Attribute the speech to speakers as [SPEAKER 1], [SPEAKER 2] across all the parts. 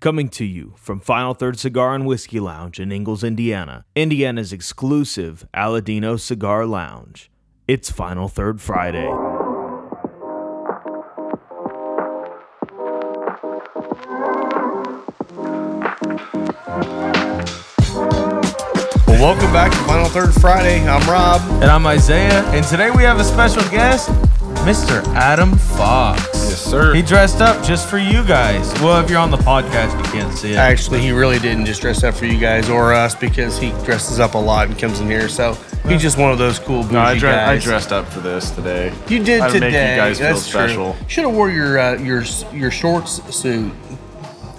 [SPEAKER 1] Coming to you from Final Third Cigar and Whiskey Lounge in Ingles, Indiana, Indiana's exclusive Aladino Cigar Lounge. It's Final Third Friday.
[SPEAKER 2] Well, welcome back to Final Third Friday. I'm Rob.
[SPEAKER 3] And I'm Isaiah, and today we have a special guest, Mr. Adam Fox.
[SPEAKER 2] Yes, sir.
[SPEAKER 3] He dressed up just for you guys. Well, if you're on the podcast, you can't see it.
[SPEAKER 2] Actually, he really didn't just dress up for you guys or us because he dresses up a lot and comes in here. So he's just one of those cool bougie
[SPEAKER 4] No, I, dre- I
[SPEAKER 2] guys.
[SPEAKER 4] dressed up for this today.
[SPEAKER 2] You did
[SPEAKER 4] I
[SPEAKER 2] today.
[SPEAKER 4] Make you guys
[SPEAKER 2] That's
[SPEAKER 4] feel special.
[SPEAKER 2] true. Should have wore your uh, your s- your shorts suit.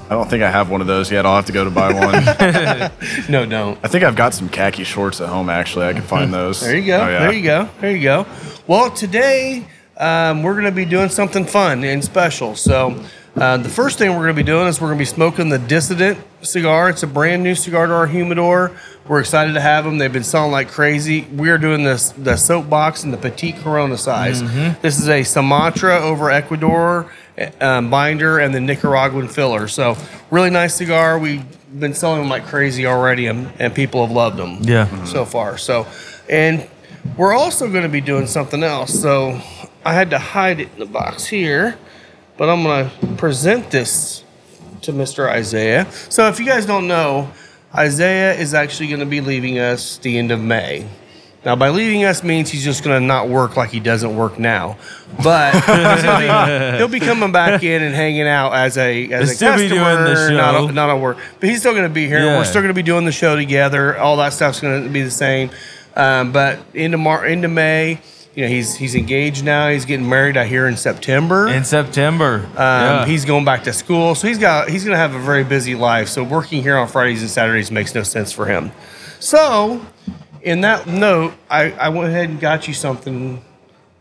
[SPEAKER 4] I don't think I have one of those yet. I'll have to go to buy one.
[SPEAKER 2] No, don't.
[SPEAKER 4] I think I've got some khaki shorts at home. Actually, I can find those.
[SPEAKER 2] There you go.
[SPEAKER 4] Oh, yeah.
[SPEAKER 2] There you go. There you go. Well, today um, we're going to be doing something fun and special. So, uh, the first thing we're going to be doing is we're going to be smoking the Dissident cigar. It's a brand new cigar to our humidor. We're excited to have them. They've been selling like crazy. We are doing this the soapbox and the petite Corona size.
[SPEAKER 4] Mm-hmm.
[SPEAKER 2] This is a Sumatra over Ecuador eh, um, binder and the Nicaraguan filler. So, really nice cigar. We've been selling them like crazy already, and, and people have loved them
[SPEAKER 3] Yeah.
[SPEAKER 2] Mm-hmm. so far. So, and we're also going to be doing something else. So, I had to hide it in the box here, but I'm going to present this to Mr. Isaiah. So, if you guys don't know, Isaiah is actually going to be leaving us the end of May. Now, by leaving us means he's just going to not work like he doesn't work now, but he's gonna be- he'll be coming back in and hanging out as a as
[SPEAKER 3] He'll
[SPEAKER 2] a
[SPEAKER 3] still be
[SPEAKER 2] customer,
[SPEAKER 3] doing the
[SPEAKER 2] not a-
[SPEAKER 3] show.
[SPEAKER 2] not a work. But he's still going to be here.
[SPEAKER 3] Yeah.
[SPEAKER 2] We're still going to be doing the show together. All that stuff's going to be the same. Um, but into Mar- into May, you know, he's he's engaged now. He's getting married. I hear in September.
[SPEAKER 3] In September. Um,
[SPEAKER 2] um, he's going back to school, so he's got he's going to have a very busy life. So working here on Fridays and Saturdays makes no sense for him. So, in that note, I, I went ahead and got you something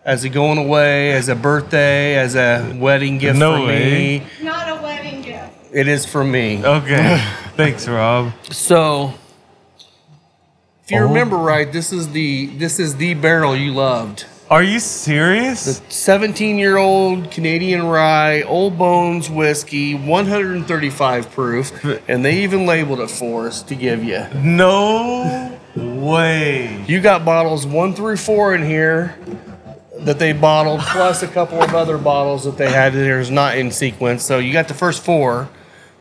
[SPEAKER 2] as a going away, as a birthday, as a wedding gift
[SPEAKER 3] No
[SPEAKER 2] for
[SPEAKER 3] way.
[SPEAKER 2] me.
[SPEAKER 5] Not a wedding gift.
[SPEAKER 2] It is for me.
[SPEAKER 3] Okay. Thanks, Rob.
[SPEAKER 2] So, if you
[SPEAKER 3] Oh.
[SPEAKER 2] remember right, this is the this is the barrel you loved.
[SPEAKER 3] Are you serious?
[SPEAKER 2] 17 year old Canadian rye, Old Bones whiskey, 135 proof, and they even labeled it for us to give you.
[SPEAKER 3] No way.
[SPEAKER 2] You got bottles one through four in here that they bottled, plus a couple of other bottles that they had that is not in sequence. So you got the first four,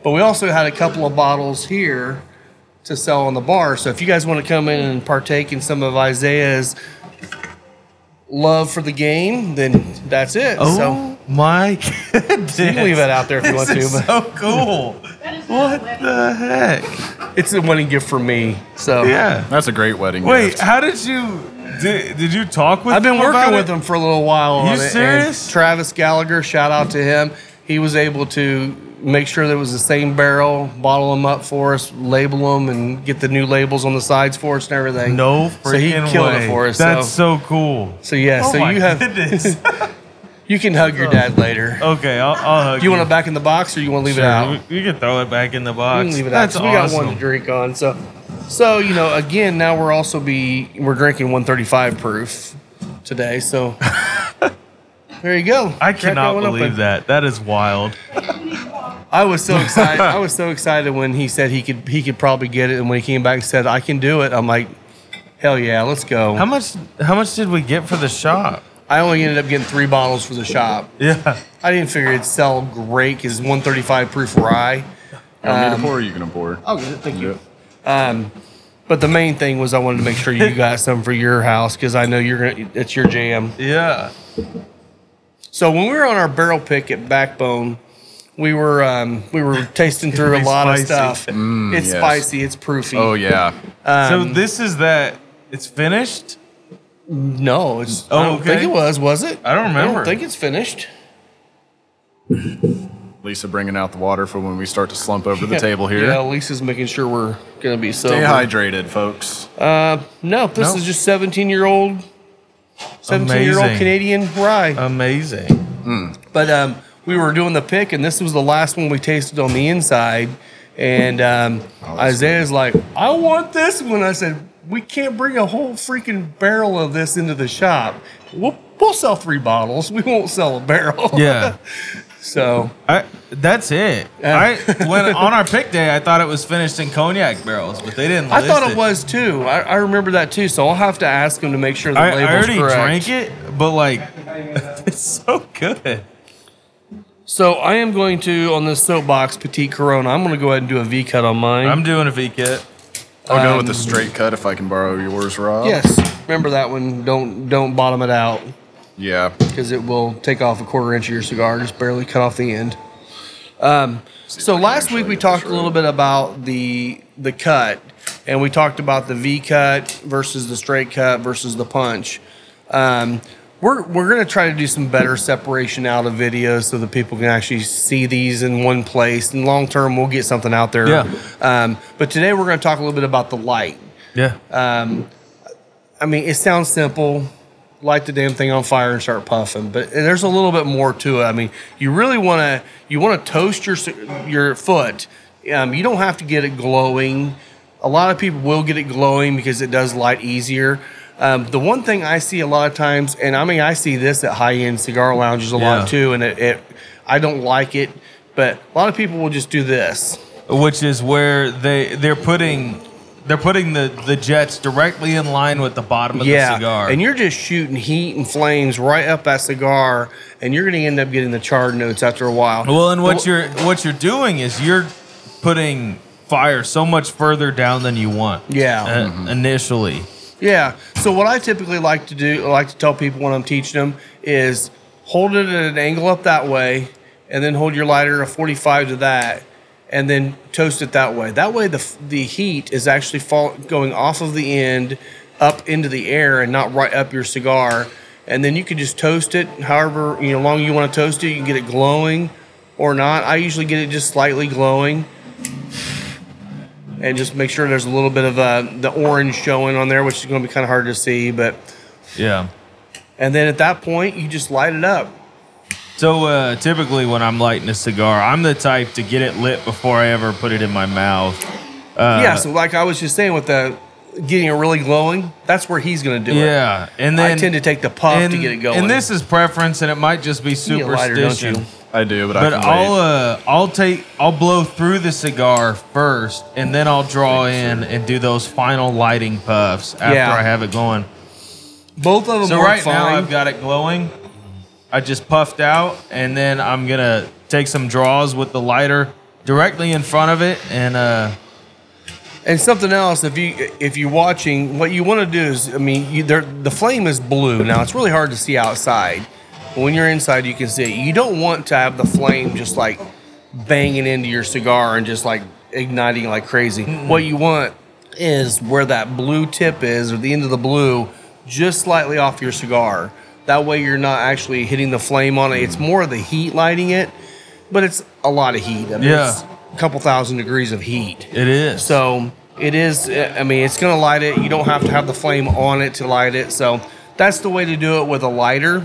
[SPEAKER 2] but we also had a couple of bottles here to sell on the bar. So if you guys want to come in and partake in some of Isaiah's love for the game, then that's it.
[SPEAKER 3] Oh
[SPEAKER 2] So
[SPEAKER 3] my goodness.
[SPEAKER 2] you can leave that out there if you want
[SPEAKER 3] This
[SPEAKER 2] to.
[SPEAKER 3] is
[SPEAKER 2] But
[SPEAKER 3] so cool.
[SPEAKER 5] That is
[SPEAKER 3] What
[SPEAKER 5] not a wedding.
[SPEAKER 3] the heck?
[SPEAKER 2] it's a winning gift for me. So
[SPEAKER 3] Yeah.
[SPEAKER 4] That's a great wedding
[SPEAKER 3] Wait,
[SPEAKER 4] gift.
[SPEAKER 3] how did you did, did you talk with
[SPEAKER 2] I've been
[SPEAKER 3] him about
[SPEAKER 2] working
[SPEAKER 3] it?
[SPEAKER 2] with him for a little while
[SPEAKER 3] You
[SPEAKER 2] on it.
[SPEAKER 3] serious?
[SPEAKER 2] And Travis Gallagher, shout out to him. He was able to make sure that it was the same barrel, bottle them up for us, label them, and get the new labels on the sides for us and everything.
[SPEAKER 3] No freaking
[SPEAKER 2] So he killed it
[SPEAKER 3] way.
[SPEAKER 2] for us,
[SPEAKER 3] That's
[SPEAKER 2] so-
[SPEAKER 3] so, cool.
[SPEAKER 2] So yeah,
[SPEAKER 3] oh
[SPEAKER 2] so
[SPEAKER 3] my
[SPEAKER 2] you have
[SPEAKER 3] goodness. Oh.
[SPEAKER 2] you can hug your dad later.
[SPEAKER 3] okay, I'll, I'll hug
[SPEAKER 2] Do you want it back in the box or you want to leave
[SPEAKER 3] Sure,
[SPEAKER 2] it out?
[SPEAKER 3] We, we can throw it back in the
[SPEAKER 2] We
[SPEAKER 3] box.
[SPEAKER 2] can leave it
[SPEAKER 3] That's
[SPEAKER 2] out. 'cause
[SPEAKER 3] awesome.
[SPEAKER 2] We got one to drink on. So, so you know, again, now we're also be we're drinking 135 proof today. So there you go.
[SPEAKER 3] I
[SPEAKER 2] Crack
[SPEAKER 3] cannot
[SPEAKER 2] one open.
[SPEAKER 3] believe that. That is wild.
[SPEAKER 2] I was so excited. I was so excited when he said he could he could probably get it, and when he came back and said I can do it, I'm like, hell yeah, let's go.
[SPEAKER 3] How much? How much did we get for the shop?
[SPEAKER 2] I only ended up getting three bottles for the shop.
[SPEAKER 3] Yeah.
[SPEAKER 2] I didn't figure it'd sell great because 135 proof rye.
[SPEAKER 4] you want
[SPEAKER 2] um,
[SPEAKER 4] me to pour? Or you can pour.
[SPEAKER 2] Oh, thank
[SPEAKER 4] Yeah.
[SPEAKER 2] you. But the main thing was I wanted to make sure you got some for your house because I know you're gonna it's your jam.
[SPEAKER 3] Yeah.
[SPEAKER 2] So when we were on our barrel pick at Backbone, we were um, we were tasting through a
[SPEAKER 3] It's
[SPEAKER 2] lot
[SPEAKER 3] spicy. Mm,
[SPEAKER 2] of stuff. it's
[SPEAKER 4] yes.
[SPEAKER 2] spicy. It's proofy.
[SPEAKER 4] Oh yeah.
[SPEAKER 2] Um,
[SPEAKER 3] so this is that. It's finished.
[SPEAKER 2] No, it's. I
[SPEAKER 3] Oh,
[SPEAKER 2] don't
[SPEAKER 3] okay.
[SPEAKER 2] think it was. Was it?
[SPEAKER 3] I don't
[SPEAKER 2] I
[SPEAKER 3] remember.
[SPEAKER 2] don't think it's finished.
[SPEAKER 4] Lisa bringing out the water for when we start to slump over the table here.
[SPEAKER 2] Yeah, Lisa's making sure we're gonna be so.
[SPEAKER 4] Stay hydrated, folks.
[SPEAKER 2] No, this
[SPEAKER 3] No.
[SPEAKER 2] is just seventeen-year-old, seventeen-year-old
[SPEAKER 3] Amazing.
[SPEAKER 2] Canadian rye.
[SPEAKER 3] Amazing.
[SPEAKER 2] but um, we were doing the pick, and this was the last one we tasted on the inside. And
[SPEAKER 3] Oh,
[SPEAKER 2] um, Isaiah's like, "I want this one." I said, "We can't bring a whole freaking barrel of this into the shop. We'll, we'll sell three bottles. We won't sell a barrel."
[SPEAKER 3] Yeah.
[SPEAKER 2] So
[SPEAKER 3] I, that's it. I when on our pick day, I thought it was finished in cognac barrels, but they didn't.
[SPEAKER 2] I
[SPEAKER 3] list
[SPEAKER 2] thought it was too. I, I remember that too. So I'll have to ask him to make sure the
[SPEAKER 3] I, I
[SPEAKER 2] label's
[SPEAKER 3] already
[SPEAKER 2] correct.
[SPEAKER 3] drank it, but like, it's so good.
[SPEAKER 2] So I am going to on this soapbox petite Corona. I'm going to go ahead and do a V cut on mine.
[SPEAKER 3] I'm doing a V kit.
[SPEAKER 4] I'll go with the straight cut if I can borrow yours, Rob.
[SPEAKER 2] Um, yes, remember that one. Don't don't bottom it out
[SPEAKER 4] Yeah.
[SPEAKER 2] because it will take off a quarter inch of your cigar. Just barely cut off the end. Um, So last week we talked a little bit about the the cut, and we talked about the V cut versus the straight cut versus the punch. Um, we're we're gonna try to do some better separation out of videos so that people can actually see these in one place. And long term, we'll get something out there.
[SPEAKER 3] Yeah.
[SPEAKER 2] Um, but today we're gonna talk a little bit about the light.
[SPEAKER 3] Yeah.
[SPEAKER 2] Uh, I mean, it sounds simple. Light the damn thing on fire and start puffing, but there's a little bit more to it. I mean, you really want to you want to toast your your foot. Um, you don't have to get it glowing. A lot of people will get it glowing because it does light easier. Um, the one thing I see a lot of times, and I mean, I see this at high end cigar lounges a
[SPEAKER 3] Yeah.
[SPEAKER 2] lot too, and it, it I don't like it, but a lot of people will just do this.
[SPEAKER 3] which is where they they're putting they're putting the the jets directly in line with the bottom of the cigar.
[SPEAKER 2] And you're just shooting heat and flames right up that cigar, and you're going to end up getting the charred notes after a while.
[SPEAKER 3] well, and what
[SPEAKER 2] The-
[SPEAKER 3] you're what you're doing is you're putting fire so much further down than you want.
[SPEAKER 2] Yeah.
[SPEAKER 3] uh, initially.
[SPEAKER 2] yeah. So what I typically like to do, like to tell people when I'm teaching them, is hold it at an angle up that way, and then hold your lighter at 45 to that, and then toast it that way. That way, the f- the heat is actually fall, going off of the end up into the air and not right up your cigar. And then you can just toast it however you know long you want to toast it. You can get it glowing or not. I usually get it just slightly glowing. and just make sure there's a little bit of uh, the orange showing on there, which is going to be kind of hard to see. But
[SPEAKER 3] Yeah.
[SPEAKER 2] and then at that point, you just light it up.
[SPEAKER 3] So uh, typically, when I'm lighting a cigar, I'm the type to get it lit before I ever put it in my mouth. Uh,
[SPEAKER 2] yeah. So like I was just saying with the getting it really glowing, that's where he's going to do it.
[SPEAKER 3] Yeah, and then
[SPEAKER 2] I tend to take the puff to get it going.
[SPEAKER 3] And this is preference, and it might just be
[SPEAKER 2] You need a lighter,
[SPEAKER 3] superstition.
[SPEAKER 2] don't you?
[SPEAKER 4] I do, but,
[SPEAKER 3] But
[SPEAKER 4] I can wait.
[SPEAKER 3] I'll uh, I'll take I'll blow through the cigar first, and then I'll draw in and do those final lighting puffs after
[SPEAKER 2] Yeah.
[SPEAKER 3] I have it going.
[SPEAKER 2] Both of them
[SPEAKER 3] So
[SPEAKER 2] work
[SPEAKER 3] right
[SPEAKER 2] fine.
[SPEAKER 3] now I've got it glowing. I just puffed out, and then I'm gonna take some draws with the lighter directly in front of it, and uh,
[SPEAKER 2] And something else, if you if you're watching, what you want to do is, I mean, you, there, the flame is blue. Now it's really hard to see outside. But when you're inside, you can see it. You don't want to have the flame just like banging into your cigar and just like igniting like crazy. What you want is where that blue tip is, or the end of the blue, just slightly off your cigar. That way, you're not actually hitting the flame on it. It's more of the heat lighting it, but it's a lot of heat. I mean,
[SPEAKER 3] Yeah.
[SPEAKER 2] it's a couple thousand degrees of heat.
[SPEAKER 3] it is.
[SPEAKER 2] So it is. I mean, it's going to light it. You don't have to have the flame on it to light it. So that's the way to do it with a lighter.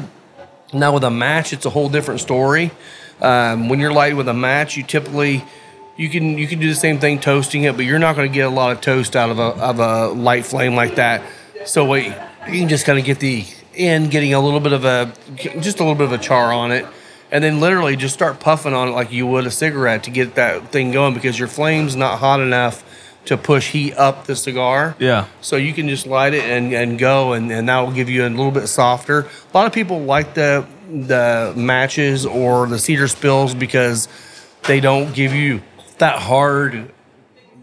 [SPEAKER 2] Now with a match, it's a whole different story. Um, when you're lighting with a match, you typically you can you can do the same thing toasting it, but you're not going to get a lot of toast out of a of a light flame like that. So what you you can just kind of get the end, getting a little bit of a just a little bit of a char on it, and then literally just start puffing on it like you would a cigarette to get that thing going because your flame's not hot enough to push heat up the cigar.
[SPEAKER 3] yeah,
[SPEAKER 2] So you can just light it and, and go, and, and that will give you a little bit softer. A lot of people like the the matches or the cedar spills because they don't give you that hard.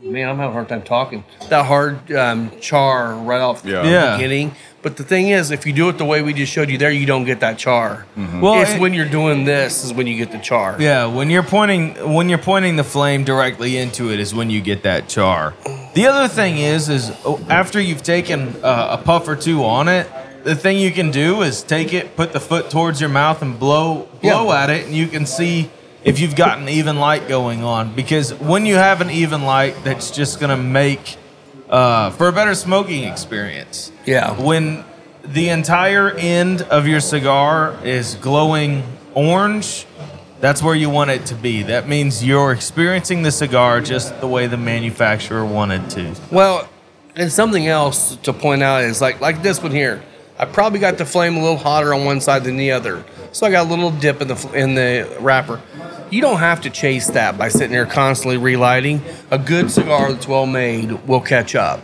[SPEAKER 2] Man, I'm having a hard time talking. That hard um, char right off
[SPEAKER 4] Yeah.
[SPEAKER 2] the
[SPEAKER 3] Yeah.
[SPEAKER 2] beginning. But the thing is, if you do it the way we just showed you there, you don't get that char.
[SPEAKER 3] Well,
[SPEAKER 2] it's
[SPEAKER 3] it-
[SPEAKER 2] when you're doing this is when you get the char.
[SPEAKER 3] Yeah, when you're pointing when you're pointing the flame directly into it is when you get that char. The other thing is is oh, after you've taken uh, a puff or two on it, the thing you can do is take it, put the foot towards your mouth and blow blow
[SPEAKER 2] Yeah.
[SPEAKER 3] at it and you can see if you've got an even light going on because when you have an even light that's just going to make uh, for a better smoking experience
[SPEAKER 2] Yeah.
[SPEAKER 3] when the entire end of your cigar is glowing orange, that's where you want it to be. That means you're experiencing the cigar just the way the manufacturer wanted to.
[SPEAKER 2] Well, and something else to point out is like like this one here. I probably got the flame a little hotter on one side than the other, so I got a little dip in the fl- in the wrapper. You don't have to chase that by sitting there constantly relighting. A good cigar that's well made will catch up.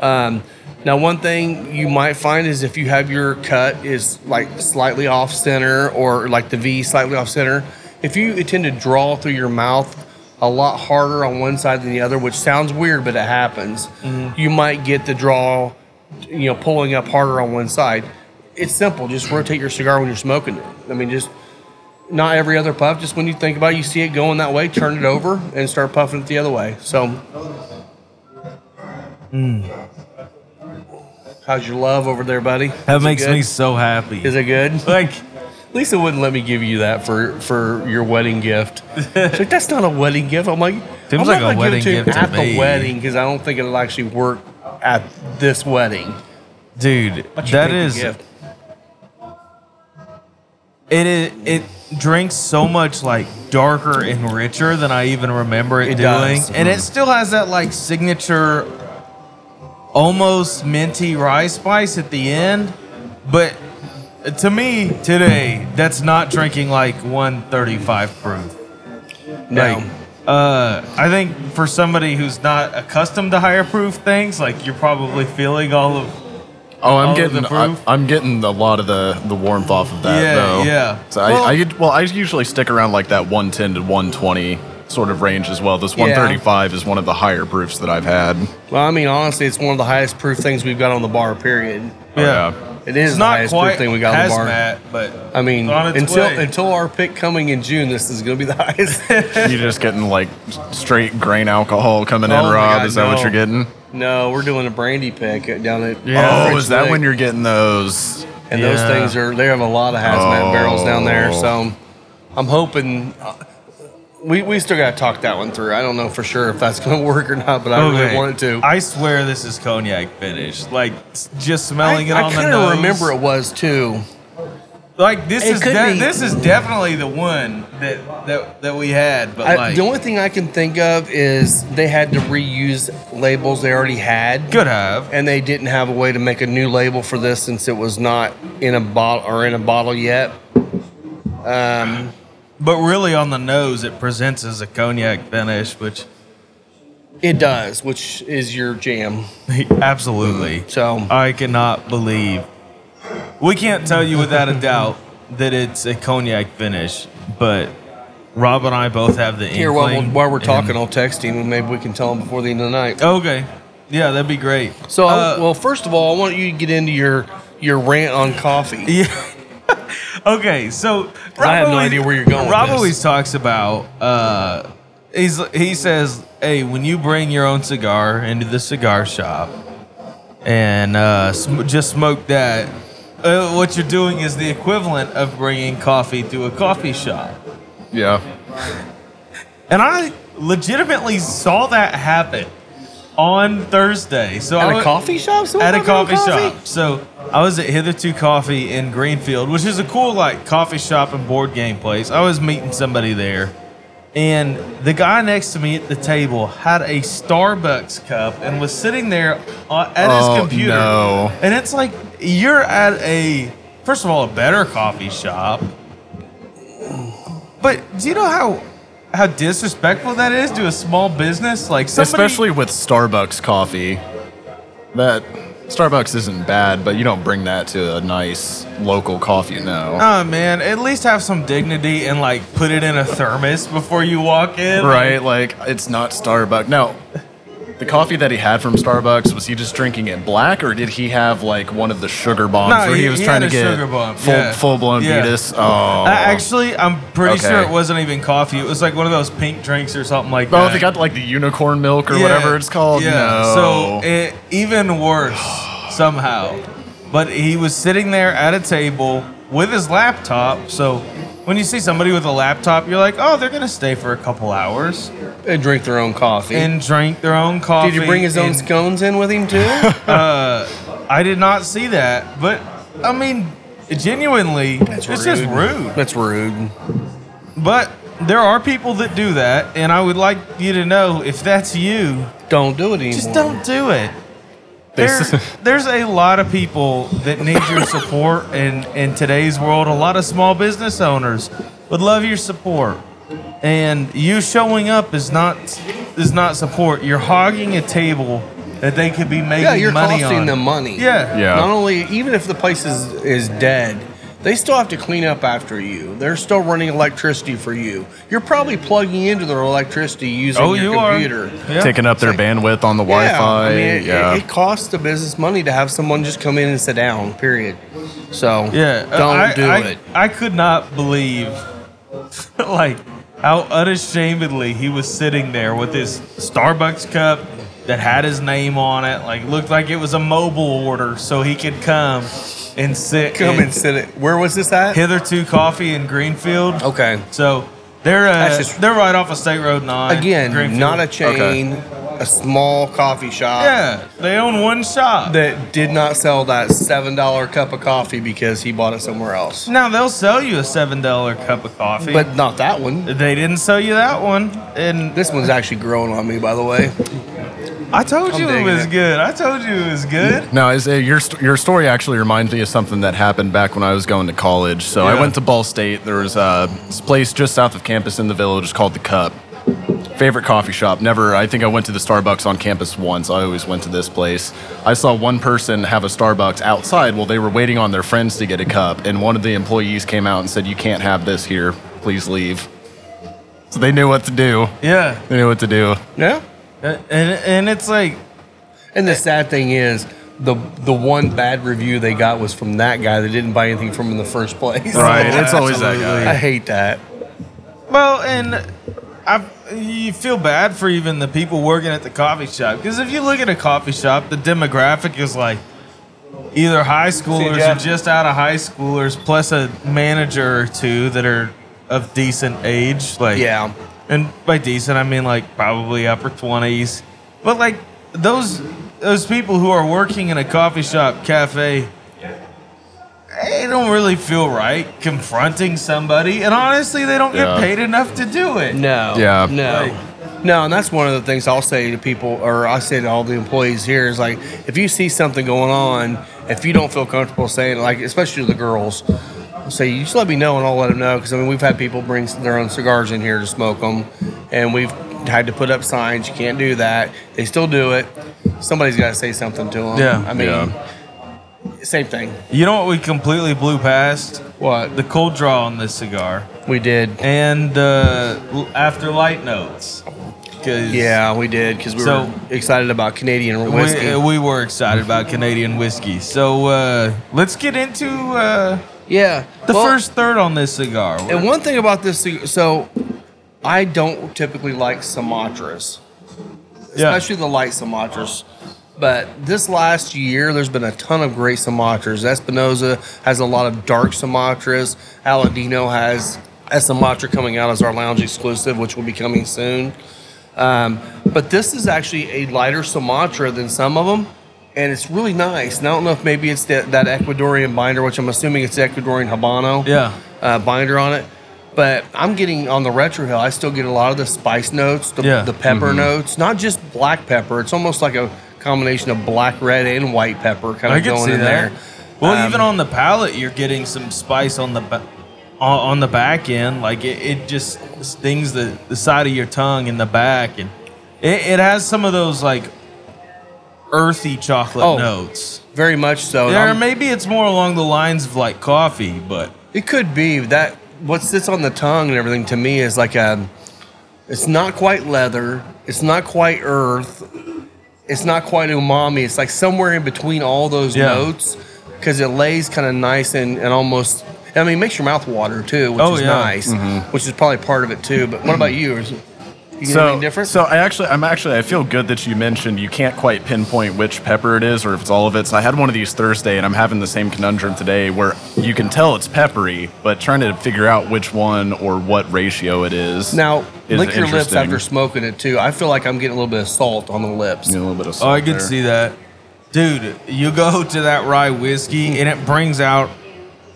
[SPEAKER 2] Um, now, one thing you might find is if you have your cut is like slightly off center or like the V slightly off center, if you tend to draw through your mouth a lot harder on one side than the other, which sounds weird, but it happens, you might get the draw, you know, pulling up harder on one side. It's simple. Just rotate your cigar when you're smoking it. I mean, just not every other puff. Just when you think about it, you see it going that way, turn it over and start puffing it the other way. So,
[SPEAKER 3] Hmm.
[SPEAKER 2] how's your love over there, buddy?
[SPEAKER 3] That
[SPEAKER 2] Is it
[SPEAKER 3] makes
[SPEAKER 2] good?
[SPEAKER 3] me so happy.
[SPEAKER 2] Is it good?
[SPEAKER 3] like
[SPEAKER 2] Lisa wouldn't let me give you that for for your wedding gift. She's like, that's not a wedding gift. I'm like,
[SPEAKER 3] Seems
[SPEAKER 2] I'm
[SPEAKER 3] like
[SPEAKER 2] not
[SPEAKER 3] a
[SPEAKER 2] gonna
[SPEAKER 3] wedding
[SPEAKER 2] give it to you
[SPEAKER 3] gift to
[SPEAKER 2] at the
[SPEAKER 3] me.
[SPEAKER 2] wedding because I don't think it'll actually work at this wedding.
[SPEAKER 3] dude,
[SPEAKER 2] But you
[SPEAKER 3] that
[SPEAKER 2] take the
[SPEAKER 3] is
[SPEAKER 2] gift.
[SPEAKER 3] it is it drinks so much like darker and richer than I even remember it,
[SPEAKER 2] It
[SPEAKER 3] doing,
[SPEAKER 2] does. Mm-hmm.
[SPEAKER 3] and it still has that like signature, almost minty rye spice at the end. But to me today, that's not drinking like 135 proof.
[SPEAKER 2] no.
[SPEAKER 3] Like, uh, I think for somebody who's not accustomed to higher proof things, like you're probably feeling all of
[SPEAKER 4] Oh, I'm
[SPEAKER 3] All of
[SPEAKER 4] getting
[SPEAKER 3] the
[SPEAKER 4] I,
[SPEAKER 3] proof?
[SPEAKER 4] I'm getting a lot of the the warmth off of that
[SPEAKER 3] Yeah,
[SPEAKER 4] though.
[SPEAKER 3] yeah.
[SPEAKER 4] So
[SPEAKER 3] Well-
[SPEAKER 4] I, I get, well, I usually stick around like that 110 to 120 sort of range as well. This 135 is one of the higher proofs that I've had.
[SPEAKER 2] well, I mean, honestly, it's one of the highest proof things we've got on the bar. Period.
[SPEAKER 3] Yeah.
[SPEAKER 2] It Oh, is
[SPEAKER 3] It's
[SPEAKER 2] the
[SPEAKER 3] not
[SPEAKER 2] highest
[SPEAKER 3] quite
[SPEAKER 2] proof thing we got on the bar.
[SPEAKER 3] hazmat, but
[SPEAKER 2] I mean,
[SPEAKER 3] it's on its
[SPEAKER 2] until
[SPEAKER 3] way.
[SPEAKER 2] until our pick coming in June, this is going to be the highest.
[SPEAKER 4] uh, You're just getting like straight grain alcohol coming
[SPEAKER 2] Oh
[SPEAKER 4] in,
[SPEAKER 2] my
[SPEAKER 4] Rob.
[SPEAKER 2] God,
[SPEAKER 4] is that
[SPEAKER 2] no.
[SPEAKER 4] what you're getting?
[SPEAKER 2] no, we're doing a brandy pick down at.
[SPEAKER 3] Yeah.
[SPEAKER 4] oh,
[SPEAKER 2] French
[SPEAKER 4] is that
[SPEAKER 2] Lick.
[SPEAKER 4] when you're getting those?
[SPEAKER 2] and those
[SPEAKER 3] Yeah.
[SPEAKER 2] things are they have a lot of hazmat
[SPEAKER 4] Oh.
[SPEAKER 2] barrels down there. So I'm hoping uh, we, we still got to talk that one through. I don't know for sure if that's going to work or not, but I really want it to.
[SPEAKER 3] I swear this is cognac finish. Like s- just smelling it
[SPEAKER 2] I,
[SPEAKER 3] on the
[SPEAKER 2] kind
[SPEAKER 3] nose.
[SPEAKER 2] of remember it was too.
[SPEAKER 3] Like this
[SPEAKER 2] It
[SPEAKER 3] is
[SPEAKER 2] could
[SPEAKER 3] de-
[SPEAKER 2] be.
[SPEAKER 3] this is definitely the one that that, that we had. But
[SPEAKER 2] I-
[SPEAKER 3] like
[SPEAKER 2] the only thing I can think of is they had to reuse labels they already had.
[SPEAKER 3] could have.
[SPEAKER 2] and they didn't have a way to make a new label for this since it was not in a bottle or in a bottle yet. Um,
[SPEAKER 3] But really on the nose, it presents as a cognac finish, which
[SPEAKER 2] it does, which is your jam.
[SPEAKER 3] absolutely.
[SPEAKER 2] So
[SPEAKER 3] I cannot believe. We can't tell you without a doubt that it's a cognac finish, but Rob and I both have the
[SPEAKER 2] Here, while, we'll,
[SPEAKER 3] inkling
[SPEAKER 2] while we're
[SPEAKER 3] and-
[SPEAKER 2] talking, I'll text him and maybe we can tell him before the end of the night.
[SPEAKER 3] Okay. Yeah, that'd be great.
[SPEAKER 2] So, I-
[SPEAKER 3] Uh,
[SPEAKER 2] well, first of all, I want you to get into your your rant on coffee.
[SPEAKER 3] Yeah. okay, so
[SPEAKER 2] I have no idea where you're going with
[SPEAKER 3] Rob
[SPEAKER 2] this.
[SPEAKER 3] always talks about. Uh, he's he says, "Hey, when you bring your own cigar into the cigar shop and uh, sm- just smoke that, uh, what you're doing is the equivalent of bringing coffee to a coffee shop."
[SPEAKER 4] Yeah.
[SPEAKER 3] And I legitimately saw that happen on Thursday. So I
[SPEAKER 2] At a
[SPEAKER 3] wa-
[SPEAKER 2] coffee shop? Someone
[SPEAKER 3] at a
[SPEAKER 2] brought you
[SPEAKER 3] coffee, shop. So I was at Hitherto Coffee in Greenfield, which is a cool like coffee shop and board game place. I was meeting somebody there, and the guy next to me at the table had a Starbucks cup and was sitting there uh, at
[SPEAKER 4] Oh,
[SPEAKER 3] his computer.
[SPEAKER 4] no.
[SPEAKER 3] And it's like you're at a first of all a better coffee shop, but do you know how? How disrespectful that is to a small business, like somebody,
[SPEAKER 4] Especially with Starbucks coffee. That Starbucks isn't bad, but you don't bring that to a nice local coffee now.
[SPEAKER 3] Oh man, at least have some dignity and like put it in a thermos before you walk in.
[SPEAKER 4] right? Like it's not Starbucks. Now, the coffee that he had from Starbucks was he just drinking it black, or did he have like one of the sugar bombs
[SPEAKER 3] No,
[SPEAKER 4] where he,
[SPEAKER 3] he-
[SPEAKER 4] was
[SPEAKER 3] he
[SPEAKER 4] trying
[SPEAKER 3] had
[SPEAKER 4] to
[SPEAKER 3] a
[SPEAKER 4] get
[SPEAKER 3] sugar bomb,
[SPEAKER 4] full
[SPEAKER 3] yeah.
[SPEAKER 4] full blown
[SPEAKER 3] Yeah.
[SPEAKER 4] betus? Oh,
[SPEAKER 3] Uh, actually, I'm pretty
[SPEAKER 4] Okay.
[SPEAKER 3] sure it wasn't even coffee. It was like one of those pink drinks or something like that.
[SPEAKER 4] oh, they got like the unicorn milk or
[SPEAKER 3] Yeah.
[SPEAKER 4] whatever it's called. No.
[SPEAKER 3] So it, even worse somehow. But he was sitting there at a table with his laptop. So when you see somebody with a laptop, you're like, oh, they're gonna stay for a couple hours
[SPEAKER 2] And drink their own coffee.
[SPEAKER 3] and drink their own coffee.
[SPEAKER 2] Did you bring his own
[SPEAKER 3] and-
[SPEAKER 2] scones in with him too?
[SPEAKER 3] I did not see that, but I mean, genuinely, it's just rude.
[SPEAKER 2] That's rude.
[SPEAKER 3] But there are people that do that, and I would like you to know if that's you,
[SPEAKER 2] Don't do it anymore.
[SPEAKER 3] just don't do it.
[SPEAKER 4] They
[SPEAKER 3] There-
[SPEAKER 4] s-
[SPEAKER 3] there's a lot of people that need your support in, in today's world. A lot of small business owners would love your support. And you showing up is not is not support. You're hogging a table that they could be making
[SPEAKER 2] Yeah, you're
[SPEAKER 3] money
[SPEAKER 2] costing
[SPEAKER 3] on.
[SPEAKER 2] them money.
[SPEAKER 3] Yeah.
[SPEAKER 4] Yeah.
[SPEAKER 2] Not only, even if the place is, is dead, they still have to clean up after you. They're still running electricity for you. You're probably plugging into their electricity using
[SPEAKER 3] Oh,
[SPEAKER 2] your
[SPEAKER 3] you are.
[SPEAKER 2] computer.
[SPEAKER 3] Yeah.
[SPEAKER 4] taking up their bandwidth on the
[SPEAKER 2] I
[SPEAKER 4] Wi-Fi.
[SPEAKER 2] mean, it,
[SPEAKER 4] yeah.
[SPEAKER 2] it, it costs the business money to have someone just come in and sit down. Period. So
[SPEAKER 3] Yeah, uh,
[SPEAKER 2] don't
[SPEAKER 3] I,
[SPEAKER 2] do
[SPEAKER 3] I,
[SPEAKER 2] it.
[SPEAKER 3] I could not believe, like, how unashamedly he was sitting there with his Starbucks cup that had his name on it. Like, looked like it was a mobile order, so he could come and sit.
[SPEAKER 2] Come
[SPEAKER 3] in
[SPEAKER 2] and sit. It. Where was this at?
[SPEAKER 3] Hitherto Coffee in Greenfield.
[SPEAKER 2] Okay.
[SPEAKER 3] So they're uh,
[SPEAKER 2] That's just-
[SPEAKER 3] they're right off of State Road Nine.
[SPEAKER 2] Again,
[SPEAKER 3] Greenfield.
[SPEAKER 2] not a chain, a small coffee shop.
[SPEAKER 3] Yeah, they own one shop.
[SPEAKER 2] That did not sell that seven dollar cup of coffee because he bought it somewhere else.
[SPEAKER 3] now they'll sell you a seven dollar cup of coffee,
[SPEAKER 2] But not that one.
[SPEAKER 3] they didn't sell you that one. And
[SPEAKER 2] This one's actually growing on me, by the way.
[SPEAKER 3] I told
[SPEAKER 2] I'm
[SPEAKER 3] you it
[SPEAKER 2] digging
[SPEAKER 3] was
[SPEAKER 2] it.
[SPEAKER 3] good. I told you it was good.
[SPEAKER 4] No, it's, uh, your st- your story actually reminds me of something that happened back when I was going to college. So
[SPEAKER 3] Yeah.
[SPEAKER 4] I went to Ball State. There was uh, this place just south of campus in the village called the Cup. Favorite coffee shop. Never. I think I went to the Starbucks on campus once. I always went to this place. I saw one person have a Starbucks outside while they were waiting on their friends to get a cup, and one of the employees came out and said, "You can't have this here. Please leave." So they knew what to do.
[SPEAKER 3] Yeah.
[SPEAKER 4] They knew what to do.
[SPEAKER 2] Yeah.
[SPEAKER 3] And and it's like
[SPEAKER 2] And the sad thing is, the the one bad review they got was from that guy that didn't buy anything from in the first place.
[SPEAKER 4] It's always that guy.
[SPEAKER 2] I hate that.
[SPEAKER 3] well, and I you feel bad for even the people working at the coffee shop because if you look at a coffee shop, the demographic is like either high schoolers or
[SPEAKER 2] Jeff.
[SPEAKER 3] just out of high schoolers, plus a manager or two that are of decent age. Like
[SPEAKER 2] Yeah.
[SPEAKER 3] and by decent I mean like probably upper twenties. But like those those people who are working in a coffee shop, cafe, they don't really feel right confronting somebody, and honestly, they don't
[SPEAKER 4] Yeah.
[SPEAKER 3] get paid enough to do it.
[SPEAKER 2] No.
[SPEAKER 4] Yeah.
[SPEAKER 2] No. No, and that's one of the things I'll say to people, or I say to all the employees here is like, if you see something going on, if you don't feel comfortable saying, it, like, especially the girls, say, you just let me know and I'll let them know. Because I mean, we've had people bring their own cigars in here to smoke them, and we've had to put up signs, you can't do that. They still do it. Somebody's got to say something to them.
[SPEAKER 3] Yeah.
[SPEAKER 2] I mean,
[SPEAKER 4] Yeah.
[SPEAKER 2] same thing.
[SPEAKER 3] You know what we completely blew past?
[SPEAKER 2] What?
[SPEAKER 3] The cold draw on this cigar
[SPEAKER 2] we did.
[SPEAKER 3] and uh, l- after light notes. 'Cause
[SPEAKER 2] Yeah, we did because we
[SPEAKER 3] So-
[SPEAKER 2] were excited about Canadian whiskey.
[SPEAKER 3] We, we were excited about Canadian whiskey. So uh, let's get into uh,
[SPEAKER 2] yeah.
[SPEAKER 3] The
[SPEAKER 2] well-
[SPEAKER 3] first third on this cigar.
[SPEAKER 2] And one thing about this, cig- so I don't typically like Sumatras,
[SPEAKER 3] yeah.
[SPEAKER 2] especially the light Sumatras. But this last year, there's been a ton of great Sumatras. Espinosa has a lot of dark Sumatras. Aladino has a Sumatra coming out as our lounge exclusive, which will be coming soon. Um, but this is actually a lighter Sumatra than some of them, and it's really nice. And I don't know if maybe it's that, that Ecuadorian binder, which I'm assuming it's Ecuadorian Habano
[SPEAKER 3] Yeah.
[SPEAKER 2] uh, binder on it. But I'm getting on the retro hill. I still get a lot of the spice notes, the,
[SPEAKER 3] Yeah. Mm-hmm.
[SPEAKER 2] the pepper notes, not just black pepper. It's almost like a combination of black, red, and white pepper kind
[SPEAKER 3] I
[SPEAKER 2] of
[SPEAKER 3] can
[SPEAKER 2] going
[SPEAKER 3] see
[SPEAKER 2] in
[SPEAKER 3] that.
[SPEAKER 2] there.
[SPEAKER 3] Well,
[SPEAKER 2] Um,
[SPEAKER 3] even on the palate, you're getting some spice on the ba- on on the back end. Like it, it just stings the, the side of your tongue and the back, and it, it has some of those like earthy chocolate
[SPEAKER 2] Oh.
[SPEAKER 3] notes.
[SPEAKER 2] very much so. And
[SPEAKER 3] There,
[SPEAKER 2] I'm-
[SPEAKER 3] maybe it's more along the lines of like coffee, but
[SPEAKER 2] It could be that what sits on the tongue and everything to me is like a. It's not quite leather. It's not quite earth. It's not quite umami. It's like somewhere in between all those
[SPEAKER 3] Yeah.
[SPEAKER 2] notes because it lays kind of nice and, and almost. I mean, it makes your mouth water too, which
[SPEAKER 3] Oh,
[SPEAKER 2] is
[SPEAKER 3] yeah.
[SPEAKER 2] nice, which is probably part of it too. But what about you? Is it, you get anything different?
[SPEAKER 4] Mm-hmm. So I actually, I'm actually, I feel good that you mentioned you can't quite pinpoint which pepper it is or if it's all of it. So I had one of these Thursday, and I'm having the same conundrum today, where you can tell it's peppery, but trying to figure out which one or what ratio it is.
[SPEAKER 2] now,
[SPEAKER 4] is
[SPEAKER 2] lick your lips
[SPEAKER 4] interesting.
[SPEAKER 2] after smoking it too. I feel like I'm getting a little bit of salt on the lips.
[SPEAKER 4] You know, a little bit of
[SPEAKER 3] Oh, I
[SPEAKER 4] salt
[SPEAKER 3] can
[SPEAKER 4] there.
[SPEAKER 3] see that. Dude, you go to that rye whiskey and it brings out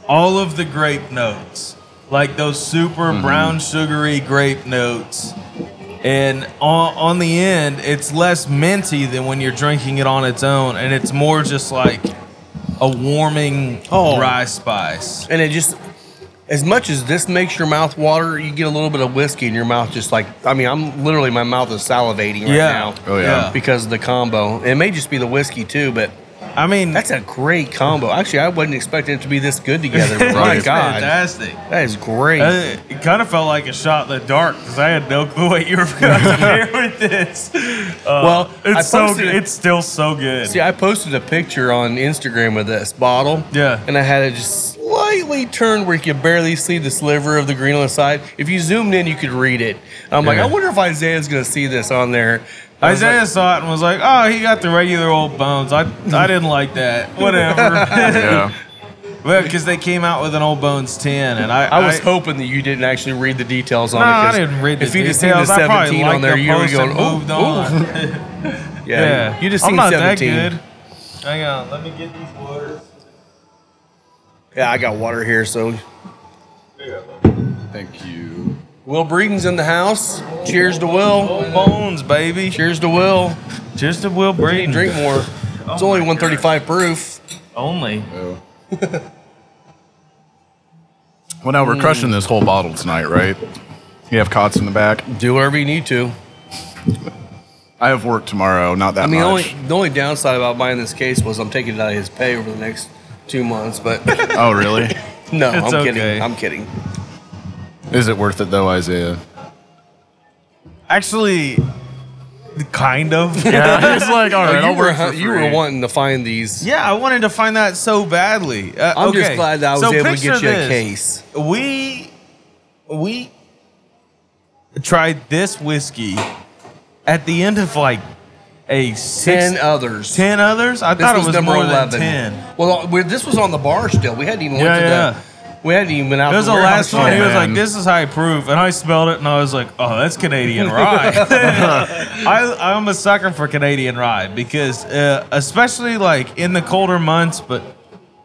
[SPEAKER 3] all of the grape notes. Like those super brown sugary grape notes. And on, on the end, it's less minty than when you're drinking it on its own, and it's more just like a warming
[SPEAKER 2] Oh.
[SPEAKER 3] rye spice.
[SPEAKER 2] and it just as much as this makes your mouth water, you get a little bit of whiskey in your mouth, just like I mean, I'm literally my mouth is salivating right
[SPEAKER 3] Yeah.
[SPEAKER 2] now.
[SPEAKER 4] Oh, yeah.
[SPEAKER 2] Because of the combo. It may just be the whiskey too, but
[SPEAKER 3] I mean,
[SPEAKER 2] that's a great combo. Actually, I wasn't expecting it to be this good together. But My
[SPEAKER 4] Right.
[SPEAKER 2] God,
[SPEAKER 3] fantastic.
[SPEAKER 2] that is great.
[SPEAKER 3] Uh, it kind of felt like a shot in the dark because I had no clue what you were going to pair with this. Uh,
[SPEAKER 2] Well, I
[SPEAKER 3] it's so
[SPEAKER 2] posted
[SPEAKER 3] good.
[SPEAKER 2] it-
[SPEAKER 3] It's still so good.
[SPEAKER 2] See, I posted a picture on Instagram of this bottle.
[SPEAKER 3] Yeah.
[SPEAKER 2] And I had it just slightly turned where you could barely see the sliver of the green on the side. If you zoomed in, you could read it. I'm like,
[SPEAKER 3] Yeah.
[SPEAKER 2] I wonder if Isaiah's going to see this on there. I was
[SPEAKER 3] Isaiah
[SPEAKER 2] like,
[SPEAKER 3] saw it and was like, "Oh, he got the regular old bones. I I didn't like that. Whatever."
[SPEAKER 4] Yeah.
[SPEAKER 3] well, because they came out with an old bones ten, and I
[SPEAKER 2] I was hoping that you didn't actually read the details on
[SPEAKER 3] No,
[SPEAKER 2] it. 'cause
[SPEAKER 3] I didn't read the
[SPEAKER 2] If you just seen the
[SPEAKER 3] details. I probably
[SPEAKER 2] 17 on
[SPEAKER 3] liked
[SPEAKER 2] there,
[SPEAKER 3] the
[SPEAKER 2] you would
[SPEAKER 3] post
[SPEAKER 2] go,
[SPEAKER 3] and
[SPEAKER 2] oh,
[SPEAKER 3] moved on.
[SPEAKER 2] yeah,
[SPEAKER 3] Yeah,
[SPEAKER 2] You just
[SPEAKER 3] I'm
[SPEAKER 2] seen
[SPEAKER 3] not
[SPEAKER 2] 17.
[SPEAKER 3] that good. Hang on, let me get these waters.
[SPEAKER 2] Yeah, I got water here, so.
[SPEAKER 4] Thank you.
[SPEAKER 2] Will Breeden's in the house. Cheers to Will.
[SPEAKER 3] Old bones, baby.
[SPEAKER 2] Cheers to Will.
[SPEAKER 3] Just a Will Breeden.
[SPEAKER 2] Drink more. It's
[SPEAKER 3] Oh
[SPEAKER 2] only 135 proof.
[SPEAKER 3] only.
[SPEAKER 4] Oh. well, now we're crushing this whole bottle tonight, right? You have cots in the back.
[SPEAKER 2] Do whatever you need to.
[SPEAKER 4] I have work tomorrow. Not that
[SPEAKER 2] I mean, the only,
[SPEAKER 4] much.
[SPEAKER 2] the only downside about buying this case was I'm taking it out of his pay over the next two months, but
[SPEAKER 4] oh, really?
[SPEAKER 2] no,
[SPEAKER 3] It's
[SPEAKER 2] I'm
[SPEAKER 3] okay.
[SPEAKER 2] kidding. I'm kidding.
[SPEAKER 4] Is it worth it though, Isaiah?
[SPEAKER 3] Actually, kind of.
[SPEAKER 4] Yeah. He's like, all
[SPEAKER 2] Oh,
[SPEAKER 4] right,
[SPEAKER 2] you,
[SPEAKER 4] I'll
[SPEAKER 2] were,
[SPEAKER 4] work
[SPEAKER 2] hu-
[SPEAKER 4] for
[SPEAKER 2] you were
[SPEAKER 4] free."
[SPEAKER 2] wanting to find these.
[SPEAKER 3] Yeah, I wanted to find that so badly. Uh,
[SPEAKER 2] I'm just
[SPEAKER 3] okay.
[SPEAKER 2] glad that I was
[SPEAKER 3] So
[SPEAKER 2] able to get
[SPEAKER 3] picture
[SPEAKER 2] you
[SPEAKER 3] this.
[SPEAKER 2] a case.
[SPEAKER 3] We we tried this whiskey at the end of like a six,
[SPEAKER 2] Ten others.
[SPEAKER 3] 10 others. I
[SPEAKER 2] This
[SPEAKER 3] thought
[SPEAKER 2] was,
[SPEAKER 3] it was
[SPEAKER 2] number
[SPEAKER 3] more
[SPEAKER 2] eleven.
[SPEAKER 3] than ten.
[SPEAKER 2] Well, we're, this was on the bar still. We hadn't even
[SPEAKER 3] Yeah,
[SPEAKER 2] went to
[SPEAKER 3] yeah.
[SPEAKER 2] the. We hadn't even been out.
[SPEAKER 3] It was
[SPEAKER 2] to
[SPEAKER 3] the last
[SPEAKER 2] warehouse
[SPEAKER 3] one. He
[SPEAKER 2] yet.
[SPEAKER 3] was like,
[SPEAKER 4] man.
[SPEAKER 3] "This is high proof," and I smelled it, and I was like, "Oh, that's Canadian rye." I, I'm a sucker for Canadian rye because, uh, especially like in the colder months, but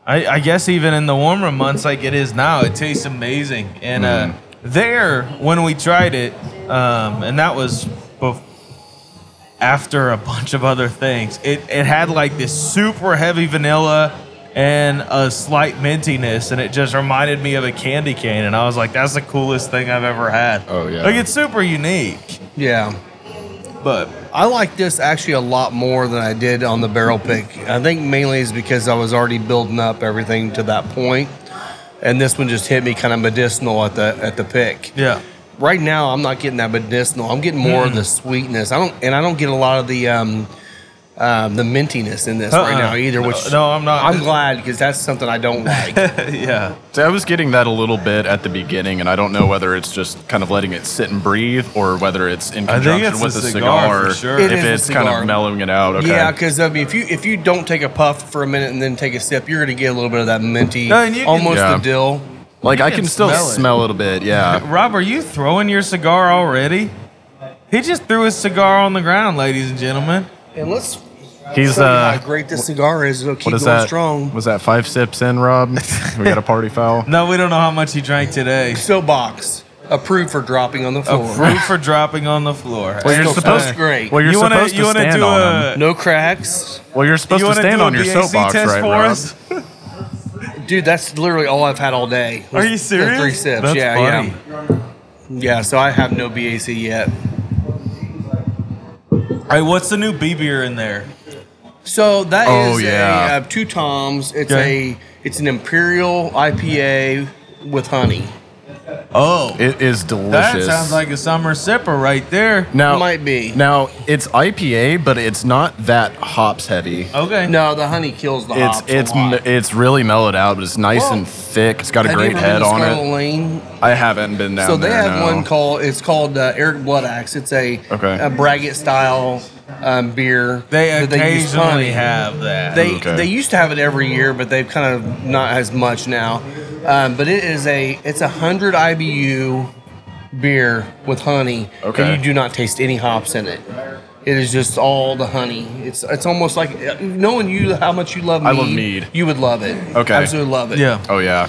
[SPEAKER 3] I, I guess even in the warmer months, like it is now, it tastes amazing. And uh, there, when we tried it, um, and that was bef- after a bunch of other things, it it had like this super heavy vanilla and a slight mintiness, and it just reminded me of a candy cane. And I was like, that's the coolest thing I've ever had.
[SPEAKER 4] Oh, yeah.
[SPEAKER 3] like it's super unique,
[SPEAKER 2] Yeah.
[SPEAKER 3] but
[SPEAKER 2] I like this actually a lot more than I did on the barrel pick. I think mainly is because I was already building up everything to that point, and this one just hit me kind of medicinal at the at the pick.
[SPEAKER 3] yeah,
[SPEAKER 2] Right now, I'm not getting that medicinal. I'm getting more of the
[SPEAKER 3] Hmm.
[SPEAKER 2] sweetness. I don't, and I don't get a lot of the um, um, the mintiness in this right
[SPEAKER 3] Uh-uh.
[SPEAKER 2] now either. Which
[SPEAKER 3] No, no, I'm not-
[SPEAKER 2] I'm glad because that's something I don't like.
[SPEAKER 3] yeah.
[SPEAKER 4] See, I was getting that a little bit at the beginning, and I don't know whether it's just kind of letting it sit and breathe, or whether it's in
[SPEAKER 3] I think
[SPEAKER 4] conjunction
[SPEAKER 3] it's
[SPEAKER 4] with
[SPEAKER 3] a
[SPEAKER 4] the
[SPEAKER 3] cigar
[SPEAKER 4] cigar.
[SPEAKER 3] for sure.
[SPEAKER 2] It
[SPEAKER 4] If
[SPEAKER 2] is a
[SPEAKER 4] it's kind
[SPEAKER 2] cigar.
[SPEAKER 4] of mellowing it out. Okay.
[SPEAKER 2] Yeah, because I mean, if you if you don't take a puff for a minute and then take a sip, you're gonna get a little bit of that minty,
[SPEAKER 3] No, and you can-
[SPEAKER 2] almost
[SPEAKER 4] Yeah.
[SPEAKER 2] the dill.
[SPEAKER 4] like I
[SPEAKER 3] can
[SPEAKER 4] can still
[SPEAKER 3] smell
[SPEAKER 4] smell,
[SPEAKER 3] it.
[SPEAKER 4] a little bit. Yeah.
[SPEAKER 3] Rob, are you throwing your cigar already? He just threw his cigar on the ground, ladies and gentlemen.
[SPEAKER 2] And let's
[SPEAKER 4] He's
[SPEAKER 2] show you
[SPEAKER 4] uh.
[SPEAKER 2] how great this cigar is. It'll keep
[SPEAKER 4] What
[SPEAKER 2] going
[SPEAKER 4] is that?
[SPEAKER 2] strong.
[SPEAKER 4] Was that five sips in, Rob? we got a party foul.
[SPEAKER 3] No, we don't know how much he drank today.
[SPEAKER 2] So box approved for dropping on the floor.
[SPEAKER 3] Approved for dropping on the floor.
[SPEAKER 4] Well, you're
[SPEAKER 2] Still
[SPEAKER 4] supposed
[SPEAKER 2] tastes great.
[SPEAKER 4] Well, you're
[SPEAKER 3] You wanna-
[SPEAKER 4] supposed
[SPEAKER 3] you
[SPEAKER 4] to
[SPEAKER 3] wanna
[SPEAKER 4] stand
[SPEAKER 3] do
[SPEAKER 4] on
[SPEAKER 3] a-
[SPEAKER 4] 'em.
[SPEAKER 2] no cracks,
[SPEAKER 4] Well, you're supposed to
[SPEAKER 3] wanna
[SPEAKER 4] stand
[SPEAKER 3] do a
[SPEAKER 4] on your
[SPEAKER 3] BAC
[SPEAKER 4] soapbox,
[SPEAKER 3] test
[SPEAKER 4] right,
[SPEAKER 3] for
[SPEAKER 4] Rob?
[SPEAKER 3] us?
[SPEAKER 2] dude. That's literally all I've had all day.
[SPEAKER 3] Are you
[SPEAKER 2] The
[SPEAKER 3] serious?
[SPEAKER 2] Three sips.
[SPEAKER 3] That's
[SPEAKER 2] yeah,
[SPEAKER 3] funny.
[SPEAKER 2] yeah, yeah. So I have no BAC yet.
[SPEAKER 3] Hey, what's the new B beer in there?
[SPEAKER 2] So that
[SPEAKER 4] Oh,
[SPEAKER 2] is
[SPEAKER 4] yeah.
[SPEAKER 2] a uh, two toms. It's
[SPEAKER 3] Okay.
[SPEAKER 2] a it's an imperial IPA with honey.
[SPEAKER 3] Oh,
[SPEAKER 4] It is
[SPEAKER 3] that
[SPEAKER 4] delicious.
[SPEAKER 3] sounds like a summer sipper right there.
[SPEAKER 4] now
[SPEAKER 2] Might be.
[SPEAKER 4] Now it's IPA, but it's not that hops heavy.
[SPEAKER 3] Okay.
[SPEAKER 2] No, the honey kills the
[SPEAKER 4] It's
[SPEAKER 2] hops. a
[SPEAKER 4] it's
[SPEAKER 2] lot.
[SPEAKER 4] m- it's really mellowed out, but it's nice
[SPEAKER 2] Well,
[SPEAKER 4] and thick. It's got a
[SPEAKER 2] Have you
[SPEAKER 4] great
[SPEAKER 2] ever
[SPEAKER 4] head
[SPEAKER 2] been to
[SPEAKER 4] on
[SPEAKER 2] Scarlet
[SPEAKER 4] it.
[SPEAKER 2] Lane?
[SPEAKER 4] I haven't been down
[SPEAKER 2] So they
[SPEAKER 4] there,
[SPEAKER 2] have
[SPEAKER 4] no.
[SPEAKER 2] one called it's called uh, Eric Blood Axe. It's a
[SPEAKER 4] Okay.
[SPEAKER 2] a braggot style um, beer.
[SPEAKER 3] They
[SPEAKER 2] that use
[SPEAKER 3] occasionally
[SPEAKER 2] honey.
[SPEAKER 3] have that.
[SPEAKER 2] They
[SPEAKER 4] Okay.
[SPEAKER 2] they used to have it every year, but they've kind of not as much now. Um, but it is a it's a hundred IBU beer with honey,
[SPEAKER 4] Okay.
[SPEAKER 2] and you do not taste any hops in it. It is just all the honey. It's it's almost like knowing you how much you love mead.
[SPEAKER 4] I love mead.
[SPEAKER 2] You would love it.
[SPEAKER 4] Okay.
[SPEAKER 2] absolutely love it.
[SPEAKER 3] yeah.
[SPEAKER 4] Oh yeah,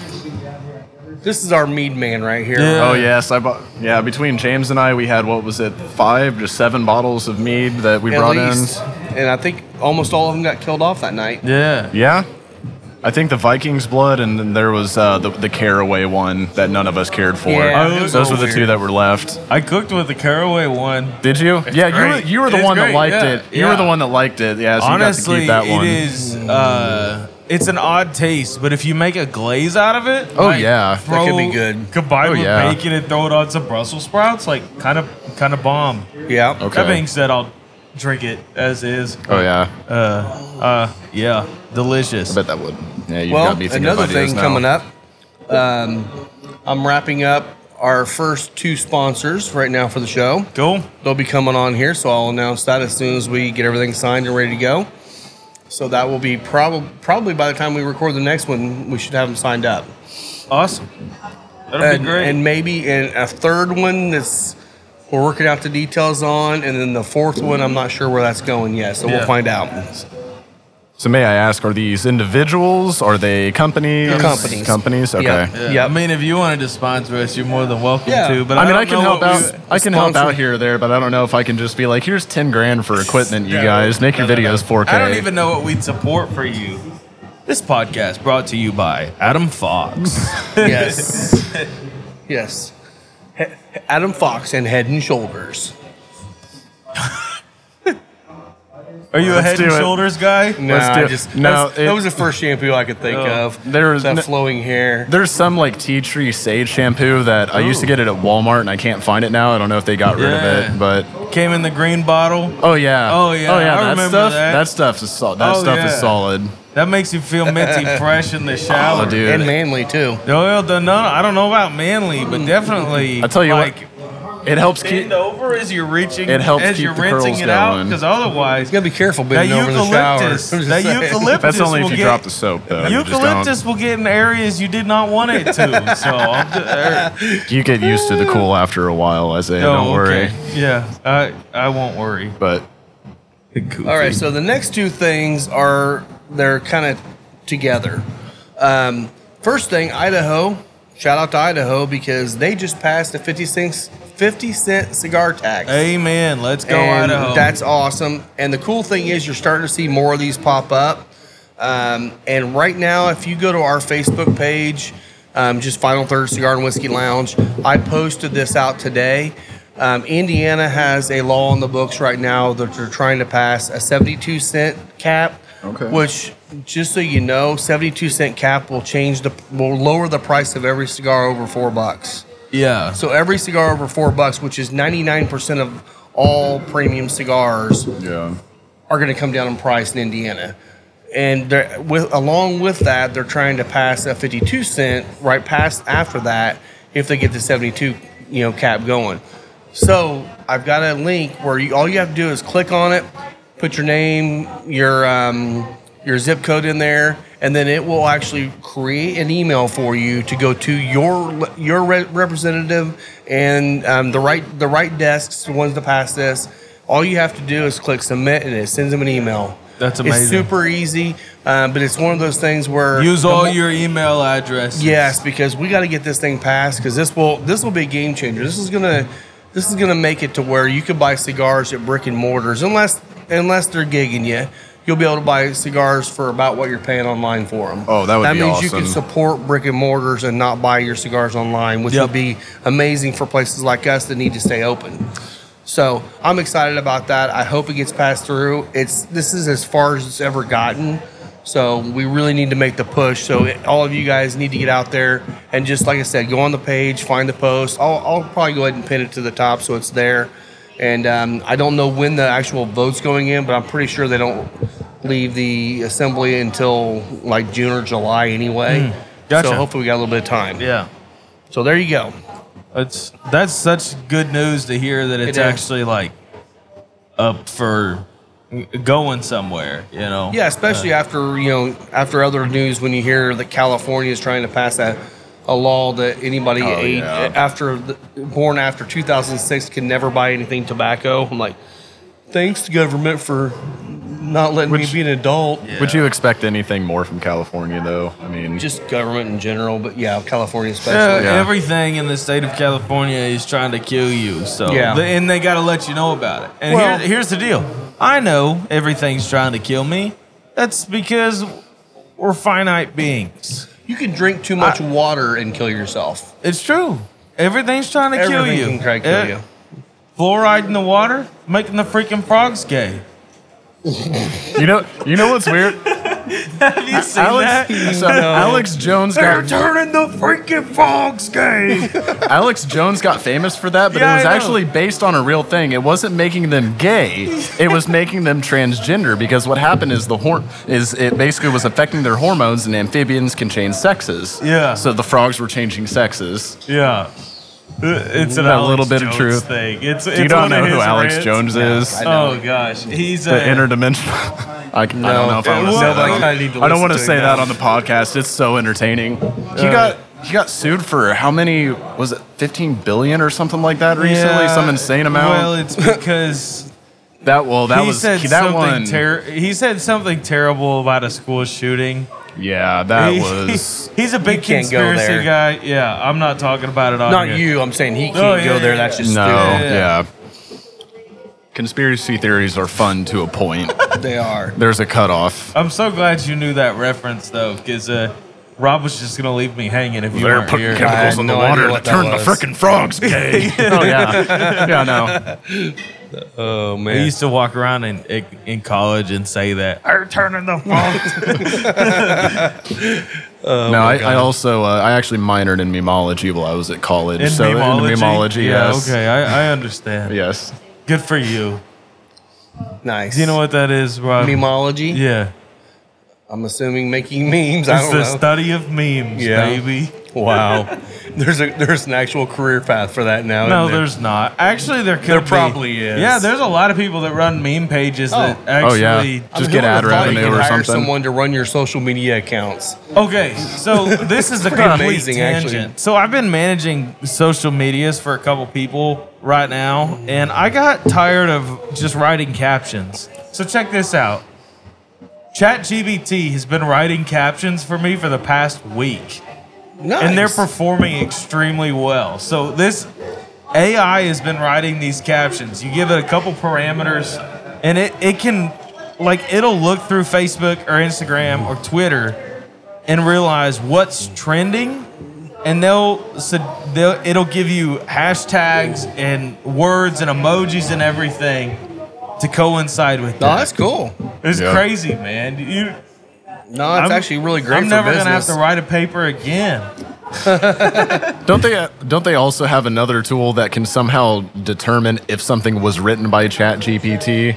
[SPEAKER 2] This is our mead man right here.
[SPEAKER 3] Yeah.
[SPEAKER 4] Oh yes, I bought. Yeah, between James and I, we had what was it, five to seven bottles of mead that we
[SPEAKER 2] At
[SPEAKER 4] brought
[SPEAKER 2] least.
[SPEAKER 4] in.
[SPEAKER 2] And I think almost all of them got killed off that night.
[SPEAKER 3] Yeah.
[SPEAKER 4] Yeah, I think the Vikings blood, and then there was uh, the the Caraway one that none of us cared for.
[SPEAKER 2] Yeah,
[SPEAKER 3] it was
[SPEAKER 4] those
[SPEAKER 3] all
[SPEAKER 4] were the two
[SPEAKER 3] weird.
[SPEAKER 4] that were left.
[SPEAKER 3] I cooked with the caraway one.
[SPEAKER 4] Did you? yeah, you
[SPEAKER 3] great.
[SPEAKER 4] were, you were the
[SPEAKER 3] It's
[SPEAKER 4] one that
[SPEAKER 3] great,
[SPEAKER 4] liked
[SPEAKER 3] yeah,
[SPEAKER 4] it. You were
[SPEAKER 3] yeah.
[SPEAKER 4] the one that liked it. Yeah, so
[SPEAKER 3] Honestly,
[SPEAKER 4] you got to keep that one.
[SPEAKER 3] it is. Uh, it's an odd taste, but if you make a glaze out of it,
[SPEAKER 4] Oh, yeah. That
[SPEAKER 2] could be good.
[SPEAKER 3] Combine
[SPEAKER 4] Oh,
[SPEAKER 3] with
[SPEAKER 4] yeah.
[SPEAKER 3] bacon and throw it on some Brussels sprouts, like kind of, kind of bomb.
[SPEAKER 2] Yeah.
[SPEAKER 4] Okay.
[SPEAKER 3] That being said, I'll drink it as is.
[SPEAKER 4] Oh yeah,
[SPEAKER 3] Uh, uh, yeah, delicious.
[SPEAKER 4] I bet that would. Yeah, you
[SPEAKER 2] Well,
[SPEAKER 4] got me thinking
[SPEAKER 2] another
[SPEAKER 4] of ideas
[SPEAKER 2] thing
[SPEAKER 4] now.
[SPEAKER 2] coming up. Um, I'm wrapping up our first two sponsors right now for the show.
[SPEAKER 3] Cool.
[SPEAKER 2] They'll be coming on here, so I'll announce that as soon as we get everything signed and ready to go. So that will be probably probably by the time we record the next one, we should have them signed up.
[SPEAKER 3] Awesome. That'll
[SPEAKER 2] And,
[SPEAKER 3] be great.
[SPEAKER 2] and maybe and a third one that's we're working out the details on, and then the fourth one I'm not sure where that's going yet, so
[SPEAKER 3] Yeah.
[SPEAKER 2] we'll find out.
[SPEAKER 4] So may I ask, are these individuals? Are they companies?
[SPEAKER 2] Companies.
[SPEAKER 4] Companies. Okay.
[SPEAKER 2] Yeah.
[SPEAKER 3] yeah.
[SPEAKER 2] Yep.
[SPEAKER 3] I mean, if you wanted to sponsor us, you're more than welcome
[SPEAKER 2] Yeah.
[SPEAKER 3] to. But
[SPEAKER 4] I mean,
[SPEAKER 3] don't
[SPEAKER 4] I can
[SPEAKER 3] know
[SPEAKER 4] help
[SPEAKER 3] what
[SPEAKER 4] out.
[SPEAKER 3] we-
[SPEAKER 4] I can help
[SPEAKER 2] sponsor-
[SPEAKER 4] out here or there, but I don't know if I can just be like, "Here's ten grand for equipment, you
[SPEAKER 3] No,
[SPEAKER 4] guys. Make your
[SPEAKER 3] no, no, no.
[SPEAKER 4] videos 4K."
[SPEAKER 3] I don't even know what we'd support for you. This podcast brought to you by Adam Fox.
[SPEAKER 2] Yes. yes. He- Adam Fox and Head and Shoulders.
[SPEAKER 3] Are you a
[SPEAKER 4] Let's
[SPEAKER 3] Head
[SPEAKER 4] do
[SPEAKER 3] and
[SPEAKER 4] it.
[SPEAKER 3] Shoulders guy?
[SPEAKER 2] No,
[SPEAKER 4] Let's do
[SPEAKER 2] I
[SPEAKER 4] it.
[SPEAKER 2] just,
[SPEAKER 4] No,
[SPEAKER 2] that, was, that
[SPEAKER 4] it-
[SPEAKER 2] was the first shampoo I could think
[SPEAKER 3] Oh.
[SPEAKER 2] of.
[SPEAKER 4] There is
[SPEAKER 2] that
[SPEAKER 4] no-
[SPEAKER 2] flowing hair.
[SPEAKER 4] There's some like tea tree sage shampoo that I used to get it at Walmart, and I can't find it now. I don't know if they got rid of
[SPEAKER 3] Yeah.
[SPEAKER 4] it, but
[SPEAKER 3] Came in the green bottle.
[SPEAKER 4] oh yeah,
[SPEAKER 3] Oh, yeah,
[SPEAKER 4] oh yeah.
[SPEAKER 3] I
[SPEAKER 4] that
[SPEAKER 3] remember
[SPEAKER 4] stuff.
[SPEAKER 3] that.
[SPEAKER 4] That, stuff is solid. That
[SPEAKER 3] Oh,
[SPEAKER 4] stuff
[SPEAKER 3] yeah.
[SPEAKER 4] is solid.
[SPEAKER 3] That makes you feel minty fresh in the shower.
[SPEAKER 4] Oh, dude.
[SPEAKER 2] and manly too.
[SPEAKER 3] Well, the- no, I don't know about manly, but definitely.
[SPEAKER 4] I Mm. tell you
[SPEAKER 3] like,
[SPEAKER 4] what, it helps keep.
[SPEAKER 3] bend over as you're reaching.
[SPEAKER 4] It helps
[SPEAKER 3] as
[SPEAKER 4] keep
[SPEAKER 3] you're
[SPEAKER 4] the
[SPEAKER 3] rinsing
[SPEAKER 4] curls
[SPEAKER 3] it out,
[SPEAKER 4] going.
[SPEAKER 3] because otherwise,
[SPEAKER 2] You gotta be careful
[SPEAKER 3] that
[SPEAKER 2] bending over in the shower.
[SPEAKER 3] eucalyptus,
[SPEAKER 2] I'm just
[SPEAKER 3] that
[SPEAKER 2] saying.
[SPEAKER 3] eucalyptus.
[SPEAKER 4] That's only if
[SPEAKER 3] will
[SPEAKER 4] you
[SPEAKER 3] get-
[SPEAKER 4] drop the soap, though. You just don't-
[SPEAKER 3] Eucalyptus will get in areas you did not want it to. So I'm just,
[SPEAKER 4] You get used to the cool after a while, Isaiah.
[SPEAKER 3] Oh,
[SPEAKER 4] don't worry.
[SPEAKER 3] okay. Yeah, I I won't worry.
[SPEAKER 4] But
[SPEAKER 2] All right, so the next two things are they're kind of together. Um, first thing, Idaho. Shout out to Idaho because they just passed a 50 cent, 50 cent cigar tax.
[SPEAKER 3] Amen. Let's go
[SPEAKER 2] and
[SPEAKER 3] Idaho.
[SPEAKER 2] That's awesome. And the cool thing is, you're starting to see more of these pop up. Um, and right now, if you go to our Facebook page, um, just Final Third Cigar and Whiskey Lounge, I posted this out today. Um, Indiana has a law on the books right now that they're trying to pass a 72 cent cap,
[SPEAKER 4] Okay.
[SPEAKER 2] which, just so you know, 72 cent cap will change the will lower the price of every cigar over four bucks.
[SPEAKER 3] yeah.
[SPEAKER 2] So every cigar over four bucks, which is ninety nine percent of all premium cigars,
[SPEAKER 4] yeah.
[SPEAKER 2] are going to come down in price in Indiana. And they're- with, along with that, they're trying to pass a fifty two cent right past after that if they get the seventy two you know cap going. So I've got a link where you, all you have to do is click on it, put your name, your um, your zip code in there, and then it will actually create an email for you to go to your your re- representative and um, the right the right desks, the ones that pass this. All you have to do is click submit, and it sends them an email.
[SPEAKER 3] That's
[SPEAKER 2] It's
[SPEAKER 3] amazing.
[SPEAKER 2] super easy, uh, but it's one of those things where
[SPEAKER 3] Use
[SPEAKER 2] the
[SPEAKER 3] all
[SPEAKER 2] mo-
[SPEAKER 3] your email addresses.
[SPEAKER 2] Yes, because we got to get this thing passed because this will this will be a game changer. This is gonna this is gonna make it to where you could buy cigars at brick and mortars unless unless they're gigging you. You'll be able to buy cigars for about what you're paying online for them.
[SPEAKER 4] Oh, that would
[SPEAKER 2] that
[SPEAKER 4] be
[SPEAKER 2] means you
[SPEAKER 4] awesome.
[SPEAKER 2] can support brick and mortars and not buy your cigars online, which
[SPEAKER 3] Yep.
[SPEAKER 2] would be amazing for places like us that need to stay open. So I'm excited about that. I hope it gets passed through. It's this is as far as it's ever gotten. So we really need to make the push. So it, all of you guys need to get out there and just like I said, go on the page, find the post. I'll, I'll probably go ahead and pin it to the top so it's there. And um, I don't know when the actual vote's going in, but I'm pretty sure they don't leave the assembly until like June or July anyway.
[SPEAKER 3] Mm, gotcha.
[SPEAKER 2] So hopefully we got a little bit of time.
[SPEAKER 3] Yeah.
[SPEAKER 2] So there you go.
[SPEAKER 3] It's that's such good news to hear that it's
[SPEAKER 2] It is.
[SPEAKER 3] actually like up for going somewhere. You know.
[SPEAKER 2] Yeah, especially after you know after other news when you hear that California is trying to pass a, a law that anybody
[SPEAKER 4] Oh,
[SPEAKER 2] age-
[SPEAKER 4] yeah.
[SPEAKER 2] after the, born after 2006 can never buy anything tobacco. I'm like, thanks to government for not letting
[SPEAKER 4] Which-
[SPEAKER 2] me be an adult.
[SPEAKER 4] Would you expect anything more from California, though? I mean,
[SPEAKER 2] Just government in general, but yeah, California
[SPEAKER 3] Yeah,
[SPEAKER 2] especially.
[SPEAKER 4] Yeah.
[SPEAKER 3] Uh, Everything in the state of California is trying to kill you. So
[SPEAKER 2] Yeah.
[SPEAKER 3] they- and they got to let you know about it. And
[SPEAKER 2] Well-
[SPEAKER 3] here, here's the deal: I know everything's trying to kill me. That's because we're finite beings.
[SPEAKER 2] You can drink too much water and kill yourself.
[SPEAKER 3] It's true. Everything's trying to
[SPEAKER 2] Everything
[SPEAKER 3] kill you.
[SPEAKER 2] can try to kill
[SPEAKER 3] Eh,
[SPEAKER 2] you.
[SPEAKER 3] Fluoride in the water, making the freaking frogs gay.
[SPEAKER 4] you know, you know what's weird?
[SPEAKER 3] Have you seen that?
[SPEAKER 4] Alex, so Alex Jones
[SPEAKER 3] They're
[SPEAKER 4] got
[SPEAKER 3] turning the freaking frogs gay.
[SPEAKER 4] Alex Jones got famous for that, but
[SPEAKER 3] Yeah,
[SPEAKER 4] it was
[SPEAKER 3] I know.
[SPEAKER 4] actually based on a real thing. It wasn't making them gay; it was making them transgender. Because what happened is the hor- is it basically was affecting their hormones, and amphibians can change sexes.
[SPEAKER 3] Yeah.
[SPEAKER 4] So the frogs were changing sexes.
[SPEAKER 3] yeah. It's an
[SPEAKER 4] A
[SPEAKER 3] Alex
[SPEAKER 4] little bit of
[SPEAKER 3] Jones
[SPEAKER 4] truth.
[SPEAKER 3] thing. It's, it's
[SPEAKER 4] Do you not
[SPEAKER 3] one of
[SPEAKER 4] know who
[SPEAKER 3] his
[SPEAKER 4] Alex
[SPEAKER 3] rants.
[SPEAKER 4] Jones is?
[SPEAKER 3] Oh gosh, he's uh,
[SPEAKER 4] the
[SPEAKER 3] a
[SPEAKER 4] interdimensional. I, I don't know if I want
[SPEAKER 3] No,
[SPEAKER 4] to say
[SPEAKER 3] I
[SPEAKER 4] that.
[SPEAKER 2] kinda need to
[SPEAKER 4] I don't want to
[SPEAKER 2] listen to
[SPEAKER 4] say
[SPEAKER 2] it
[SPEAKER 4] that
[SPEAKER 2] now.
[SPEAKER 4] on the podcast. It's so entertaining. He got he got sued for how many was it 15 billion or something like that recently?
[SPEAKER 3] Yeah,
[SPEAKER 4] Some insane amount.
[SPEAKER 3] Well, it's because
[SPEAKER 4] that well that
[SPEAKER 3] he
[SPEAKER 4] was
[SPEAKER 3] said
[SPEAKER 4] that
[SPEAKER 3] something
[SPEAKER 4] one.
[SPEAKER 3] ter- he said something terrible about a school shooting.
[SPEAKER 4] yeah, that
[SPEAKER 3] He-
[SPEAKER 4] was.
[SPEAKER 3] he's a big
[SPEAKER 2] can't go
[SPEAKER 3] conspiracy
[SPEAKER 2] there.
[SPEAKER 3] guy. Yeah, I'm not talking about it on
[SPEAKER 2] Not
[SPEAKER 3] here.
[SPEAKER 2] you. I'm saying
[SPEAKER 4] Oh,
[SPEAKER 2] he can't
[SPEAKER 3] No, yeah,
[SPEAKER 2] go there.
[SPEAKER 3] yeah,
[SPEAKER 2] That's just
[SPEAKER 4] No,
[SPEAKER 2] stupid.
[SPEAKER 3] Yeah.
[SPEAKER 4] yeah. Conspiracy theories are fun to a point.
[SPEAKER 2] They are.
[SPEAKER 4] There's a cutoff.
[SPEAKER 3] I'm so glad you knew that reference though, because uh, Rob was just gonna leave me hanging if you
[SPEAKER 4] They're
[SPEAKER 3] weren't
[SPEAKER 4] putting
[SPEAKER 3] here.
[SPEAKER 2] I
[SPEAKER 4] chemicals
[SPEAKER 2] had
[SPEAKER 4] in the
[SPEAKER 2] no idea
[SPEAKER 4] water to
[SPEAKER 2] what that
[SPEAKER 4] turn the
[SPEAKER 2] was.
[SPEAKER 4] frickin' frogs gay. oh yeah, yeah no.
[SPEAKER 2] Oh
[SPEAKER 3] I
[SPEAKER 2] man.
[SPEAKER 3] used to walk around in in, in college and say that. Oh,
[SPEAKER 4] no, I, I also uh, I actually minored in memology while I was at college.
[SPEAKER 3] In
[SPEAKER 4] so
[SPEAKER 3] memeology?
[SPEAKER 4] in memology,
[SPEAKER 3] yeah.
[SPEAKER 4] yes,
[SPEAKER 3] Okay, I, I understand.
[SPEAKER 4] yes.
[SPEAKER 3] Good for you.
[SPEAKER 2] Nice.
[SPEAKER 3] Do you know what that is, Rob?
[SPEAKER 2] Memology.
[SPEAKER 3] Yeah,
[SPEAKER 2] I'm assuming making memes. I
[SPEAKER 3] it's
[SPEAKER 2] don't
[SPEAKER 3] the
[SPEAKER 2] know.
[SPEAKER 3] study of memes,
[SPEAKER 2] Yeah.
[SPEAKER 3] baby.
[SPEAKER 2] Wow. there's a there's an actual career path for that now.
[SPEAKER 3] No,
[SPEAKER 2] isn't there?
[SPEAKER 3] there's not. Actually, there could
[SPEAKER 2] There
[SPEAKER 3] be.
[SPEAKER 2] probably is.
[SPEAKER 3] Yeah, there's a lot of people that run meme pages that
[SPEAKER 2] Oh.
[SPEAKER 4] Oh yeah,
[SPEAKER 3] actually.
[SPEAKER 4] just
[SPEAKER 2] Who
[SPEAKER 4] get
[SPEAKER 2] would've
[SPEAKER 4] ad
[SPEAKER 2] thought you
[SPEAKER 4] revenue
[SPEAKER 2] could
[SPEAKER 4] or
[SPEAKER 2] hire
[SPEAKER 4] something.
[SPEAKER 2] Someone to run your social media accounts.
[SPEAKER 3] Okay, so this is a
[SPEAKER 2] Pretty
[SPEAKER 3] complete
[SPEAKER 2] amazing,
[SPEAKER 3] tangent.
[SPEAKER 2] actually.
[SPEAKER 3] So I've been managing social medias for a couple people right now, and I got tired of just writing captions. So check this out. ChatGBT has been writing captions for me for the past week.
[SPEAKER 2] Nice.
[SPEAKER 3] and they're performing extremely well. So this AI has been writing these captions. You give it a couple parameters, and it it can like it'll look through Facebook or Instagram or Twitter and realize what's trending, and they'll so they'll it'll give you hashtags and words and emojis and everything to coincide with
[SPEAKER 2] no,
[SPEAKER 3] that.
[SPEAKER 2] that's cool.
[SPEAKER 3] It's
[SPEAKER 4] Yeah.
[SPEAKER 3] crazy, man. You
[SPEAKER 2] No, it's
[SPEAKER 3] I'm-
[SPEAKER 2] actually really great.
[SPEAKER 3] I'm
[SPEAKER 2] for
[SPEAKER 3] never
[SPEAKER 2] business.
[SPEAKER 3] gonna have to write a paper again.
[SPEAKER 4] Don't they? uh, Don't they also have another tool that can somehow determine if something was written by ChatGPT?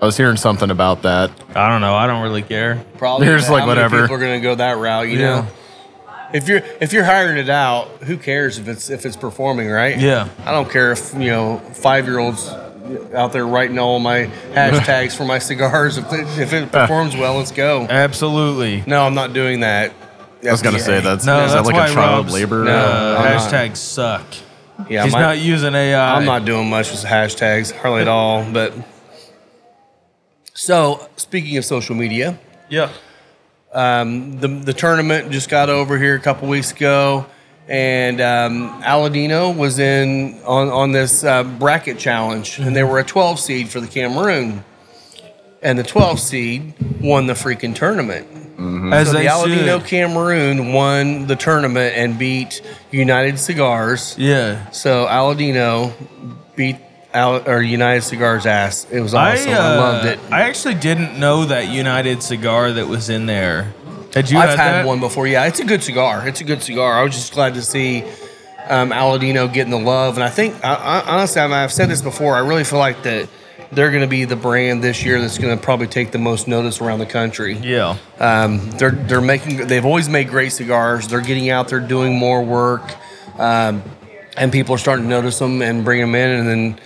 [SPEAKER 4] I was hearing something about that.
[SPEAKER 3] I don't know. I don't really care.
[SPEAKER 2] Probably
[SPEAKER 4] Here's,
[SPEAKER 2] how
[SPEAKER 4] like,
[SPEAKER 2] many
[SPEAKER 4] whatever.
[SPEAKER 2] People are gonna go that route, you
[SPEAKER 3] Yeah.
[SPEAKER 2] know. If you're if you're hiring it out, who cares if it's if it's performing right?
[SPEAKER 3] Yeah.
[SPEAKER 2] I don't care if you know five year olds out there writing all my hashtags for my cigars. If it, if it performs well, let's go.
[SPEAKER 3] Absolutely.
[SPEAKER 2] No, I'm not doing that.
[SPEAKER 4] I was gonna say that's
[SPEAKER 3] No,
[SPEAKER 4] is
[SPEAKER 3] that's
[SPEAKER 4] that like
[SPEAKER 3] why
[SPEAKER 4] a trial
[SPEAKER 3] Rob's-
[SPEAKER 4] of labor?
[SPEAKER 2] No.
[SPEAKER 3] Uh,
[SPEAKER 2] I'm not.
[SPEAKER 3] hashtag suck.
[SPEAKER 2] Yeah,
[SPEAKER 3] He's
[SPEAKER 2] my-
[SPEAKER 3] not using AI.
[SPEAKER 2] I'm not doing much with hashtags, hardly at all. But so, speaking of social media,
[SPEAKER 3] Yeah.
[SPEAKER 2] the the tournament just got over here a couple weeks ago, and um, Aladino was in on on this uh, bracket challenge, and they were a 12 seed for the Cameroon, and the 12 seed won the freaking tournament.
[SPEAKER 3] As
[SPEAKER 2] Mm-hmm. So the
[SPEAKER 3] they
[SPEAKER 2] Aladino
[SPEAKER 3] should.
[SPEAKER 2] Cameroon won the tournament and beat United Cigars.
[SPEAKER 3] Yeah.
[SPEAKER 2] So Aladino beat Al- or United Cigars ass. It was awesome. I,
[SPEAKER 3] uh,
[SPEAKER 2] loved it.
[SPEAKER 3] I actually didn't know that United cigar that was in there. Had you
[SPEAKER 2] I've
[SPEAKER 3] had,
[SPEAKER 2] had
[SPEAKER 3] that?
[SPEAKER 2] one before. Yeah, it's a good cigar. It's a good cigar. I was just glad to see um, Aladino getting the love. And I think, I, I, honestly, I mean, I've said this before. I really feel like that they're going to be the brand this year that's going to probably take the most notice around the country.
[SPEAKER 3] Yeah.
[SPEAKER 2] Um, they're they're making. They've always made great cigars. They're getting out there doing more work, um, and people are starting to notice them and bring them in. And then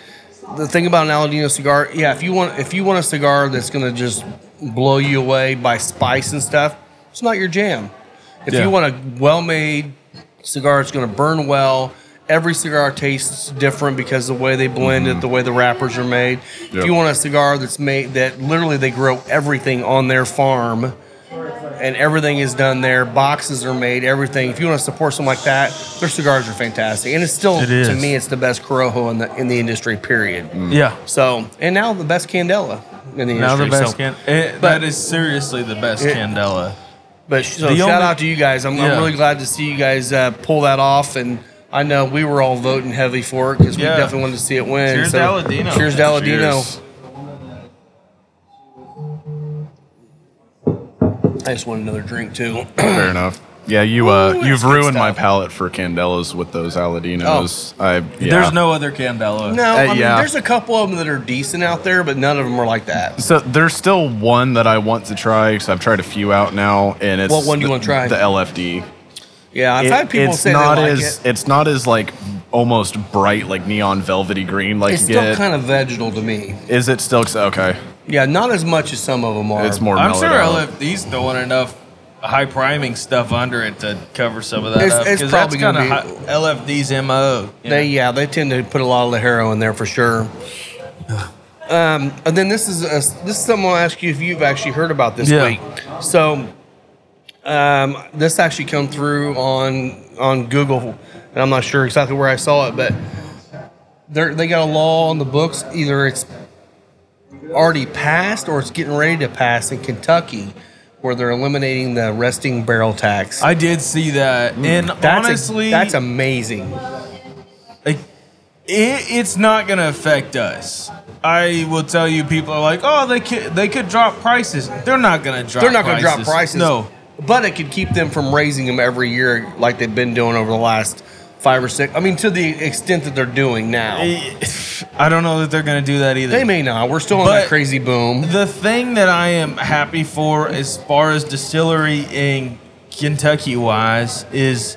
[SPEAKER 2] the thing about an Aladino cigar, yeah, if you want if you want a cigar that's going to just blow you away by spice and stuff, it's not your jam. If
[SPEAKER 3] Yeah.
[SPEAKER 2] you want a well made cigar that's going to burn well every cigar tastes different because the way they blend it, the way the wrappers are made. If
[SPEAKER 4] Yep.
[SPEAKER 2] you want a cigar that's made that literally they grow everything on their farm and everything is done there, boxes are made, everything. If you want to support something like that, their cigars are fantastic. And it's still
[SPEAKER 3] It
[SPEAKER 2] to
[SPEAKER 3] is.
[SPEAKER 2] me it's the best Corojo in the in the industry period.
[SPEAKER 3] Yeah.
[SPEAKER 2] So, and now the best Candela in the industry.
[SPEAKER 3] Now the best
[SPEAKER 2] so-
[SPEAKER 3] can. It,
[SPEAKER 2] but-
[SPEAKER 3] that is seriously the best
[SPEAKER 2] It-
[SPEAKER 3] Candela.
[SPEAKER 2] But sh- so
[SPEAKER 3] The
[SPEAKER 2] shout
[SPEAKER 3] only-
[SPEAKER 2] out to you guys. I'm,
[SPEAKER 3] Yeah.
[SPEAKER 2] I'm really glad to see you guys uh, pull that off. And I know we were all voting heavy for it because we
[SPEAKER 3] Yeah.
[SPEAKER 2] definitely wanted to see it win.
[SPEAKER 3] Cheers
[SPEAKER 2] so,
[SPEAKER 3] to Aladino.
[SPEAKER 2] Cheers to Aladino.
[SPEAKER 4] Cheers.
[SPEAKER 2] I just want another drink too.
[SPEAKER 4] Fair enough. Yeah, you uh,
[SPEAKER 2] Ooh, that's
[SPEAKER 4] you've
[SPEAKER 2] good
[SPEAKER 4] ruined my
[SPEAKER 2] stuff. Oh.
[SPEAKER 4] palate for Candelas with those Aladinos. I yeah.
[SPEAKER 3] There's no other Candela.
[SPEAKER 2] no, I mean,
[SPEAKER 4] yeah.
[SPEAKER 2] there's a couple of them that are decent out there, but none of them are like that.
[SPEAKER 4] So there's still one that I want to try because I've tried a few out now, and it's
[SPEAKER 2] What one do you
[SPEAKER 4] the-
[SPEAKER 2] wanna try?
[SPEAKER 4] The LFD.
[SPEAKER 2] Yeah, I've
[SPEAKER 4] It-
[SPEAKER 2] had people
[SPEAKER 4] it's
[SPEAKER 2] say
[SPEAKER 4] not
[SPEAKER 2] they like
[SPEAKER 4] as
[SPEAKER 2] it.
[SPEAKER 4] it's not as like almost bright like neon velvety green like
[SPEAKER 2] It's
[SPEAKER 4] you
[SPEAKER 2] still
[SPEAKER 4] get.
[SPEAKER 2] kind of vegetal to me.
[SPEAKER 4] Is it still okay?
[SPEAKER 2] Yeah, not as much as some of them are.
[SPEAKER 4] It's more.
[SPEAKER 3] I'm
[SPEAKER 4] mellowed
[SPEAKER 3] sure
[SPEAKER 4] out.
[SPEAKER 3] LFD's throwing enough high priming stuff under it to cover some of that
[SPEAKER 2] It's-
[SPEAKER 3] up.
[SPEAKER 2] it's
[SPEAKER 3] 'cause
[SPEAKER 2] probably
[SPEAKER 3] that's
[SPEAKER 2] gonna
[SPEAKER 3] kinda hi- LFD's mo. you
[SPEAKER 2] They
[SPEAKER 3] know?
[SPEAKER 2] yeah, they tend to put a lot of the hero in there for sure. Um, and then this is a, this is something I'll ask you if you've actually heard about this
[SPEAKER 3] Yeah.
[SPEAKER 2] week. So um, this actually come through on on Google, and I'm not sure exactly where I saw it, but they they got a law on the books. Either it's already passed or it's getting ready to pass in Kentucky, where they're eliminating the resting barrel tax.
[SPEAKER 3] I did see that, and
[SPEAKER 2] uh, Mm, that's a-
[SPEAKER 3] honestly,
[SPEAKER 2] that's amazing.
[SPEAKER 3] Like, it, it's not going to affect us. I will tell you, people are like, oh, they could they could drop prices. They're not going to drop.
[SPEAKER 2] They're not going to drop prices.
[SPEAKER 3] No,
[SPEAKER 2] But it could keep them from raising them every year like they've been doing over the last five or six. I mean, to the extent that they're doing now.
[SPEAKER 3] I don't know that they're going to do that either.
[SPEAKER 2] They may not. We're still in that
[SPEAKER 3] But-
[SPEAKER 2] crazy boom.
[SPEAKER 3] The thing that I am happy for, as far as distillery in Kentucky wise, is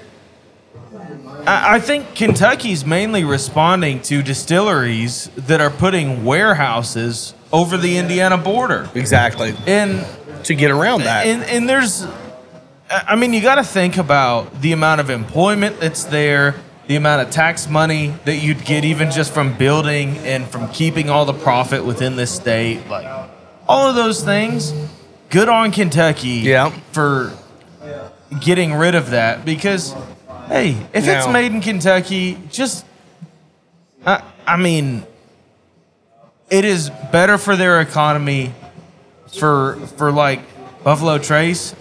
[SPEAKER 3] I, I think Kentucky's mainly responding to distilleries that are putting warehouses over the Indiana border.
[SPEAKER 2] Exactly.
[SPEAKER 3] And
[SPEAKER 2] To get around that.
[SPEAKER 3] and and there's, I I mean, you got to think about the amount of employment that's there, the amount of tax money that you'd get even just from building and from keeping all the profit within this state, like all of those things. Good on Kentucky,
[SPEAKER 2] Yeah.
[SPEAKER 3] for getting rid of that because, hey, if it's
[SPEAKER 2] Now-
[SPEAKER 3] made in Kentucky, just, I, I mean. It is better for their economy for for like Buffalo Trace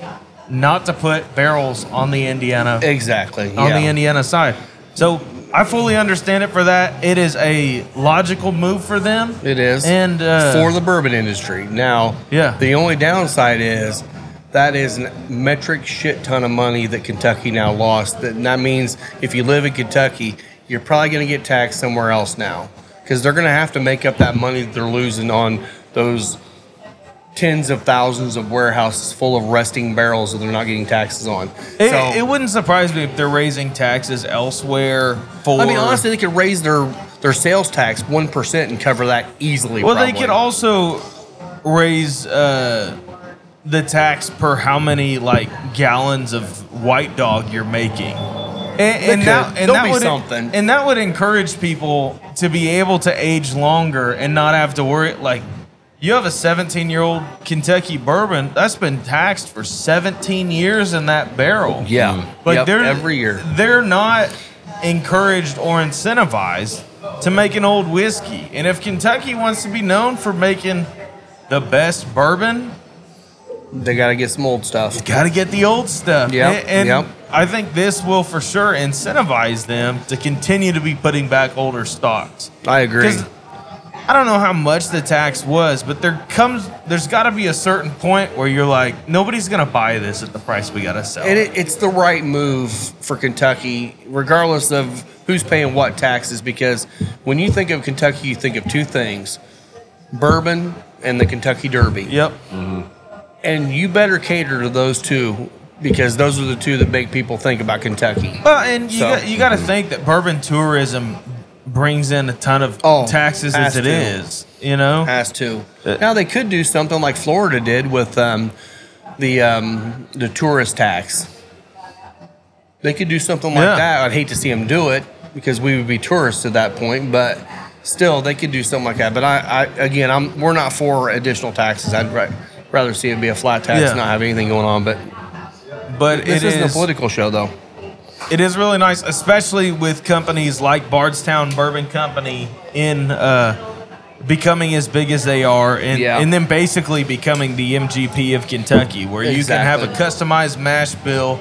[SPEAKER 3] not to put barrels on the Indiana
[SPEAKER 2] exactly.
[SPEAKER 3] on
[SPEAKER 2] Eh, yeah.
[SPEAKER 3] the Indiana side. So I fully understand it for that. It is a logical move for them.
[SPEAKER 2] It is.
[SPEAKER 3] and uh,
[SPEAKER 2] for the bourbon industry. Now,
[SPEAKER 3] Yeah.
[SPEAKER 2] the only downside is that is a metric shit ton of money that Kentucky now lost. That, and that means if you live in Kentucky, you're probably going to get taxed somewhere else now because they're going to have to make up that money that they're losing on those tens of thousands of warehouses full of resting barrels that they're not getting taxes on.
[SPEAKER 3] it,
[SPEAKER 2] So-
[SPEAKER 3] it wouldn't surprise me if they're raising taxes elsewhere for.
[SPEAKER 2] I mean, honestly, they could raise their, their sales tax 1% and cover that easily.
[SPEAKER 3] well, they
[SPEAKER 2] probably.
[SPEAKER 3] could also raise uh, the tax per how many like gallons of White Dog you're making. And, and
[SPEAKER 2] could.
[SPEAKER 3] that, and
[SPEAKER 2] There'll
[SPEAKER 3] that
[SPEAKER 2] be
[SPEAKER 3] would
[SPEAKER 2] something.
[SPEAKER 3] and that would encourage people to be able to age longer and not have to worry. Like, you have a 17 year old Kentucky bourbon that's been taxed for 17 years in that barrel.
[SPEAKER 2] Yeah.
[SPEAKER 3] like
[SPEAKER 2] Yep,
[SPEAKER 3] they're
[SPEAKER 2] every year.
[SPEAKER 3] they're not encouraged or incentivized to make an old whiskey. And if Kentucky wants to be known for making the best bourbon,
[SPEAKER 2] They got to get some old stuff.
[SPEAKER 3] got to get the old stuff.
[SPEAKER 2] Yep,
[SPEAKER 3] A- And
[SPEAKER 2] yep.
[SPEAKER 3] I think this will for sure incentivize them to continue to be putting back older stocks.
[SPEAKER 2] I agree.
[SPEAKER 3] Because I don't know how much the tax was, but there comes there's got to be a certain point where you're like nobody's gonna buy this at the price we gotta sell.
[SPEAKER 2] And it, it's the right move for Kentucky, regardless of who's paying what taxes, because when you think of Kentucky, you think of two things bourbon and the Kentucky Derby.
[SPEAKER 3] Yep.
[SPEAKER 2] And you better cater to those two because those are the two that make people think about Kentucky.
[SPEAKER 3] Well, and you
[SPEAKER 2] So-
[SPEAKER 3] got, you got to think that bourbon tourism brings in a ton of
[SPEAKER 2] Oh,
[SPEAKER 3] taxes as
[SPEAKER 2] has
[SPEAKER 3] it
[SPEAKER 2] to.
[SPEAKER 3] is. You know,
[SPEAKER 2] Has to. Now, they could do something like Florida did with um, the, um, the tourist tax. They could do something like
[SPEAKER 3] Yeah.
[SPEAKER 2] that. I'd hate to see them do it. because we would be tourists at that point. But still, they could do something like that. But I, I again, I'm we're not for additional taxes. I'd ra- rather see it be a flat tax,
[SPEAKER 3] Yeah.
[SPEAKER 2] not have anything going on. But
[SPEAKER 3] But
[SPEAKER 2] this
[SPEAKER 3] it
[SPEAKER 2] isn't
[SPEAKER 3] is-
[SPEAKER 2] a political show, though.
[SPEAKER 3] it is really nice, especially with companies like Bardstown Bourbon Company in uh, becoming as big as they are, and,
[SPEAKER 2] Yeah.
[SPEAKER 3] and then basically becoming the MGP of Kentucky, where you can have a customized mash bill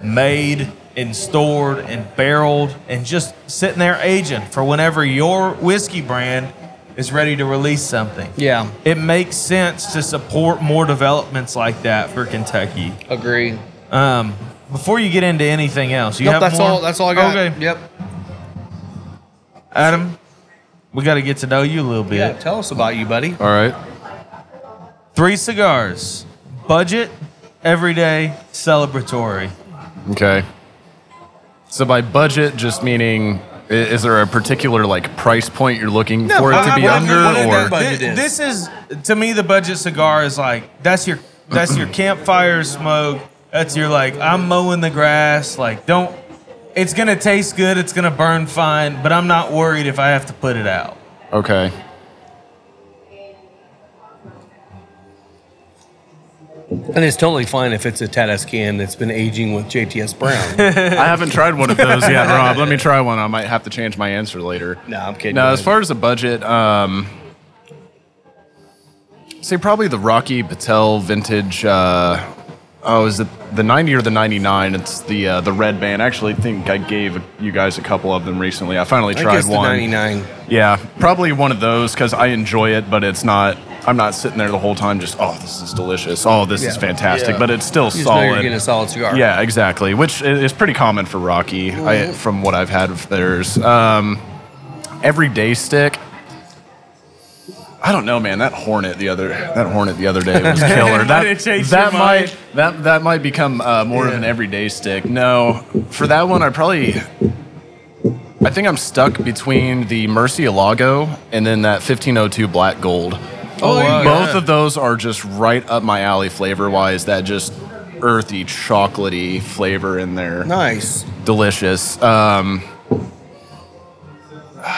[SPEAKER 3] made and stored and barreled and just sitting there aging for whenever your whiskey brand is ready to release something.
[SPEAKER 2] Yeah,
[SPEAKER 3] It makes sense to support more developments like that for Kentucky.
[SPEAKER 2] agree.
[SPEAKER 3] Um, before you get into anything else, you
[SPEAKER 2] Nope,
[SPEAKER 3] have
[SPEAKER 2] that's
[SPEAKER 3] more?
[SPEAKER 2] all. That's all I got.
[SPEAKER 3] Okay,
[SPEAKER 2] Yep.
[SPEAKER 3] Adam, we got to get to know you a little bit.
[SPEAKER 2] Yeah. Tell us about you, buddy.
[SPEAKER 4] All right.
[SPEAKER 3] Three cigars, budget, everyday, celebratory.
[SPEAKER 4] Okay. So by budget, just meaning, i- is there a particular like price point you're looking for it
[SPEAKER 3] I-
[SPEAKER 4] to be
[SPEAKER 3] I-
[SPEAKER 4] under,
[SPEAKER 3] what
[SPEAKER 2] is
[SPEAKER 4] or
[SPEAKER 2] that budget?
[SPEAKER 3] Thi-
[SPEAKER 2] is.
[SPEAKER 3] This is to me the budget cigar is like that's your that's your campfire smoke. That's your like I'm mowing the grass. Like don't. It's gonna taste good. It's gonna burn fine. But I'm not worried if I have to put it out.
[SPEAKER 4] okay?
[SPEAKER 2] And it's totally fine if it's a Tadascan that's been aging with JTS Brown.
[SPEAKER 4] I haven't tried one of those yet, Rob. Let me try one. I might have to change my answer later.
[SPEAKER 2] no, I'm kidding.
[SPEAKER 4] Now, as far as the budget, um, say probably the Rocky Patel vintage. Uh, oh, is it the '90 or the '99? It's the uh, the red band. Actually, I think I gave you guys a couple of them recently. I finally
[SPEAKER 2] I
[SPEAKER 4] tried
[SPEAKER 2] guess the
[SPEAKER 4] one.
[SPEAKER 2] 99.
[SPEAKER 4] Yeah, probably one of those because I enjoy it, but it's not. I'm not sitting there the whole time just, oh, this is delicious. Oh, this is
[SPEAKER 2] Yeah.
[SPEAKER 4] fantastic.
[SPEAKER 2] Yeah.
[SPEAKER 4] But it's still
[SPEAKER 2] You just know you're
[SPEAKER 4] solid.
[SPEAKER 2] getting a solid cigar.
[SPEAKER 4] Yeah, exactly. Which i- is pretty common for Rocky, I, from what I've had of theirs. Um, everyday stick. I don't know, man. That hornet the other that hornet the other day was killer.
[SPEAKER 3] Might
[SPEAKER 4] That,
[SPEAKER 3] have changed
[SPEAKER 4] that
[SPEAKER 3] your mind.
[SPEAKER 4] might that that might become uh, more of an everyday stick. No, for that one, I probably. I think I'm stuck between the Murcielago and then that 1502 Black Gold.
[SPEAKER 2] Oh, there you go.
[SPEAKER 4] Both of those are just right up my alley flavor wise. That just earthy, chocolatey flavor in there.
[SPEAKER 2] Nice.
[SPEAKER 4] Delicious. Um,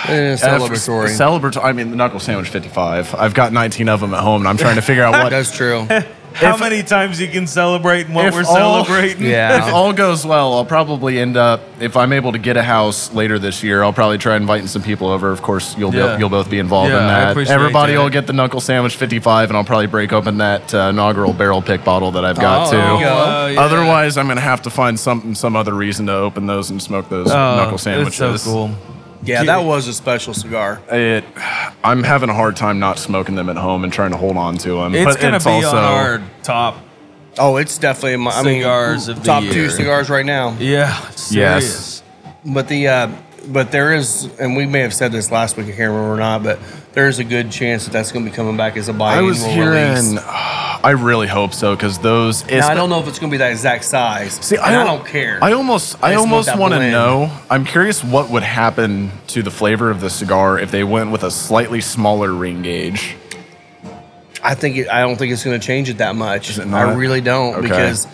[SPEAKER 2] And it's celebratory.
[SPEAKER 4] Celebratory. I mean, the Knuckle Sandwich 55. I've got 19 of them at home and I'm trying to figure out what.
[SPEAKER 2] That's true.
[SPEAKER 3] How many times you can celebrate and what
[SPEAKER 4] if
[SPEAKER 3] we're
[SPEAKER 4] all-
[SPEAKER 3] celebrating?
[SPEAKER 4] If
[SPEAKER 2] Yeah.
[SPEAKER 4] all goes well, I'll probably end up if I'm able to get a house later this year. I'll probably try inviting some people over. Of course, you'll
[SPEAKER 3] Yeah.
[SPEAKER 4] be, you'll both be involved
[SPEAKER 3] Yeah, I
[SPEAKER 4] in that.
[SPEAKER 3] appreciate
[SPEAKER 4] Everybody
[SPEAKER 3] that.
[SPEAKER 4] will get the knuckle sandwich 55, and I'll probably break open that uh, inaugural barrel pick bottle that I've got
[SPEAKER 2] Oh,
[SPEAKER 4] too.
[SPEAKER 2] there you go.
[SPEAKER 3] Oh, yeah.
[SPEAKER 4] Otherwise, I'm gonna have to find some some other reason to open those and smoke those
[SPEAKER 3] Oh,
[SPEAKER 4] knuckle
[SPEAKER 3] that's
[SPEAKER 4] sandwiches.
[SPEAKER 3] so cool.
[SPEAKER 2] yeah, that was a special cigar.
[SPEAKER 4] It, I'm having a hard time not smoking them at home and trying to hold on to them.
[SPEAKER 3] It's
[SPEAKER 4] but
[SPEAKER 3] gonna
[SPEAKER 4] it's
[SPEAKER 3] be
[SPEAKER 4] also,
[SPEAKER 3] on our top.
[SPEAKER 2] Oh, it's definitely my I mean,
[SPEAKER 3] Cigars of the
[SPEAKER 2] top
[SPEAKER 3] year.
[SPEAKER 2] two cigars right now.
[SPEAKER 3] Yeah. Serious.
[SPEAKER 2] But the uh, but there is, and we may have said this last week. I can't remember or not, but there is a good chance that that's going to be coming back as a biannual
[SPEAKER 4] I was
[SPEAKER 2] release.
[SPEAKER 4] hearing. I really hope so because those.
[SPEAKER 2] Now, I don't know if it's going to be that exact size.
[SPEAKER 4] See, I
[SPEAKER 2] and
[SPEAKER 4] don't,
[SPEAKER 2] I don't care.
[SPEAKER 4] I almost, I
[SPEAKER 2] It's
[SPEAKER 4] almost
[SPEAKER 2] not that
[SPEAKER 4] want to
[SPEAKER 2] bland.
[SPEAKER 4] know. I'm curious what would happen to the flavor of the cigar if they went with a slightly smaller ring gauge.
[SPEAKER 2] I think it, I don't think it's going to change it that much.
[SPEAKER 4] it
[SPEAKER 2] I
[SPEAKER 4] not?
[SPEAKER 2] really don't
[SPEAKER 4] Okay.
[SPEAKER 2] because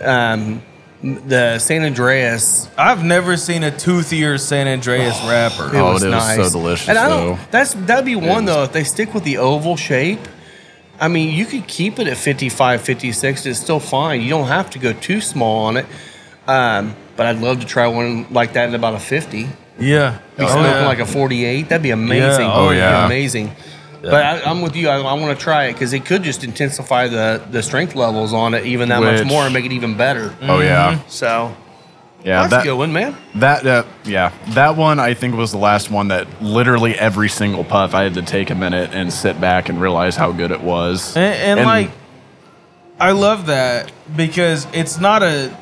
[SPEAKER 2] um, the San Andreas
[SPEAKER 3] I've never seen a toothier San Andreas
[SPEAKER 2] it
[SPEAKER 3] wrapper.
[SPEAKER 4] Oh,
[SPEAKER 2] was
[SPEAKER 4] it was
[SPEAKER 2] nice.
[SPEAKER 4] so delicious,
[SPEAKER 2] And I
[SPEAKER 4] though.
[SPEAKER 2] don't. That's that'd be one
[SPEAKER 4] was-
[SPEAKER 2] though. If they stick with the oval shape, I mean, you could keep it at 55, 56. It's still fine. You don't have to go too small on it. Um, but I'd love to try one like that in about a fifty.
[SPEAKER 3] Oh, Yeah.
[SPEAKER 2] Be smoking like a forty-eight. That'd be amazing.
[SPEAKER 3] Yeah. Oh,
[SPEAKER 2] That'd be
[SPEAKER 4] yeah.
[SPEAKER 2] amazing. But I, I'm with you. I, I want to try it because it could just intensify the the strength levels on it even that much
[SPEAKER 4] Which-
[SPEAKER 2] more and make it even better.
[SPEAKER 3] Mm-hmm.
[SPEAKER 4] Oh yeah,
[SPEAKER 2] So
[SPEAKER 4] yeah.
[SPEAKER 2] that's
[SPEAKER 4] that
[SPEAKER 2] a good one, man.
[SPEAKER 4] that uh, yeah, that one I think was the last one that literally every single puff I had to take a minute and sit back and realize how good it was.
[SPEAKER 3] And, and, like, I love that because it's not a,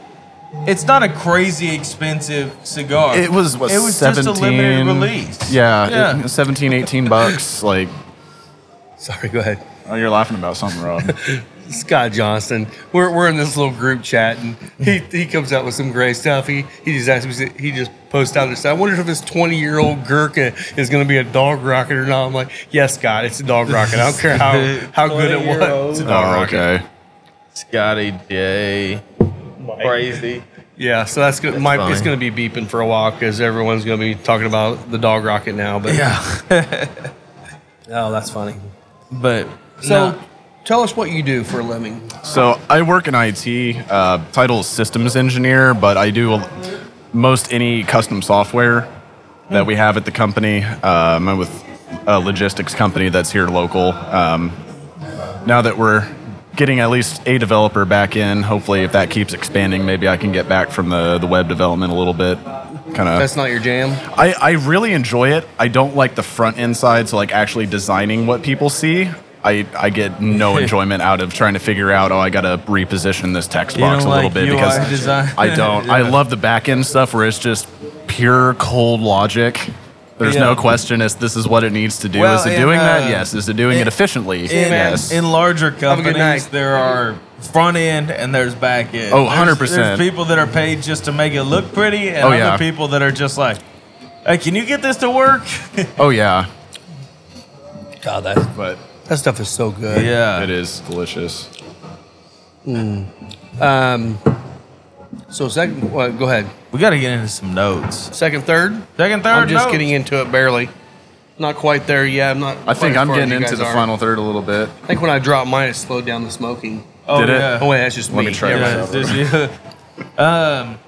[SPEAKER 3] it's not a crazy expensive cigar.
[SPEAKER 4] it was what
[SPEAKER 3] it was
[SPEAKER 4] 17,
[SPEAKER 3] just a limited release.
[SPEAKER 4] Yeah,
[SPEAKER 3] Yeah.
[SPEAKER 4] It, 17, 18 bucks. like,
[SPEAKER 2] Sorry, go ahead.
[SPEAKER 4] oh, you're laughing about something, Rob.
[SPEAKER 2] Scott Johnson. We're, we're in this little group chat, and he, he comes out with some great stuff. He he just asked me. He just posts out this. I wonder if this twenty year old Gurkha is going to be a dog rocket or not. I'm like, yes, Scott, it's a dog rocket. I don't care how how good it was.
[SPEAKER 4] oh, okay.
[SPEAKER 3] Scotty J. Crazy.
[SPEAKER 2] Yeah, so that's gonna might, it's
[SPEAKER 3] fine.
[SPEAKER 2] gonna be beeping for a while because everyone's gonna be talking about the dog rocket now. But
[SPEAKER 3] Yeah,
[SPEAKER 2] oh, that's funny.
[SPEAKER 3] but
[SPEAKER 2] So,
[SPEAKER 3] no.
[SPEAKER 2] tell us what you do for a living.
[SPEAKER 4] So I work in IT. Uh, title is systems engineer, but I do a- most any custom software that we have at the company. Um, I'm with a logistics company that's here local. Um, now that we're getting at least a developer back in, hopefully if that keeps expanding, maybe I can get back from the, the web development a little bit. Kind of
[SPEAKER 2] That's not your jam.
[SPEAKER 4] I, I really enjoy it. I don't like the front end side, so like actually designing what people see. I, I get no enjoyment out of trying to figure out, oh, I gotta reposition this text
[SPEAKER 3] You
[SPEAKER 4] box a
[SPEAKER 3] don't
[SPEAKER 4] little
[SPEAKER 3] like
[SPEAKER 4] bit
[SPEAKER 3] UI
[SPEAKER 4] because
[SPEAKER 3] design?
[SPEAKER 4] I don't. I love the back end stuff where it's just pure cold logic. There's no
[SPEAKER 3] Yeah.
[SPEAKER 4] question as this is what it needs to do.
[SPEAKER 3] Well,
[SPEAKER 4] is it
[SPEAKER 3] and,
[SPEAKER 4] doing that?
[SPEAKER 3] uh,
[SPEAKER 4] Yes. Is it doing it,
[SPEAKER 3] in-
[SPEAKER 4] efficiently?
[SPEAKER 3] in,
[SPEAKER 4] yes.
[SPEAKER 3] in larger
[SPEAKER 2] a good
[SPEAKER 3] companies,
[SPEAKER 2] night.
[SPEAKER 3] there are front end and there's back end.
[SPEAKER 4] Oh,
[SPEAKER 3] There's-
[SPEAKER 4] 100%.
[SPEAKER 3] There's people that are paid just to make it look pretty, and
[SPEAKER 4] Oh,
[SPEAKER 3] other
[SPEAKER 4] yeah.
[SPEAKER 3] people that are just like, "Hey, can you get this to work?"
[SPEAKER 4] oh yeah.
[SPEAKER 2] God, that
[SPEAKER 4] But
[SPEAKER 2] that stuff is so good.
[SPEAKER 4] it
[SPEAKER 3] yeah.
[SPEAKER 4] is delicious.
[SPEAKER 2] So second, well, go ahead.
[SPEAKER 3] We got to get into some notes.
[SPEAKER 2] Second, third.
[SPEAKER 3] Second, 3rd
[SPEAKER 2] I'm just
[SPEAKER 3] notes.
[SPEAKER 2] getting into it barely. Not quite there yet. I'm not.
[SPEAKER 4] I think
[SPEAKER 2] quite as
[SPEAKER 4] I'm
[SPEAKER 2] far as
[SPEAKER 4] getting
[SPEAKER 2] you
[SPEAKER 4] into
[SPEAKER 2] guys
[SPEAKER 4] the
[SPEAKER 2] are.
[SPEAKER 4] final third a little bit.
[SPEAKER 2] I think when I drop mine, it slowed down the smoking.
[SPEAKER 3] Oh,
[SPEAKER 4] Did it?
[SPEAKER 3] yeah.
[SPEAKER 2] Oh wait, that's just
[SPEAKER 4] Let me
[SPEAKER 2] me.
[SPEAKER 4] try
[SPEAKER 2] Never
[SPEAKER 4] this
[SPEAKER 2] mind.
[SPEAKER 3] Yeah, it's just- um,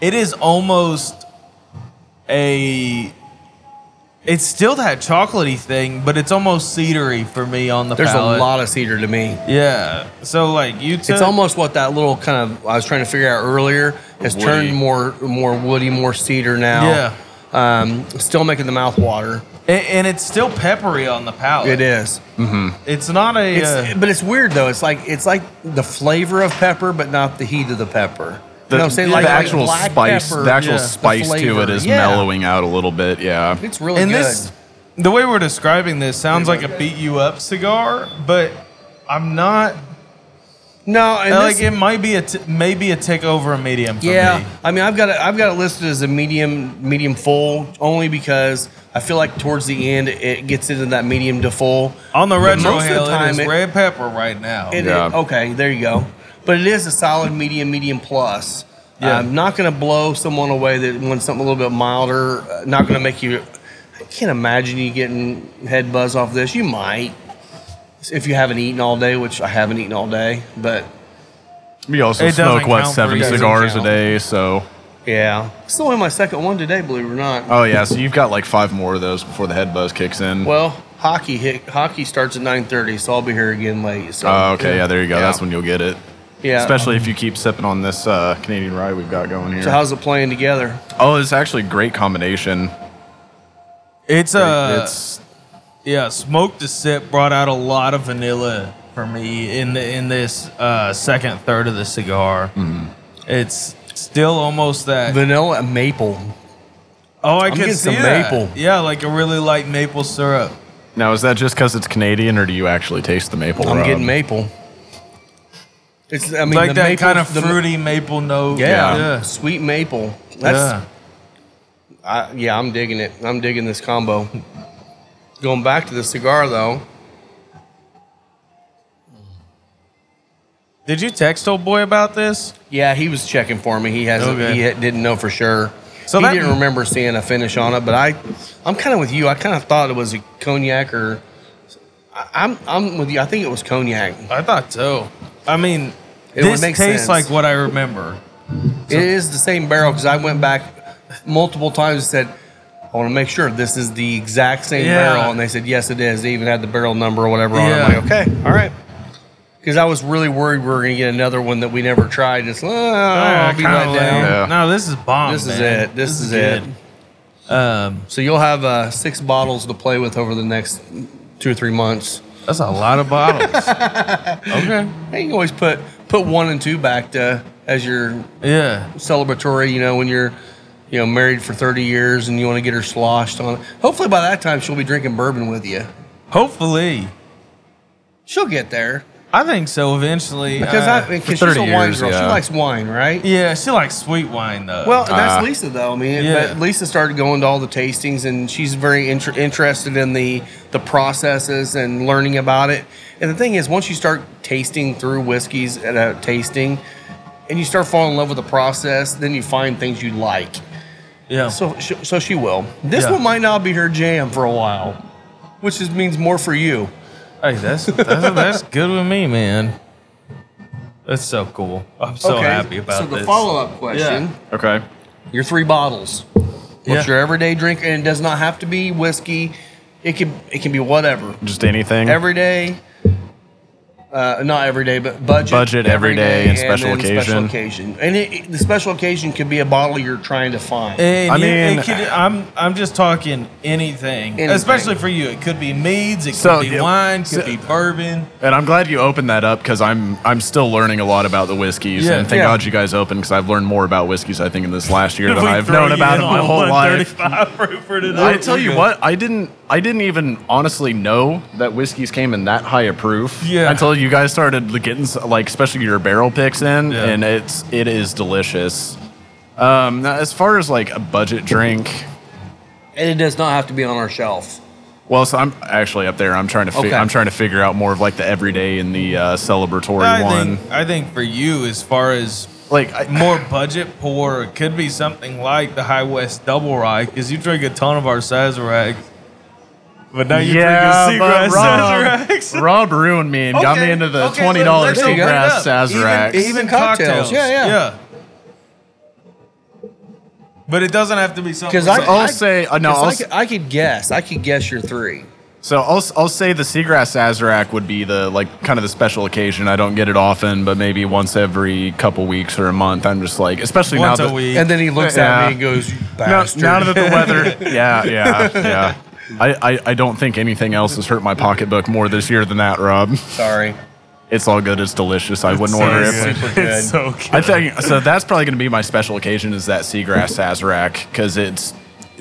[SPEAKER 3] it is almost a. It's still that chocolatey thing, but it's almost cedary for me on the
[SPEAKER 2] There's
[SPEAKER 3] palate.
[SPEAKER 2] a lot of cedar to me.
[SPEAKER 3] Yeah. So like you took.
[SPEAKER 2] It's almost what that little kind of I was trying to figure out earlier has
[SPEAKER 4] Woody.
[SPEAKER 2] turned more more woody, more cedar now.
[SPEAKER 3] Yeah.
[SPEAKER 2] Yeah. Um, still making the mouth water.
[SPEAKER 3] And, and it's still peppery on the palate.
[SPEAKER 2] It is.
[SPEAKER 3] It's not a.
[SPEAKER 2] It's,
[SPEAKER 3] uh,
[SPEAKER 2] But it's weird though. It's like it's like the flavor of pepper, but not the heat of the pepper.
[SPEAKER 4] The,
[SPEAKER 2] you know what I'm saying?
[SPEAKER 4] the
[SPEAKER 2] Like, like
[SPEAKER 4] actual
[SPEAKER 2] black
[SPEAKER 4] spice,
[SPEAKER 2] pepper,
[SPEAKER 4] the actual
[SPEAKER 3] yeah. the
[SPEAKER 4] spice to
[SPEAKER 2] flavor,
[SPEAKER 4] it is
[SPEAKER 2] yeah.
[SPEAKER 4] mellowing out a little bit. Yeah.
[SPEAKER 2] It's really
[SPEAKER 3] and
[SPEAKER 2] good.
[SPEAKER 3] this, the way we're describing this sounds like a beat you up cigar, but I'm not.
[SPEAKER 2] no, and
[SPEAKER 3] like
[SPEAKER 2] this,
[SPEAKER 3] it might be a t- maybe a tick over a medium for
[SPEAKER 2] yeah.
[SPEAKER 3] me.
[SPEAKER 2] I mean, I've got it. I've got it listed as a medium, medium full, only because I feel like towards the end it gets into that medium to full.
[SPEAKER 3] On the
[SPEAKER 2] But
[SPEAKER 3] retro
[SPEAKER 2] most of the
[SPEAKER 3] hill, it
[SPEAKER 2] time
[SPEAKER 3] is
[SPEAKER 2] it-
[SPEAKER 3] red pepper right now.
[SPEAKER 2] It,
[SPEAKER 4] Yeah.
[SPEAKER 2] it- okay, there you go. But it is a solid medium, medium plus.
[SPEAKER 3] Yeah.
[SPEAKER 2] I'm not going to blow someone away that wants something a little bit milder. uh, Not going to make you. I can't imagine you getting head buzz off this. You might if you haven't eaten all day, which I haven't eaten all day. But
[SPEAKER 4] We also
[SPEAKER 3] It doesn't
[SPEAKER 4] smoke what
[SPEAKER 3] count for
[SPEAKER 4] seven
[SPEAKER 3] you. Doesn't
[SPEAKER 4] cigars a
[SPEAKER 2] count.
[SPEAKER 4] day, so
[SPEAKER 2] yeah, still only my second one today, believe it or not.
[SPEAKER 4] oh yeah, so you've got like five more of those before the head buzz kicks in.
[SPEAKER 2] well, hockey hit, hockey starts at 9:30, so I'll be here again late. So
[SPEAKER 4] Oh, okay, yeah, there you go.
[SPEAKER 2] Yeah.
[SPEAKER 4] That's when you'll get it.
[SPEAKER 2] yeah.
[SPEAKER 4] Especially if you keep sipping on this uh, Canadian rye we've got going here.
[SPEAKER 2] so how's it playing together?
[SPEAKER 4] oh, it's actually a great combination.
[SPEAKER 3] it's
[SPEAKER 2] Uh,
[SPEAKER 3] a.
[SPEAKER 4] it's
[SPEAKER 3] Yeah, smoke to sip brought out a lot of vanilla for me in the in this uh, second third of the cigar.
[SPEAKER 2] Mm-hmm.
[SPEAKER 3] It's still almost that.
[SPEAKER 2] Vanilla and maple.
[SPEAKER 3] oh, I
[SPEAKER 2] getting
[SPEAKER 3] can see
[SPEAKER 2] some
[SPEAKER 3] that.
[SPEAKER 2] maple.
[SPEAKER 3] Yeah, like a really light maple syrup.
[SPEAKER 4] now is that just because it's Canadian, or do you actually taste the maple?
[SPEAKER 2] I'm
[SPEAKER 4] rub?
[SPEAKER 2] getting maple. It's I mean
[SPEAKER 3] like
[SPEAKER 2] the
[SPEAKER 3] that
[SPEAKER 2] maple,
[SPEAKER 3] kind of
[SPEAKER 2] the-
[SPEAKER 3] fruity maple note.
[SPEAKER 2] yeah,
[SPEAKER 3] yeah.
[SPEAKER 2] sweet maple. That's
[SPEAKER 3] Yeah.
[SPEAKER 2] I, yeah, I'm digging it. I'm digging this combo. Going back to the cigar though,
[SPEAKER 3] Did you text old boy about this?
[SPEAKER 2] yeah, he was checking for me. He hasn't.
[SPEAKER 3] Okay.
[SPEAKER 2] He ha- didn't know for sure.
[SPEAKER 3] So
[SPEAKER 2] he
[SPEAKER 3] that-
[SPEAKER 2] didn't remember seeing a finish on it. But I, I'm kind of with you. I kind of thought it was a cognac or. I- I'm I'm with you. I think it was cognac.
[SPEAKER 3] I thought so. I mean,
[SPEAKER 2] It would
[SPEAKER 3] this
[SPEAKER 2] make
[SPEAKER 3] tastes
[SPEAKER 2] sense.
[SPEAKER 3] like what I remember.
[SPEAKER 2] It is the same barrel because I went back multiple times and said, I want to make sure this is the exact same
[SPEAKER 3] Yeah.
[SPEAKER 2] barrel. And they said, yes, it is. They even had the barrel number or whatever on it.
[SPEAKER 3] Yeah.
[SPEAKER 2] I'm like, okay, all right. Because I was really worried we were going to get another one that we never tried. Just, oh, I'll be
[SPEAKER 3] kinda
[SPEAKER 2] right down.
[SPEAKER 3] lame.
[SPEAKER 4] Yeah.
[SPEAKER 3] No, this is bomb.
[SPEAKER 2] This is
[SPEAKER 3] man.
[SPEAKER 2] it. This, is, it.
[SPEAKER 3] good. Um,
[SPEAKER 2] So you'll have uh, six bottles to play with over the next two or three months.
[SPEAKER 3] that's a lot of bottles. okay.
[SPEAKER 2] And you can always put put one and two back to as your
[SPEAKER 3] Yeah.
[SPEAKER 2] celebratory, you know, when you're, you know, married for 30 years and you want to get her sloshed on. Hopefully by that time she'll be drinking bourbon with you.
[SPEAKER 3] Hopefully,
[SPEAKER 2] She'll get there
[SPEAKER 3] I think so eventually.
[SPEAKER 2] because
[SPEAKER 3] uh,
[SPEAKER 2] I because
[SPEAKER 4] for
[SPEAKER 2] she's a
[SPEAKER 4] 30
[SPEAKER 2] wine
[SPEAKER 4] years,
[SPEAKER 2] girl. She
[SPEAKER 4] yeah.
[SPEAKER 2] likes wine, right?
[SPEAKER 3] yeah, she likes sweet wine though.
[SPEAKER 2] Well, that's
[SPEAKER 4] Ah.
[SPEAKER 2] Lisa though. I mean,
[SPEAKER 3] Yeah.
[SPEAKER 2] but Lisa started going to all the tastings, and she's very inter- interested in the the processes and learning about it. And the thing is, once you start tasting through whiskeys at a tasting, and you start falling in love with the process. Then you find things you like.
[SPEAKER 3] Yeah.
[SPEAKER 2] So, sh- so she will. This
[SPEAKER 3] Yeah.
[SPEAKER 2] one might not be her jam for a while, which is, means more for you.
[SPEAKER 3] Hey, that's that's, that's good with me, man. That's so cool. I'm so happy about
[SPEAKER 2] So the
[SPEAKER 3] this.
[SPEAKER 2] follow-up question:
[SPEAKER 4] Okay.
[SPEAKER 2] Your three bottles. What's
[SPEAKER 3] Yeah.
[SPEAKER 2] your everyday drink? And it does not have to be whiskey. It can it can be whatever.
[SPEAKER 4] Just anything.
[SPEAKER 2] Every day. Uh, not every day, but budget.
[SPEAKER 4] Budget, every day, and special
[SPEAKER 2] then
[SPEAKER 4] occasion.
[SPEAKER 2] occasion. And it, it- the special occasion could be a bottle you're trying to find.
[SPEAKER 3] And
[SPEAKER 4] I
[SPEAKER 3] you- it
[SPEAKER 4] mean-
[SPEAKER 3] could- I'm I'm just talking anything,
[SPEAKER 2] Anything.
[SPEAKER 3] especiely for you. It could be meads, it could
[SPEAKER 4] So,
[SPEAKER 3] be
[SPEAKER 4] yeah.
[SPEAKER 3] wine, it could
[SPEAKER 4] So-
[SPEAKER 3] be bourbon.
[SPEAKER 4] And I'm glad you opened that up because I'm I'm still learning a lot about the whiskeys.
[SPEAKER 3] Yeah.
[SPEAKER 4] and thank
[SPEAKER 2] Yeah.
[SPEAKER 4] God you guys opened because I've learned more about whiskeys I think in this last year than
[SPEAKER 5] We
[SPEAKER 4] I've known
[SPEAKER 5] throw you
[SPEAKER 4] about
[SPEAKER 5] in
[SPEAKER 4] in
[SPEAKER 5] on
[SPEAKER 4] my
[SPEAKER 5] a
[SPEAKER 4] whole life.
[SPEAKER 5] 135 proof for tonight.
[SPEAKER 4] I tell you what, I didn't I didn't even honestly know that whiskeys came in that high a proof
[SPEAKER 3] Yeah.
[SPEAKER 4] until you guys started getting s- like especially your barrel picks in,
[SPEAKER 3] Yeah.
[SPEAKER 4] and it's it is delicious. Um, now, as far as like a budget drink,
[SPEAKER 2] and it does not have to be on our shelf.
[SPEAKER 4] well, so I'm actually up there. I'm trying to fi-
[SPEAKER 2] Okay.
[SPEAKER 4] I'm trying to figure out more of like the everyday and the uh, celebratory
[SPEAKER 3] I
[SPEAKER 4] one.
[SPEAKER 3] think I think for you, as far as
[SPEAKER 4] like I,
[SPEAKER 3] more budget pour, it could be something like the High West Double Rye, because you drink a ton of our Sazerac, but now you drink a Seagrass
[SPEAKER 4] Rob,
[SPEAKER 3] Sazerac.
[SPEAKER 4] Rob ruined me and got me
[SPEAKER 3] Okay,
[SPEAKER 4] into the
[SPEAKER 3] okay,
[SPEAKER 4] twenty dollars
[SPEAKER 3] there you go.
[SPEAKER 4] seagrass
[SPEAKER 3] Even,
[SPEAKER 4] sazerac.
[SPEAKER 3] even
[SPEAKER 2] Cocktails,
[SPEAKER 3] cocktails.
[SPEAKER 2] yeah, yeah.
[SPEAKER 3] But it doesn't have to be something.
[SPEAKER 2] Because I,
[SPEAKER 3] like-
[SPEAKER 4] I'll
[SPEAKER 2] I-
[SPEAKER 4] say- uh, no,
[SPEAKER 2] 'cause
[SPEAKER 4] I'll
[SPEAKER 2] I
[SPEAKER 4] s-
[SPEAKER 2] could, I could guess. I could guess your three.
[SPEAKER 4] So I'll s- I'll say the seagrass sazerac would be the like kind of the special occasion. I don't get it often, but maybe once every couple weeks or a month. I'm just like, especially
[SPEAKER 3] once
[SPEAKER 4] now
[SPEAKER 3] a
[SPEAKER 4] that
[SPEAKER 3] week.
[SPEAKER 2] And then he looks at
[SPEAKER 4] Yeah.
[SPEAKER 2] me and goes, "You
[SPEAKER 4] now,
[SPEAKER 2] bastard."
[SPEAKER 4] now that the weather, yeah, yeah, yeah. I, I, I don't think anything else has hurt my pocketbook more this year than that, Rob.
[SPEAKER 2] Sorry.
[SPEAKER 4] It's all good. It's delicious. I wouldn't
[SPEAKER 5] so
[SPEAKER 4] order it.
[SPEAKER 5] good.
[SPEAKER 2] Super good.
[SPEAKER 5] It's so good.
[SPEAKER 4] I think so. That's probably going to be my special occasion is that seagrass sazerac because it's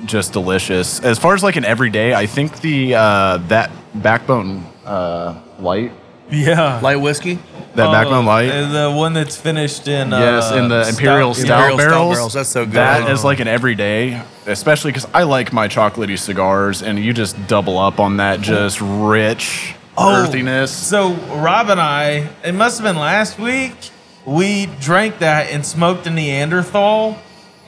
[SPEAKER 4] just delicious. As far as like an everyday, I think the uh, that backbone uh, light,
[SPEAKER 3] yeah.
[SPEAKER 2] Light whiskey?
[SPEAKER 4] that
[SPEAKER 3] Oh,
[SPEAKER 4] backbone light,
[SPEAKER 3] and the one that's finished in
[SPEAKER 4] yes,
[SPEAKER 3] uh,
[SPEAKER 4] in the imperial stout,
[SPEAKER 2] Imperial stout
[SPEAKER 4] barrels.
[SPEAKER 2] barrels, that's so good.
[SPEAKER 4] That is like an everyday, especially because I like my chocolatey cigars, and you just double up on that just rich
[SPEAKER 3] Oh,
[SPEAKER 4] earthiness.
[SPEAKER 3] So Rob and I, it must have been last week, we drank that and smoked a Neanderthal,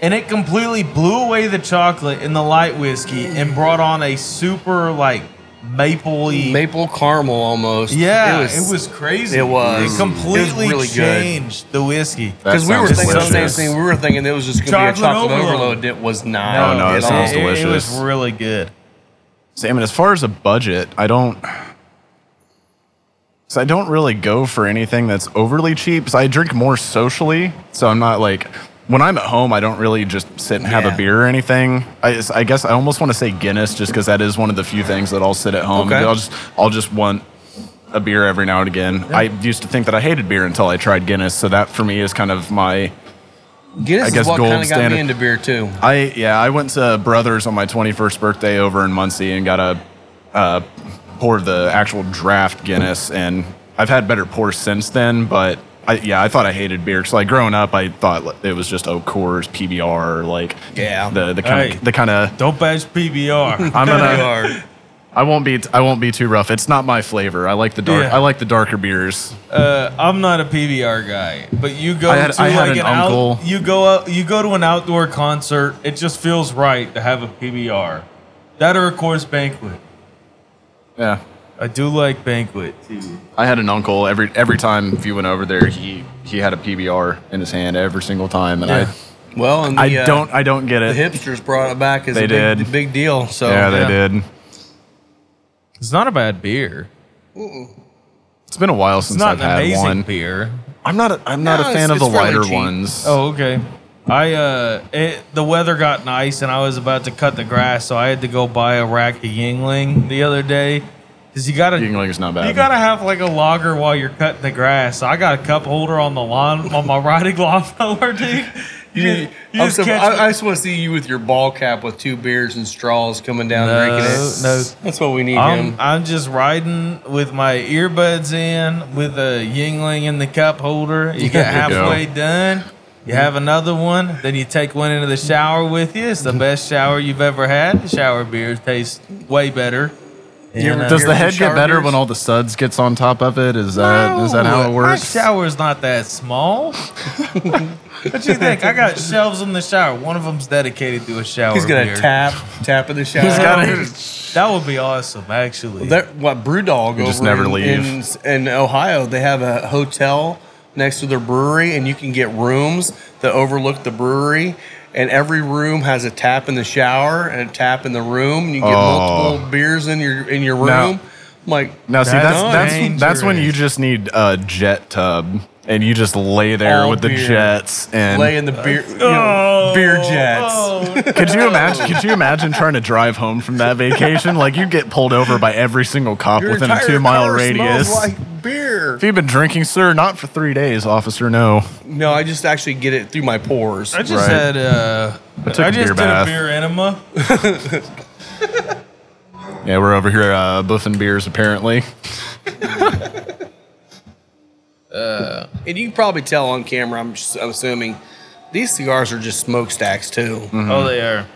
[SPEAKER 3] and it completely blew away the chocolate in the light whiskey and brought on a super like mapley.
[SPEAKER 2] Maple caramel almost.
[SPEAKER 3] yeah, it was, crazy.
[SPEAKER 2] it was.
[SPEAKER 3] It completely
[SPEAKER 2] It was really good.
[SPEAKER 3] changed the whiskey.
[SPEAKER 4] That
[SPEAKER 2] Because we were
[SPEAKER 4] sounds
[SPEAKER 2] thinking the same
[SPEAKER 4] delicious.
[SPEAKER 2] thing. We were thinking it was just going to be a
[SPEAKER 3] Chocolate
[SPEAKER 2] chocolate overload.
[SPEAKER 3] overload.
[SPEAKER 2] It was not.
[SPEAKER 4] No, Oh, no,
[SPEAKER 2] at
[SPEAKER 4] it
[SPEAKER 2] all.
[SPEAKER 4] sounds
[SPEAKER 3] It- it- It was
[SPEAKER 4] delicious.
[SPEAKER 3] really good.
[SPEAKER 4] Sam, and as far as a budget, I don't. So I don't really go for anything that's overly cheap. So I drink more socially. So I'm not like when I'm at home, I don't really just sit and have
[SPEAKER 2] Yeah.
[SPEAKER 4] a beer or anything. I, just- I guess I almost want to say Guinness just because that is one of the few things that I'll sit at home.
[SPEAKER 2] Okay.
[SPEAKER 4] I'll just I'll just want a beer every now and again. I used to think that I hated beer until I tried Guinness. So that for me is kind of my
[SPEAKER 2] Guinness
[SPEAKER 4] I
[SPEAKER 2] is
[SPEAKER 4] guess
[SPEAKER 2] what
[SPEAKER 4] gold
[SPEAKER 2] kind of got
[SPEAKER 4] standard.
[SPEAKER 2] me into beer too.
[SPEAKER 4] I yeah, I went to Brothers on my 21st birthday over in Muncie and got a uh, pour the actual draft Guinness, and I've had better pours since then. But I, yeah, I thought I hated beer. So like growing up, I thought li- it was just Oak Coors, PBR, like
[SPEAKER 2] Yeah.
[SPEAKER 4] the the kind
[SPEAKER 3] Hey.
[SPEAKER 4] of the kind of.
[SPEAKER 3] Don't bash PBR.
[SPEAKER 4] I'm gonna.
[SPEAKER 2] Hard.
[SPEAKER 4] I won't be. I won't be too rough. It's not my flavor. I like the dark.
[SPEAKER 3] Yeah.
[SPEAKER 4] I like the darker beers.
[SPEAKER 3] Uh, I'm not a PBR guy, but you go
[SPEAKER 4] I had-
[SPEAKER 3] to
[SPEAKER 4] I had
[SPEAKER 3] like
[SPEAKER 4] an
[SPEAKER 3] an, out-
[SPEAKER 4] uncle.
[SPEAKER 3] you go out, you go to an outdoor concert. It just feels right to have a PBR. That or a course banquet.
[SPEAKER 4] Yeah.
[SPEAKER 3] I do like banquet too.
[SPEAKER 4] I had an uncle every every time if you went over there, he he had a PBR in his hand every single time, and
[SPEAKER 3] Yeah.
[SPEAKER 2] Well, and the,
[SPEAKER 4] I I
[SPEAKER 2] uh,
[SPEAKER 4] don't I don't get it.
[SPEAKER 2] The hipsters brought it back as
[SPEAKER 4] They
[SPEAKER 2] a big,
[SPEAKER 4] did.
[SPEAKER 2] big deal. So
[SPEAKER 4] yeah, they
[SPEAKER 3] yeah.
[SPEAKER 4] did.
[SPEAKER 3] It's not a bad beer.
[SPEAKER 4] It's been a while
[SPEAKER 3] It's
[SPEAKER 4] since
[SPEAKER 3] not
[SPEAKER 4] I've
[SPEAKER 3] an
[SPEAKER 4] had
[SPEAKER 3] amazing
[SPEAKER 4] one.
[SPEAKER 3] beer.
[SPEAKER 4] I'm not. A, I'm not
[SPEAKER 2] No,
[SPEAKER 4] a
[SPEAKER 2] it's-
[SPEAKER 4] fan of the
[SPEAKER 2] it's fairly
[SPEAKER 4] lighter
[SPEAKER 2] cheap.
[SPEAKER 4] ones.
[SPEAKER 3] Oh, okay. I uh, it, the weather got nice, and I was about to cut the grass, so I had to go buy a rack of Yingling the other day. Cause you gotta
[SPEAKER 4] Yingling is not bad.
[SPEAKER 2] Um,
[SPEAKER 3] You gotta have like a logger while you're cutting the grass. I got a cup holder on the lawn on my riding lawnmower, dude. You,
[SPEAKER 2] You,
[SPEAKER 3] you
[SPEAKER 2] I'm
[SPEAKER 3] just
[SPEAKER 2] so,
[SPEAKER 3] catch
[SPEAKER 2] I, I just want to see you with your ball cap with two beers and straws coming down
[SPEAKER 3] No,
[SPEAKER 2] drinking it.
[SPEAKER 3] no.
[SPEAKER 2] That's what we need
[SPEAKER 3] I'm,
[SPEAKER 2] him.
[SPEAKER 3] I'm just riding with my earbuds in, with a Yingling in the cup holder. You get
[SPEAKER 4] There you go.
[SPEAKER 3] halfway done, you have another one, then you take one into the shower with you. It's the best shower you've ever had. The shower beer tastes way better.
[SPEAKER 2] You ever-
[SPEAKER 3] uh,
[SPEAKER 2] you
[SPEAKER 4] Does
[SPEAKER 2] ever do
[SPEAKER 4] the head get
[SPEAKER 2] shower
[SPEAKER 4] better
[SPEAKER 2] beers?
[SPEAKER 4] when all the suds gets on top of it? Is that is that how it
[SPEAKER 3] No,
[SPEAKER 4] works?
[SPEAKER 3] My shower's not that small. what you think? I got shelves in the shower. One of them's dedicated to a shower.
[SPEAKER 2] He's gonna
[SPEAKER 3] beer.
[SPEAKER 2] tap tap in the shower.
[SPEAKER 4] He's got a-
[SPEAKER 3] That would be awesome, actually.
[SPEAKER 2] That what BrewDog
[SPEAKER 4] You just
[SPEAKER 2] over
[SPEAKER 4] never
[SPEAKER 2] in,
[SPEAKER 4] leave.
[SPEAKER 2] In, in Ohio, they have a hotel next to their brewery, and you can get rooms that overlook the brewery. And every room has a tap in the shower and a tap in the room. And you get
[SPEAKER 4] Oh.
[SPEAKER 2] multiple beers in your in your room.
[SPEAKER 4] Now-
[SPEAKER 2] I'm like
[SPEAKER 4] Now, see,
[SPEAKER 3] That's
[SPEAKER 4] that's that's that's when you
[SPEAKER 3] dangerous.
[SPEAKER 4] just need a jet tub, and you just lay there
[SPEAKER 2] All
[SPEAKER 4] with
[SPEAKER 2] beer.
[SPEAKER 4] the jets. And
[SPEAKER 2] lay in the beer you
[SPEAKER 3] Oh.
[SPEAKER 2] know, beer jets.
[SPEAKER 4] could you imagine? Could you imagine trying to drive home from that vacation? Like you'd get pulled over by every single cop
[SPEAKER 2] Your
[SPEAKER 4] within a
[SPEAKER 2] entire
[SPEAKER 4] two mile
[SPEAKER 2] car smells
[SPEAKER 4] radius.
[SPEAKER 2] Like beer.
[SPEAKER 4] if you've been drinking, sir, not for three days, officer. No.
[SPEAKER 2] No, I just actually get it through my pores.
[SPEAKER 3] I just had
[SPEAKER 4] Right.
[SPEAKER 3] uh, I,
[SPEAKER 4] took a
[SPEAKER 3] just
[SPEAKER 4] beer
[SPEAKER 3] did
[SPEAKER 4] bath.
[SPEAKER 3] a beer enema.
[SPEAKER 4] Yeah, we're over here uh, buffing beers apparently.
[SPEAKER 2] And you can probably tell on camera. I'm, s- I'm assuming these cigars are just smokestacks too.
[SPEAKER 3] Oh, they are.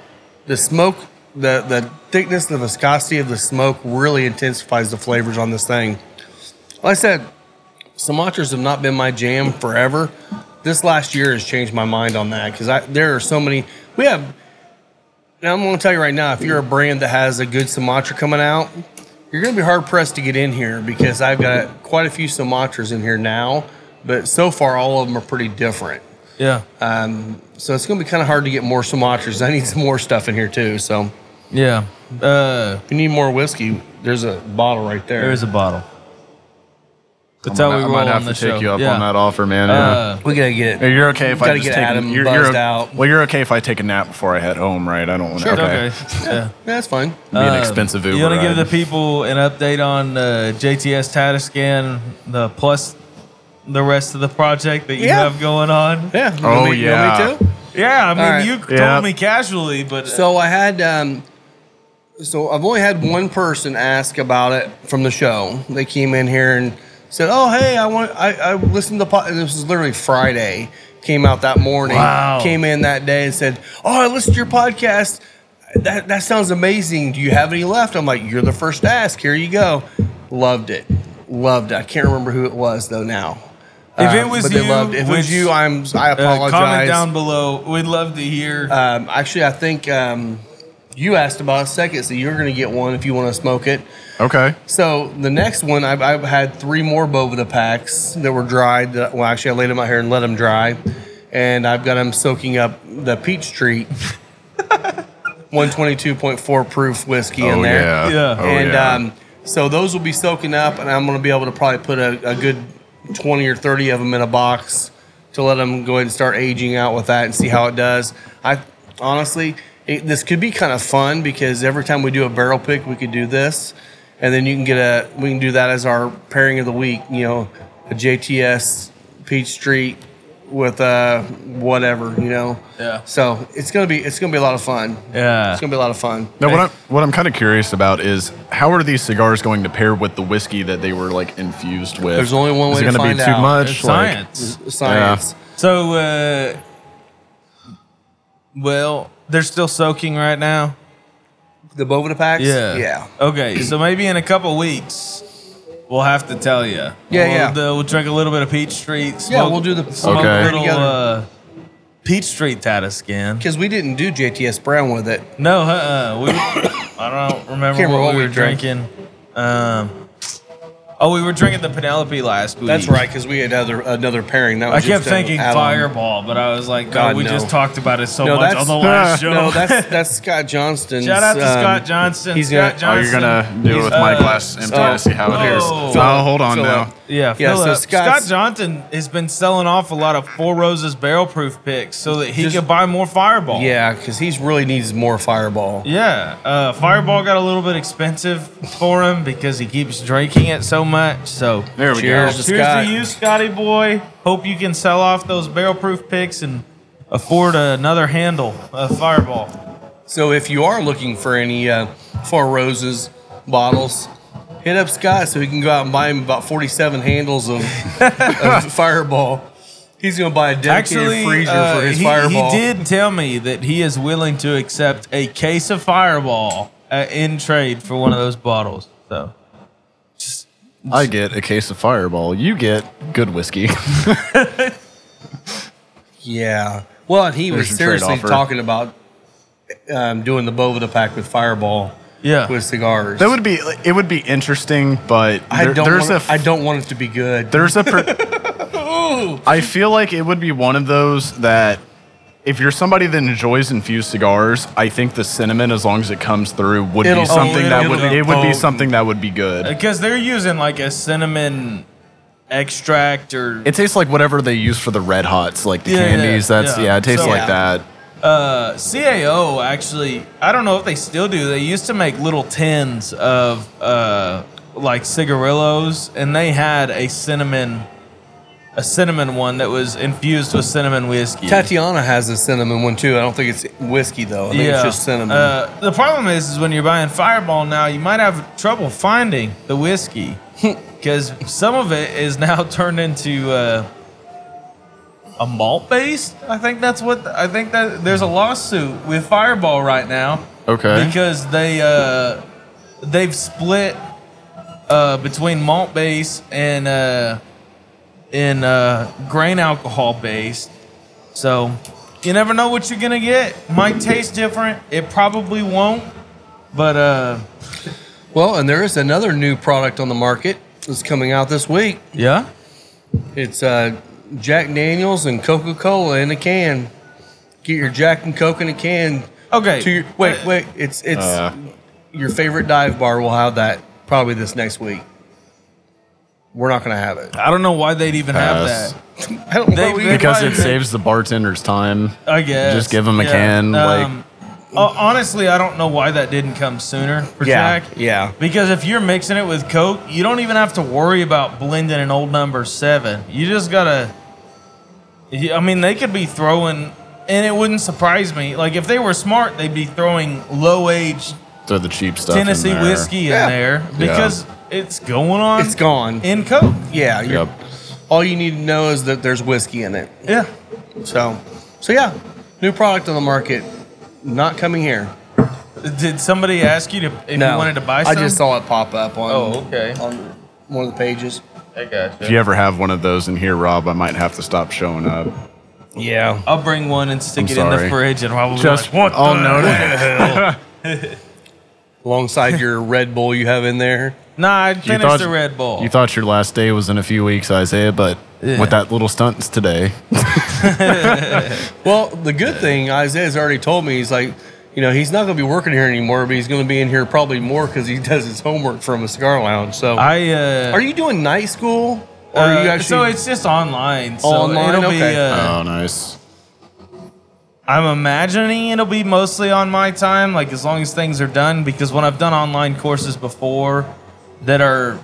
[SPEAKER 2] The smoke, the the thickness, the viscosity of the smoke really intensifies the flavors on this thing. Like I said, Sumatras have not been my jam forever. This last year has changed my mind on that because I there are so many. We have. Now I'm going to tell you right now, if you're a brand that has a good Sumatra coming out, you're going to be hard pressed to get in here because I've got quite a few Sumatras in here now, but so far all of them are pretty different.
[SPEAKER 3] Yeah.
[SPEAKER 2] So it's going to be kind of hard to get more Sumatras. I need some more stuff in here too. So if
[SPEAKER 3] yeah. Uh,
[SPEAKER 2] you need more whiskey, there's a bottle right there.
[SPEAKER 3] there is a bottle. That's
[SPEAKER 4] I
[SPEAKER 3] how we roll
[SPEAKER 4] might have
[SPEAKER 3] on
[SPEAKER 4] to
[SPEAKER 3] the
[SPEAKER 4] take
[SPEAKER 3] show.
[SPEAKER 4] you up
[SPEAKER 3] yeah.
[SPEAKER 4] on that offer, man. yeah.
[SPEAKER 3] Uh,
[SPEAKER 2] we got to get
[SPEAKER 4] Hey,
[SPEAKER 2] it.
[SPEAKER 4] You're okay if I
[SPEAKER 2] Gotta
[SPEAKER 4] just
[SPEAKER 2] get
[SPEAKER 4] take
[SPEAKER 2] Adam
[SPEAKER 4] you're, you're,
[SPEAKER 2] buzzed out.
[SPEAKER 4] Well, you're okay if I take a nap before I head home, right? I don't want to.
[SPEAKER 2] Sure.
[SPEAKER 4] Okay.
[SPEAKER 3] okay. Yeah.
[SPEAKER 2] Yeah, that's fine.
[SPEAKER 4] Be an
[SPEAKER 3] Uh,
[SPEAKER 4] expensive Uber.
[SPEAKER 3] You want to give
[SPEAKER 4] ride.
[SPEAKER 3] the people an update on uh, JTS Tatiscan, the plus the rest of the project that you
[SPEAKER 2] Yeah.
[SPEAKER 3] have going on?
[SPEAKER 2] Yeah. you
[SPEAKER 4] Oh,
[SPEAKER 2] want me- you want me
[SPEAKER 4] yeah.
[SPEAKER 2] to?
[SPEAKER 3] Yeah, I mean,
[SPEAKER 2] right.
[SPEAKER 3] you
[SPEAKER 4] Yeah.
[SPEAKER 3] told me casually, but uh,
[SPEAKER 2] So I had, um, so I've only had one person ask about it from the show. They came in here and said, "Oh, hey, I want, I, I listened to po-. and this was literally Friday. Came out that morning.
[SPEAKER 3] Wow.
[SPEAKER 2] Came in that day and said, "Oh, I listened to your podcast. That that sounds amazing. Do you have any left?" I'm like, "You're the first to ask. Here you go. Loved it. Loved it. I can't remember who it was though now."
[SPEAKER 3] If it
[SPEAKER 2] Um,
[SPEAKER 3] was
[SPEAKER 2] but they
[SPEAKER 3] you,
[SPEAKER 2] loved it. if it
[SPEAKER 3] which-
[SPEAKER 2] was you, I'm I
[SPEAKER 3] uh,
[SPEAKER 2] apologize.
[SPEAKER 3] comment down below. We'd love to hear.
[SPEAKER 2] Um, actually, I think um, you asked about a second, so you're going to get one if you want to smoke it.
[SPEAKER 4] Okay.
[SPEAKER 2] So the next one, I've, I've had three more Bovida packs that were dried. That, well, actually, I laid them out here and let them dry, and I've got them soaking up the peach treat, 122.4 proof whiskey in
[SPEAKER 4] Oh,
[SPEAKER 2] there.
[SPEAKER 4] yeah.
[SPEAKER 3] Yeah.
[SPEAKER 4] Oh,
[SPEAKER 2] and
[SPEAKER 4] yeah.
[SPEAKER 2] um, so those will be soaking up, and I'm going to be able to probably put a, a good 20 or 30 of them in a box to let them go ahead and start aging out with that and see how it does. I honestly, it, this could be kind of fun because every time we do a barrel pick, we could do this, and then you can get a we can do that as our pairing of the week. You know, a JTS Peach Street with uh whatever you know.
[SPEAKER 3] Yeah.
[SPEAKER 2] So it's gonna be it's gonna be a lot of fun.
[SPEAKER 3] yeah.
[SPEAKER 2] It's gonna be a lot of fun.
[SPEAKER 4] Now, what I'm what I'm kind of curious about is how are these cigars going to pair with the whiskey that they were like infused with?
[SPEAKER 2] There's only one
[SPEAKER 4] is
[SPEAKER 2] way
[SPEAKER 4] it
[SPEAKER 2] to
[SPEAKER 4] gonna
[SPEAKER 2] find
[SPEAKER 4] be too
[SPEAKER 2] out.
[SPEAKER 4] much?
[SPEAKER 3] It's
[SPEAKER 4] Like,
[SPEAKER 3] science.
[SPEAKER 2] Science.
[SPEAKER 3] So, uh, well, they're still soaking right now.
[SPEAKER 2] The Bovida packs?
[SPEAKER 3] Yeah.
[SPEAKER 2] Yeah.
[SPEAKER 3] Okay, so maybe in a couple weeks, we'll have to tell you. Yeah, we'll,
[SPEAKER 2] yeah.
[SPEAKER 3] the- we'll drink a little bit of peach street. Smoke,
[SPEAKER 2] Yeah, we'll do the-
[SPEAKER 3] smoke
[SPEAKER 4] Okay.
[SPEAKER 3] a little
[SPEAKER 2] together.
[SPEAKER 3] uh, peach street tatter skin.
[SPEAKER 2] Because we didn't do JTS Brown with it.
[SPEAKER 3] No, uh, uh we. I don't remember
[SPEAKER 2] Can't
[SPEAKER 3] what,
[SPEAKER 2] remember what
[SPEAKER 3] we
[SPEAKER 2] we
[SPEAKER 3] were
[SPEAKER 2] drank.
[SPEAKER 3] drinking. Um, oh, we were drinking the Penelope last week.
[SPEAKER 2] That's right, because we had other another pairing. That was
[SPEAKER 3] I kept
[SPEAKER 2] just a
[SPEAKER 3] thinking
[SPEAKER 2] add-on.
[SPEAKER 3] Fireball, but I was like, God,
[SPEAKER 2] God,
[SPEAKER 3] we
[SPEAKER 2] no.
[SPEAKER 3] just talked about it so
[SPEAKER 2] No,
[SPEAKER 3] much
[SPEAKER 2] that's-
[SPEAKER 3] on the last show.
[SPEAKER 2] No, that's that's Scott um, Johnston.
[SPEAKER 3] Shout out to Scott Johnson.
[SPEAKER 2] he's
[SPEAKER 3] Scott
[SPEAKER 2] gonna-
[SPEAKER 4] Oh,
[SPEAKER 3] Johnson.
[SPEAKER 4] you're gonna do it with my
[SPEAKER 3] uh,
[SPEAKER 4] glass empty
[SPEAKER 2] oh,
[SPEAKER 4] to see how it is.
[SPEAKER 3] oh.
[SPEAKER 4] Oh, hold on
[SPEAKER 2] Fill
[SPEAKER 4] now.
[SPEAKER 2] up.
[SPEAKER 3] Yeah,
[SPEAKER 2] Yeah,
[SPEAKER 3] Philip.
[SPEAKER 2] so
[SPEAKER 3] Scott
[SPEAKER 2] Scott's-
[SPEAKER 3] Johnson has been selling off a lot of Four Roses barrel proof picks so that he
[SPEAKER 2] Just-
[SPEAKER 3] could buy more Fireball.
[SPEAKER 2] Yeah, because he really needs more Fireball.
[SPEAKER 3] Yeah. Uh, Fireball got a little bit expensive for him because he keeps drinking it so much. So
[SPEAKER 4] There we
[SPEAKER 2] Cheers.
[SPEAKER 4] go.
[SPEAKER 2] Just
[SPEAKER 3] cheers
[SPEAKER 2] Scott.
[SPEAKER 3] to you, Scotty boy. Hope you can sell off those barrel proof picks and afford another handle of Fireball.
[SPEAKER 2] So if you are looking for any uh, Four Roses bottles, hit up Scott so he can go out and buy him about 47 handles of, of Fireball. He's going to buy a dedicated
[SPEAKER 3] Actually,
[SPEAKER 2] freezer
[SPEAKER 3] uh,
[SPEAKER 2] for his
[SPEAKER 3] he,
[SPEAKER 2] Fireball.
[SPEAKER 3] he did tell me that he is willing to accept a case of Fireball uh, in trade for one of those bottles. So
[SPEAKER 4] I get a case of Fireball. You get good whiskey.
[SPEAKER 2] Yeah. Well, and he was
[SPEAKER 4] There's a trade
[SPEAKER 2] seriously
[SPEAKER 4] offer.
[SPEAKER 2] talking about um, doing the Bovida pack with Fireball
[SPEAKER 3] yeah,
[SPEAKER 2] with cigars.
[SPEAKER 4] that would be it would be interesting, but
[SPEAKER 2] I
[SPEAKER 4] there-
[SPEAKER 2] don't.
[SPEAKER 4] there's
[SPEAKER 2] Want,
[SPEAKER 4] a
[SPEAKER 2] I I don't want it to be good.
[SPEAKER 4] there's a per- I feel like it would be one of those that if you're somebody that enjoys infused cigars, I think the cinnamon, as long as it comes through, would
[SPEAKER 2] It'll-
[SPEAKER 4] be something
[SPEAKER 3] oh,
[SPEAKER 4] that
[SPEAKER 3] it'll
[SPEAKER 4] would
[SPEAKER 3] be
[SPEAKER 4] it would be
[SPEAKER 2] potent.
[SPEAKER 4] something that would be good.
[SPEAKER 3] because they're using like a cinnamon extract or
[SPEAKER 4] It tastes like whatever they use for the red hots, like the
[SPEAKER 3] Yeah, yeah,
[SPEAKER 4] candies. That's
[SPEAKER 3] yeah.
[SPEAKER 4] yeah, it tastes
[SPEAKER 3] So-
[SPEAKER 2] Yeah.
[SPEAKER 4] like that.
[SPEAKER 3] uh, CAO actually. I don't know if they still do. They used to make little tins of uh, like cigarillos, and they had a cinnamon, a cinnamon one that was infused with cinnamon whiskey.
[SPEAKER 2] Tatiana has a cinnamon one too. I don't think it's whiskey though. I think it's just cinnamon.
[SPEAKER 3] Uh, the problem is, is when you're buying Fireball now, you might have trouble finding the whiskey because some of it is now turned into uh, a malt based. I think that's what I think that there's a lawsuit with Fireball right now
[SPEAKER 4] Okay.
[SPEAKER 3] because they uh, they've split uh, between malt base and uh, in uh, grain alcohol based. So you never know what you're gonna get. Might taste different. It probably won't. But uh,
[SPEAKER 2] well, and there is another new product on the market that's coming out this week.
[SPEAKER 3] yeah,
[SPEAKER 2] It's uh, Jack Daniels and Coca Cola in a can. Get your Jack and Coke in a can.
[SPEAKER 3] okay.
[SPEAKER 2] To your, wait, wait. It's it's
[SPEAKER 4] Uh.
[SPEAKER 2] your favorite dive bar will have that probably this next week. We're not gonna have it.
[SPEAKER 3] I don't know why they'd even
[SPEAKER 4] Pass.
[SPEAKER 3] have that.
[SPEAKER 2] I don't
[SPEAKER 3] They-
[SPEAKER 2] know.
[SPEAKER 3] they-
[SPEAKER 2] either.
[SPEAKER 4] Because
[SPEAKER 3] might
[SPEAKER 4] it
[SPEAKER 3] make-
[SPEAKER 4] saves the bartender's time.
[SPEAKER 3] I guess
[SPEAKER 4] Just give 'em a can, like-
[SPEAKER 3] uh, honestly, I don't know why that didn't come sooner for
[SPEAKER 2] yeah,
[SPEAKER 3] Jack.
[SPEAKER 2] yeah.
[SPEAKER 3] Because if you're mixing it with Coke, you don't even have to worry about blending an old number seven. You just gotta. y- I mean, they could be throwing, and it wouldn't surprise me. Like if they were smart, they'd be throwing low age
[SPEAKER 4] Throw the cheap stuff. in
[SPEAKER 3] Tennessee
[SPEAKER 4] there.
[SPEAKER 3] whiskey
[SPEAKER 2] Yeah.
[SPEAKER 3] in there because it's going on.
[SPEAKER 2] It's gone.
[SPEAKER 3] in Coke.
[SPEAKER 2] yeah, you're-
[SPEAKER 4] Yep.
[SPEAKER 2] All you need to know is that there's whiskey in it.
[SPEAKER 3] Yeah.
[SPEAKER 2] So, so yeah, new product on the market, not coming here.
[SPEAKER 3] Did somebody ask you to if
[SPEAKER 2] no,
[SPEAKER 3] you wanted to buy?
[SPEAKER 2] I
[SPEAKER 3] Some?
[SPEAKER 2] just saw it pop up on.
[SPEAKER 3] Oh, okay.
[SPEAKER 2] On one of the pages.
[SPEAKER 3] I got
[SPEAKER 4] If you ever have one of those in here, Rob, I might have to stop showing up.
[SPEAKER 2] Yeah.
[SPEAKER 3] I'll bring one and stick it
[SPEAKER 4] I'm
[SPEAKER 3] in the
[SPEAKER 4] sorry.
[SPEAKER 3] fridge and probably
[SPEAKER 4] Just
[SPEAKER 3] like, what
[SPEAKER 2] Oh,
[SPEAKER 4] I'll
[SPEAKER 3] the
[SPEAKER 4] notice.
[SPEAKER 2] Alongside your Red Bull you have in there.
[SPEAKER 3] Nah, I
[SPEAKER 4] You
[SPEAKER 3] finished
[SPEAKER 4] thought-
[SPEAKER 3] the Red Bull.
[SPEAKER 4] You thought your last day was in a few weeks, Isaiah, but
[SPEAKER 3] Yeah.
[SPEAKER 4] with that little stunt it's today,
[SPEAKER 2] Well, the good thing Isaiah's already told me he's like, you know, he's not going to be working here anymore, but he's going to be in here probably more because he does his homework from a cigar lounge. So,
[SPEAKER 3] I uh,
[SPEAKER 2] are you doing night school? Or are you
[SPEAKER 3] Uh,
[SPEAKER 2] actually?
[SPEAKER 3] so it's just online. So
[SPEAKER 2] Online,
[SPEAKER 3] It'll
[SPEAKER 2] okay.
[SPEAKER 3] Be, uh,
[SPEAKER 4] oh, nice.
[SPEAKER 3] I'm imagining it'll be mostly on my time, like as long as things are done. Because when I've done online courses before, that are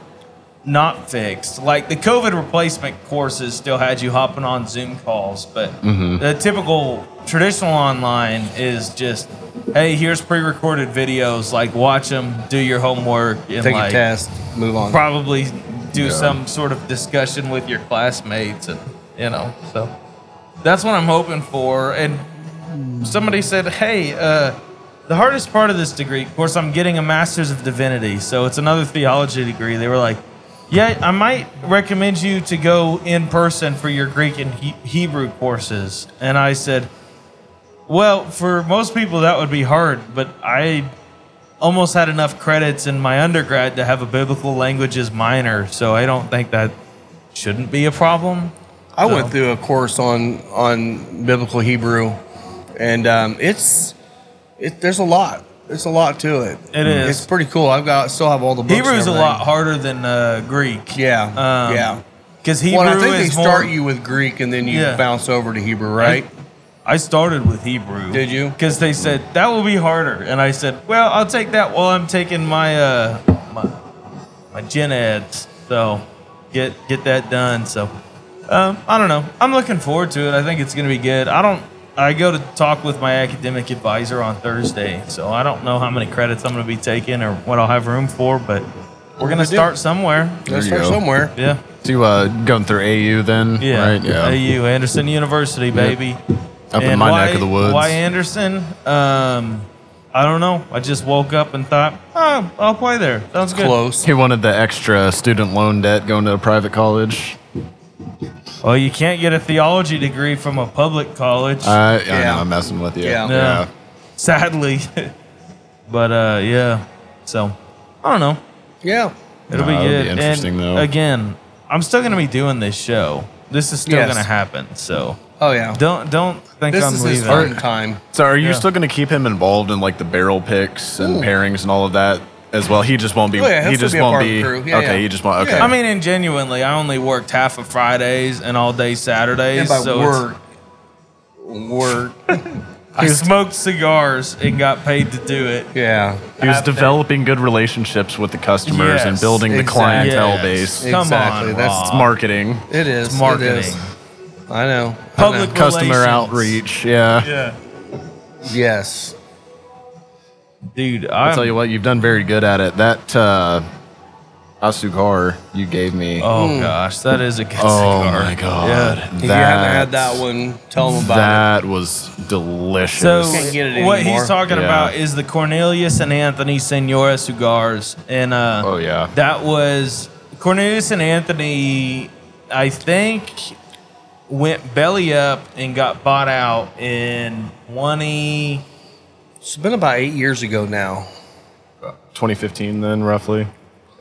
[SPEAKER 3] not fixed, like the COVID replacement courses, still had you hopping on Zoom calls, but
[SPEAKER 2] Mm-hmm.
[SPEAKER 3] the typical traditional online is just, hey, here's pre-recorded videos, like watch them, do your homework, and
[SPEAKER 2] take
[SPEAKER 3] like
[SPEAKER 2] a test, move on.
[SPEAKER 3] probably do some sort of discussion with your classmates and you know so that's what i'm hoping for and somebody said hey uh, the hardest part of this degree of course i'm getting a master's of divinity so it's another theology degree they were like yeah i might recommend you to go in person for your greek and he- hebrew courses and i said well for most people that would be hard but i almost had enough credits in my undergrad to have a biblical languages minor, so I don't think that shouldn't be a problem.
[SPEAKER 2] I
[SPEAKER 3] So-
[SPEAKER 2] went through a course on on biblical Hebrew, and um, it's it. There's a lot. There's a lot to it. Mm.
[SPEAKER 3] It is.
[SPEAKER 2] It's pretty cool. I've got still have all the books. and
[SPEAKER 3] Hebrew's a
[SPEAKER 2] everything.
[SPEAKER 3] lot harder than uh, Greek.
[SPEAKER 2] Yeah.
[SPEAKER 3] Um,
[SPEAKER 2] yeah.
[SPEAKER 3] Because Hebrew
[SPEAKER 2] Well, and I think they
[SPEAKER 3] is
[SPEAKER 2] start
[SPEAKER 3] more,
[SPEAKER 2] you with Greek and then you
[SPEAKER 3] Yeah.
[SPEAKER 2] bounce over to Hebrew, right?
[SPEAKER 3] I started with Hebrew.
[SPEAKER 2] Did you?
[SPEAKER 3] Because they said that will be harder, and I said, "Well, I'll take that while I'm taking my uh, my my gen eds." So get get that done. So um, I don't know. I'm looking forward to it. I think it's gonna be good. I don't. I go to talk with my academic advisor on Thursday, so I don't know how many credits I'm gonna be taking or what I'll have room for, but we're gonna
[SPEAKER 2] do.
[SPEAKER 3] start somewhere.
[SPEAKER 4] There
[SPEAKER 2] Let's
[SPEAKER 4] you
[SPEAKER 2] start
[SPEAKER 4] go.
[SPEAKER 2] somewhere.
[SPEAKER 3] Yeah.
[SPEAKER 4] So you uh, going through AU then?
[SPEAKER 3] Yeah.
[SPEAKER 4] Right? Yeah.
[SPEAKER 3] AU, Anderson University, baby.
[SPEAKER 4] Up in
[SPEAKER 3] And
[SPEAKER 4] my
[SPEAKER 3] why-
[SPEAKER 4] neck of the woods.
[SPEAKER 3] Why Anderson? Um, I don't know. I just woke up and thought, oh, I'll play there. Sounds good.
[SPEAKER 2] Close.
[SPEAKER 4] He wanted the extra student loan debt going to a private college.
[SPEAKER 3] Well, you can't get a theology degree from a public college,
[SPEAKER 4] I, I
[SPEAKER 2] Yeah.
[SPEAKER 4] know, I'm messing with you.
[SPEAKER 2] Yeah.
[SPEAKER 3] Yeah. sadly. but uh, yeah, so I don't know.
[SPEAKER 2] Yeah.
[SPEAKER 3] It'll
[SPEAKER 4] Nah,
[SPEAKER 3] be
[SPEAKER 4] that'll
[SPEAKER 3] good.
[SPEAKER 4] be interesting,
[SPEAKER 3] and
[SPEAKER 4] though.
[SPEAKER 3] Again, I'm still gonna be doing this show. This is still
[SPEAKER 2] Yes.
[SPEAKER 3] gonna happen. So
[SPEAKER 2] Oh yeah.
[SPEAKER 3] don't don't think
[SPEAKER 2] This
[SPEAKER 3] I'm
[SPEAKER 2] is his
[SPEAKER 3] leaving.
[SPEAKER 2] fun time.
[SPEAKER 4] So are you
[SPEAKER 3] Yeah.
[SPEAKER 4] still going to keep him involved in like the barrel picks and pairings and all of that as well? He just won't be.
[SPEAKER 2] Oh, yeah, he'll
[SPEAKER 4] he
[SPEAKER 2] still
[SPEAKER 4] just
[SPEAKER 2] be a
[SPEAKER 4] won't
[SPEAKER 2] part of
[SPEAKER 4] be.
[SPEAKER 2] the crew. Yeah,
[SPEAKER 4] okay,
[SPEAKER 2] yeah.
[SPEAKER 4] he just won't. Okay.
[SPEAKER 2] Yeah.
[SPEAKER 3] I mean, and genuinely, I only worked half of Fridays and all day Saturdays.
[SPEAKER 2] And by
[SPEAKER 3] so it's-
[SPEAKER 2] word, word.
[SPEAKER 3] I smoked cigars and got paid to do it.
[SPEAKER 2] Yeah.
[SPEAKER 4] he was
[SPEAKER 3] I've been-
[SPEAKER 4] developing good relationships with the customers and
[SPEAKER 3] Yes,
[SPEAKER 4] building the
[SPEAKER 2] exactly.
[SPEAKER 4] clientele
[SPEAKER 3] Yes.
[SPEAKER 4] base.
[SPEAKER 3] Come
[SPEAKER 2] Exactly,
[SPEAKER 3] on,
[SPEAKER 2] that's
[SPEAKER 3] Rob.
[SPEAKER 4] It's marketing,
[SPEAKER 2] It is.
[SPEAKER 3] It's marketing.
[SPEAKER 2] It is. I know. I
[SPEAKER 3] Public
[SPEAKER 2] know.
[SPEAKER 4] customer
[SPEAKER 3] Relations.
[SPEAKER 4] outreach. Yeah.
[SPEAKER 3] Yeah,
[SPEAKER 2] Yes.
[SPEAKER 3] dude.
[SPEAKER 4] I'll
[SPEAKER 3] I'm,
[SPEAKER 4] tell you what, you've done very good at it. That uh, Asukar you gave me.
[SPEAKER 3] Oh
[SPEAKER 2] Mm.
[SPEAKER 3] gosh, that is a good
[SPEAKER 4] Oh
[SPEAKER 3] cigar.
[SPEAKER 4] my god.
[SPEAKER 3] Yeah.
[SPEAKER 2] If you haven't had that one, tell them about
[SPEAKER 4] That was delicious.
[SPEAKER 3] So
[SPEAKER 2] Can't get it
[SPEAKER 3] what
[SPEAKER 2] anymore.
[SPEAKER 3] he's talking
[SPEAKER 4] Yeah.
[SPEAKER 3] about is the Cornelius and Anthony Senora cigars, and uh,
[SPEAKER 4] oh yeah.
[SPEAKER 3] that was Cornelius and Anthony. I think went belly up and got bought out in 20.
[SPEAKER 2] it. It's been about eight years ago now.
[SPEAKER 4] 2015 then roughly.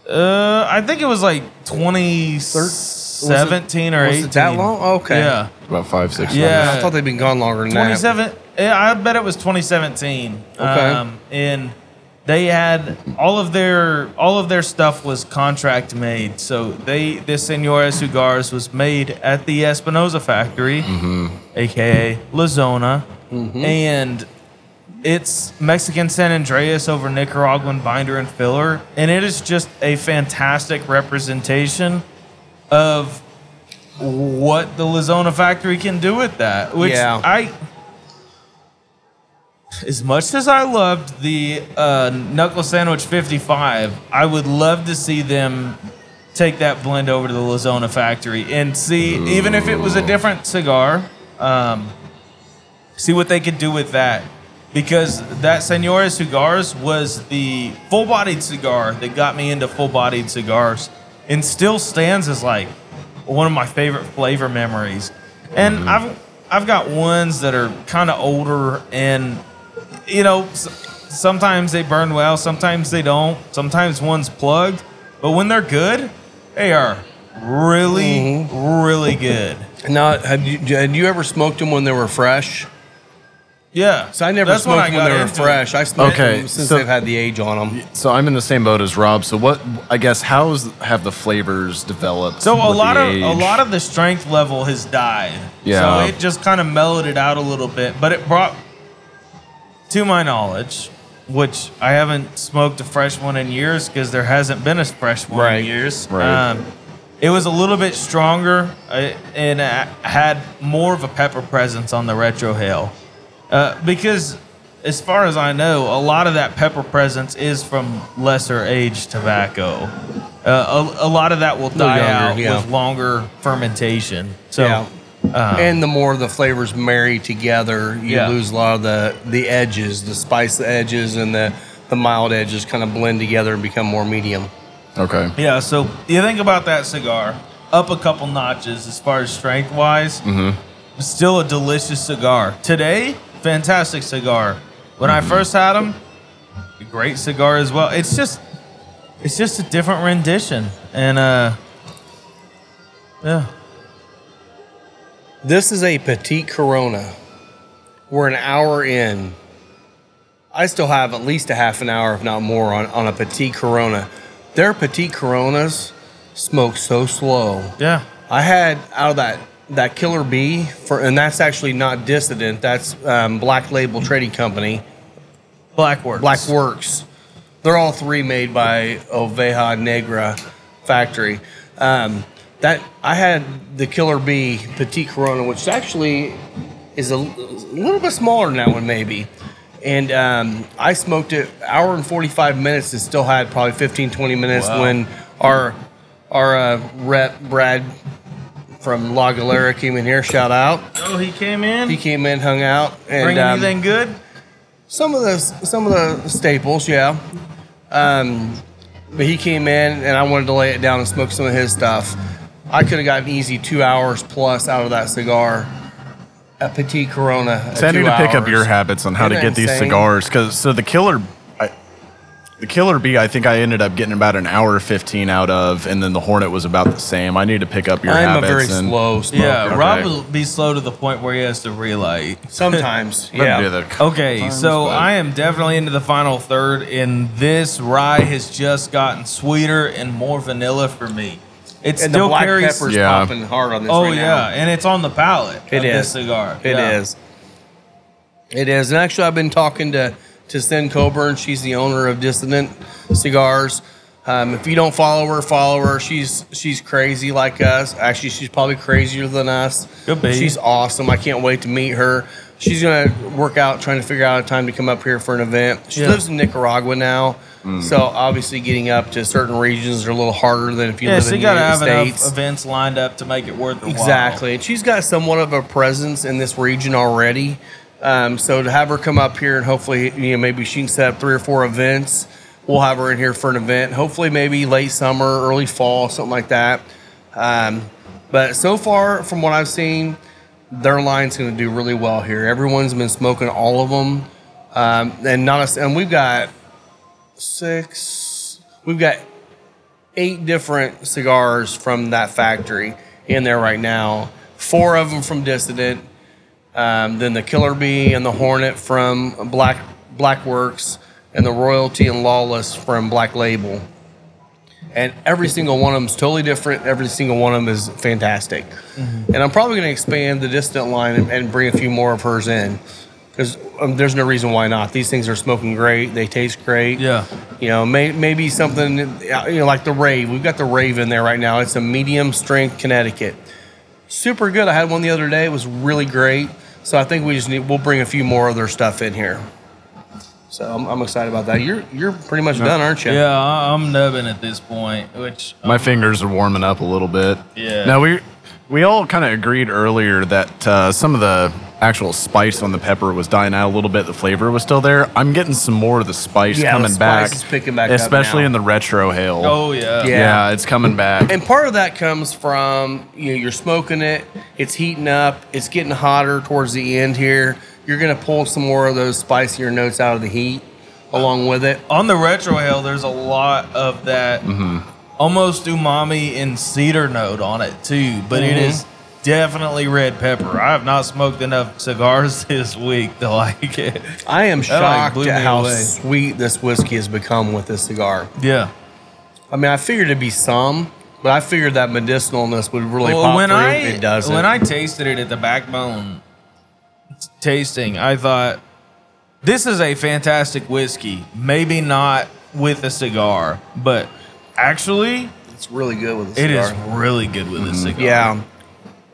[SPEAKER 3] Uh, I think it was like 2017 or 18.
[SPEAKER 2] Was it that long? Okay.
[SPEAKER 3] Yeah.
[SPEAKER 4] About five, six.
[SPEAKER 3] Yeah.
[SPEAKER 4] months.
[SPEAKER 2] I thought they'd been gone longer than that.
[SPEAKER 3] 27 yeah, i bet it was 2017
[SPEAKER 2] Okay.
[SPEAKER 3] and they had all of their all of their stuff was contract made so they this senora cigars was made at the espinosa factory
[SPEAKER 2] Mm-hmm.
[SPEAKER 3] aka la zona and it's Mexican San Andreas over Nicaraguan binder and filler, and it is just a fantastic representation of what the Lizona factory can do with that. Which
[SPEAKER 2] Yeah.
[SPEAKER 3] I, as much as I loved the uh, Knuckle Sandwich 55, I would love to see them take that blend over to the Lizona factory and see, even if it was a different cigar. Um, see what they could do with that. Because that Senora Cigars was the full bodied cigar that got me into full bodied cigars and still stands as like one of my favorite flavor memories. And
[SPEAKER 2] Mm-hmm.
[SPEAKER 3] I've I've got ones that are kind of older and you know s- sometimes they burn well, sometimes they don't. Sometimes one's plugged, but when they're good, they are really
[SPEAKER 2] Mm-hmm.
[SPEAKER 3] really good.
[SPEAKER 2] Now, have you, had you ever smoked them when they were fresh?
[SPEAKER 3] Yeah.
[SPEAKER 2] So I never
[SPEAKER 3] That's
[SPEAKER 2] smoked
[SPEAKER 3] when I
[SPEAKER 2] them when
[SPEAKER 3] got
[SPEAKER 2] they were
[SPEAKER 3] into it.
[SPEAKER 2] fresh. I smoked
[SPEAKER 4] Okay,
[SPEAKER 2] them since
[SPEAKER 4] so-
[SPEAKER 2] they've had the age on them.
[SPEAKER 4] So I'm in the same boat as Rob. So what? I guess how's have the flavors developed?
[SPEAKER 3] So a
[SPEAKER 4] with
[SPEAKER 3] lot
[SPEAKER 4] the
[SPEAKER 3] of a
[SPEAKER 4] age?
[SPEAKER 3] lot of the strength level has died.
[SPEAKER 4] Yeah.
[SPEAKER 3] So it just kind of mellowed it out a little bit, but it brought, to my knowledge, which I haven't smoked a fresh one in years because there hasn't been a fresh one
[SPEAKER 2] Right.
[SPEAKER 3] in years.
[SPEAKER 4] Right.
[SPEAKER 3] Um, it was a little bit stronger uh, and uh, had more of a pepper presence on the retro hail, uh, because as far as I know, a lot of that pepper presence is from lesser aged tobacco. Uh, a, a lot of that will die
[SPEAKER 2] younger,
[SPEAKER 3] out
[SPEAKER 2] yeah.
[SPEAKER 3] with longer fermentation. So um,
[SPEAKER 2] Yeah. and the more the flavors marry together, you
[SPEAKER 3] Yeah.
[SPEAKER 2] lose a lot of the, the edges, the spice edges, and the, the mild edges kind of blend together and become more medium.
[SPEAKER 4] okay.
[SPEAKER 3] Yeah, so you think about that cigar, up a couple notches as far as strength wise. Still a delicious cigar. Today, fantastic cigar. When I first had him, a great cigar as well. It's just, it's just a different rendition, and uh, yeah,
[SPEAKER 2] This is a petite Corona. We're an hour in. I still have at least a half an hour, if not more, on, on a petite Corona. Their petite Coronas smoke so slow.
[SPEAKER 3] yeah,
[SPEAKER 2] I had out of that that Killer Bee for, and that's actually not Dissident. That's um, Black Label Trading Company.
[SPEAKER 3] Black Works.
[SPEAKER 2] Black Works. They're all three made by Oveja Negra factory. Um, that I had the Killer Bee Petite Corona, which actually is a, l- little bit smaller than that one, maybe. And um, I smoked it hour and 45 minutes and still had probably 15, 20 minutes
[SPEAKER 3] Wow.
[SPEAKER 2] when our our uh, rep, Brad from La Galera, came in here. Shout out.
[SPEAKER 3] Oh, he came in.
[SPEAKER 2] He came in, hung out. and
[SPEAKER 3] Bring
[SPEAKER 2] um,
[SPEAKER 3] anything good?
[SPEAKER 2] some of the some of the staples, yeah. Um, but he came in and I wanted to lay it down and smoke some of his stuff. I could have gotten easy two hours plus out of that cigar. A petite Corona. at
[SPEAKER 4] So I need
[SPEAKER 2] two
[SPEAKER 4] to pick up
[SPEAKER 2] hours.
[SPEAKER 4] your habits on how to
[SPEAKER 2] Isn't
[SPEAKER 4] get
[SPEAKER 2] that
[SPEAKER 4] these
[SPEAKER 2] insane?
[SPEAKER 4] cigars because so the killer, I, the killer bee, I think I ended up getting about an hour fifteen out of, and then the hornet was about the same. I need to pick up your
[SPEAKER 2] I'm a
[SPEAKER 4] habits.
[SPEAKER 2] very
[SPEAKER 4] and
[SPEAKER 2] slow smoker.
[SPEAKER 3] Yeah,
[SPEAKER 4] Okay.
[SPEAKER 3] Rob will be slow to the point where he has to relight.
[SPEAKER 2] Sometimes,
[SPEAKER 4] Let me
[SPEAKER 2] yeah.
[SPEAKER 4] do that a couple
[SPEAKER 3] Okay,
[SPEAKER 4] times,
[SPEAKER 3] so
[SPEAKER 4] but-
[SPEAKER 3] I am definitely into the final third, and this rye has just gotten sweeter and more vanilla for me. It
[SPEAKER 2] And
[SPEAKER 3] still
[SPEAKER 2] the black
[SPEAKER 3] carries.
[SPEAKER 2] pepper's
[SPEAKER 4] Yeah.
[SPEAKER 2] popping hard on this.
[SPEAKER 3] oh
[SPEAKER 2] right
[SPEAKER 3] yeah,
[SPEAKER 2] now.
[SPEAKER 3] and it's on the palate.
[SPEAKER 2] It
[SPEAKER 3] of this
[SPEAKER 2] is.
[SPEAKER 3] cigar.
[SPEAKER 2] It is.
[SPEAKER 3] Yeah.
[SPEAKER 2] It is. And actually, I've been talking to, to Sin Coburn. She's the owner of Dissonant Cigars. Um, if you don't follow her, follow her. She's she's crazy like us. Actually, she's probably crazier than us.
[SPEAKER 3] Could be.
[SPEAKER 2] She's awesome. I can't wait to meet her. She's gonna work out trying to figure out a time to come up here for an event. She
[SPEAKER 3] Yeah. Mm.
[SPEAKER 2] lives in Nicaragua now, so obviously getting up to certain regions are a little harder than if you
[SPEAKER 3] Yeah,
[SPEAKER 2] live
[SPEAKER 3] so you
[SPEAKER 2] in the
[SPEAKER 3] gotta
[SPEAKER 2] United
[SPEAKER 3] have
[SPEAKER 2] States.
[SPEAKER 3] enough events lined up to make it worth the while.
[SPEAKER 2] Exactly. And she's got somewhat of a presence in this region already. Um, so to have her come up here and hopefully, you know, maybe she can set up three or four events. We'll have her in here for an event, hopefully, maybe late summer, early fall, something like that. Um, but so far, from what I've seen, their line's going to do really well here. Everyone's been smoking all of them. Um, and not a s and we've got six, we've got eight different cigars from that factory in there right now. Four of them from Dissident, um, then the Killer Bee and the Hornet from Black Black Works, and the Royalty and Lawless from Black Label. And every single one of them is totally different. Every single one of them is fantastic.
[SPEAKER 3] Mm-hmm.
[SPEAKER 2] And I'm probably going to expand the Dissident line and, and bring a few more of hers in because um, there's no reason why not. These things are smoking great. They taste great.
[SPEAKER 3] Yeah.
[SPEAKER 2] You know, may, maybe something, uh, you know, like the Rave. We've got the Rave in there right now. It's a medium strength Connecticut. Super good. I had one the other day. It was really great. So I think we just need, we'll bring a few more of their stuff in here. So I'm, I'm excited about that. You're you're pretty much done, aren't you?
[SPEAKER 3] Yeah, I- I'm nubbing at this point, which
[SPEAKER 4] My fingers are warming up a little bit.
[SPEAKER 3] Yeah.
[SPEAKER 4] Now we we all kind of agreed earlier that uh, some of the actual spice on the pepper was dying out a little bit. The flavor was still there. I'm getting some more of the spice
[SPEAKER 2] Yeah, the
[SPEAKER 4] coming
[SPEAKER 2] spice
[SPEAKER 4] back,
[SPEAKER 2] is picking back up
[SPEAKER 4] especially
[SPEAKER 2] now.
[SPEAKER 4] in the retro hail.
[SPEAKER 3] oh yeah,
[SPEAKER 2] Yeah.
[SPEAKER 4] yeah. it's coming back.
[SPEAKER 2] And part of that comes from you know you're smoking it, it's heating up, it's getting hotter towards the end here. You're gonna pull some more of those spicier notes out of the heat along with it.
[SPEAKER 3] on the retro hill, there's a lot of that
[SPEAKER 2] Mm-hmm.
[SPEAKER 3] almost umami and cedar note on it too, but it
[SPEAKER 2] Mhm.
[SPEAKER 3] is definitely red pepper. I have not smoked enough cigars this week to like it.
[SPEAKER 2] I am
[SPEAKER 3] like,
[SPEAKER 2] shocked
[SPEAKER 3] blew
[SPEAKER 2] at
[SPEAKER 3] me
[SPEAKER 2] how
[SPEAKER 3] away.
[SPEAKER 2] sweet this whiskey has become with this cigar.
[SPEAKER 3] Yeah.
[SPEAKER 2] I mean, I figured it'd be some, but I figured that medicinalness would really
[SPEAKER 3] Well,
[SPEAKER 2] pop
[SPEAKER 3] when
[SPEAKER 2] through.
[SPEAKER 3] I
[SPEAKER 2] it doesn't.
[SPEAKER 3] when I tasted it at the backbone t- tasting, I thought this is a fantastic whiskey. Maybe not with a cigar, but actually
[SPEAKER 2] it's really good with a
[SPEAKER 3] it
[SPEAKER 2] cigar. Mm-hmm.
[SPEAKER 3] is really good with a cigar.
[SPEAKER 2] Yeah.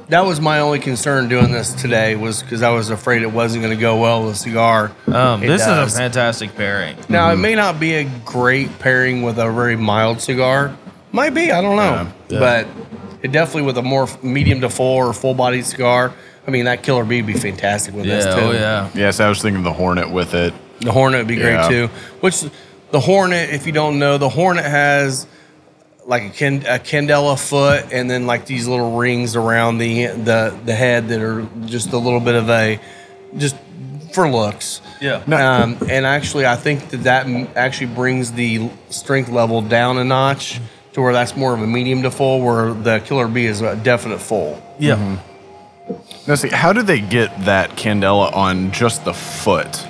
[SPEAKER 2] That was my only concern doing this today was because I was afraid it wasn't going to go well with a cigar.
[SPEAKER 3] Um,
[SPEAKER 2] It
[SPEAKER 3] this
[SPEAKER 2] does.
[SPEAKER 3] is a fantastic pairing.
[SPEAKER 2] Now, it may not be a great pairing with a very mild cigar. Might be, I don't know.
[SPEAKER 3] Yeah.
[SPEAKER 2] But it definitely with a more f- medium to full or full bodied cigar. I mean, that Killer Bee would be fantastic with this
[SPEAKER 3] Yeah,
[SPEAKER 2] too.
[SPEAKER 3] oh yeah.
[SPEAKER 4] yes, I was thinking of the hornet with it.
[SPEAKER 2] The Hornet would be great
[SPEAKER 4] Yeah.
[SPEAKER 2] too. Which the Hornet, if you don't know, the Hornet has like a, ken, a candela foot, and then like these little rings around the the the head that are just a little bit of a just for looks.
[SPEAKER 3] Yeah.
[SPEAKER 2] Um, and actually, I think that that m- actually brings the strength level down a notch to where that's more of a medium to full, where the Killer Bee is a definite full.
[SPEAKER 3] Yeah.
[SPEAKER 4] Mm-hmm. Now, see, how did they get that candela on just the foot?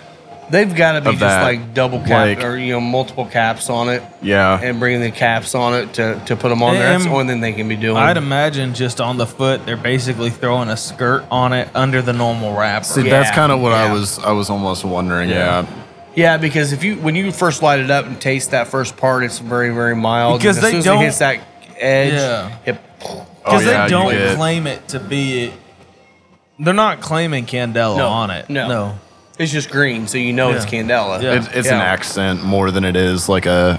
[SPEAKER 2] They've got to be
[SPEAKER 4] Of
[SPEAKER 2] just
[SPEAKER 4] that,
[SPEAKER 2] like double cap
[SPEAKER 4] like-
[SPEAKER 2] or you know multiple caps on it.
[SPEAKER 4] Yeah.
[SPEAKER 2] and bringing the caps on it to, to put them on there. That's the
[SPEAKER 3] And-
[SPEAKER 2] only thing they can be doing.
[SPEAKER 3] I'd imagine just on the foot, they're basically throwing a skirt on it under the normal wrapper.
[SPEAKER 4] See,
[SPEAKER 2] Yeah,
[SPEAKER 4] that's kind of what
[SPEAKER 2] yeah.
[SPEAKER 4] I was. I was almost wondering. Yeah.
[SPEAKER 2] yeah, because if you when you first light it up and taste that first part, it's very very mild.
[SPEAKER 3] Because
[SPEAKER 2] and as
[SPEAKER 3] they
[SPEAKER 2] soon as
[SPEAKER 3] don't-
[SPEAKER 2] it hits that edge,
[SPEAKER 3] Yeah.
[SPEAKER 2] it,
[SPEAKER 3] Because
[SPEAKER 4] Oh, yeah,
[SPEAKER 3] they
[SPEAKER 4] you
[SPEAKER 3] don't
[SPEAKER 4] get-
[SPEAKER 3] claim it to be. They're not claiming Candela
[SPEAKER 2] No,
[SPEAKER 3] on it.
[SPEAKER 2] no.
[SPEAKER 3] No.
[SPEAKER 2] it's just green, so you know it's
[SPEAKER 3] Yeah.
[SPEAKER 2] candela.
[SPEAKER 3] Yeah.
[SPEAKER 4] It's, it's an
[SPEAKER 2] Yeah.
[SPEAKER 4] accent more than it is like a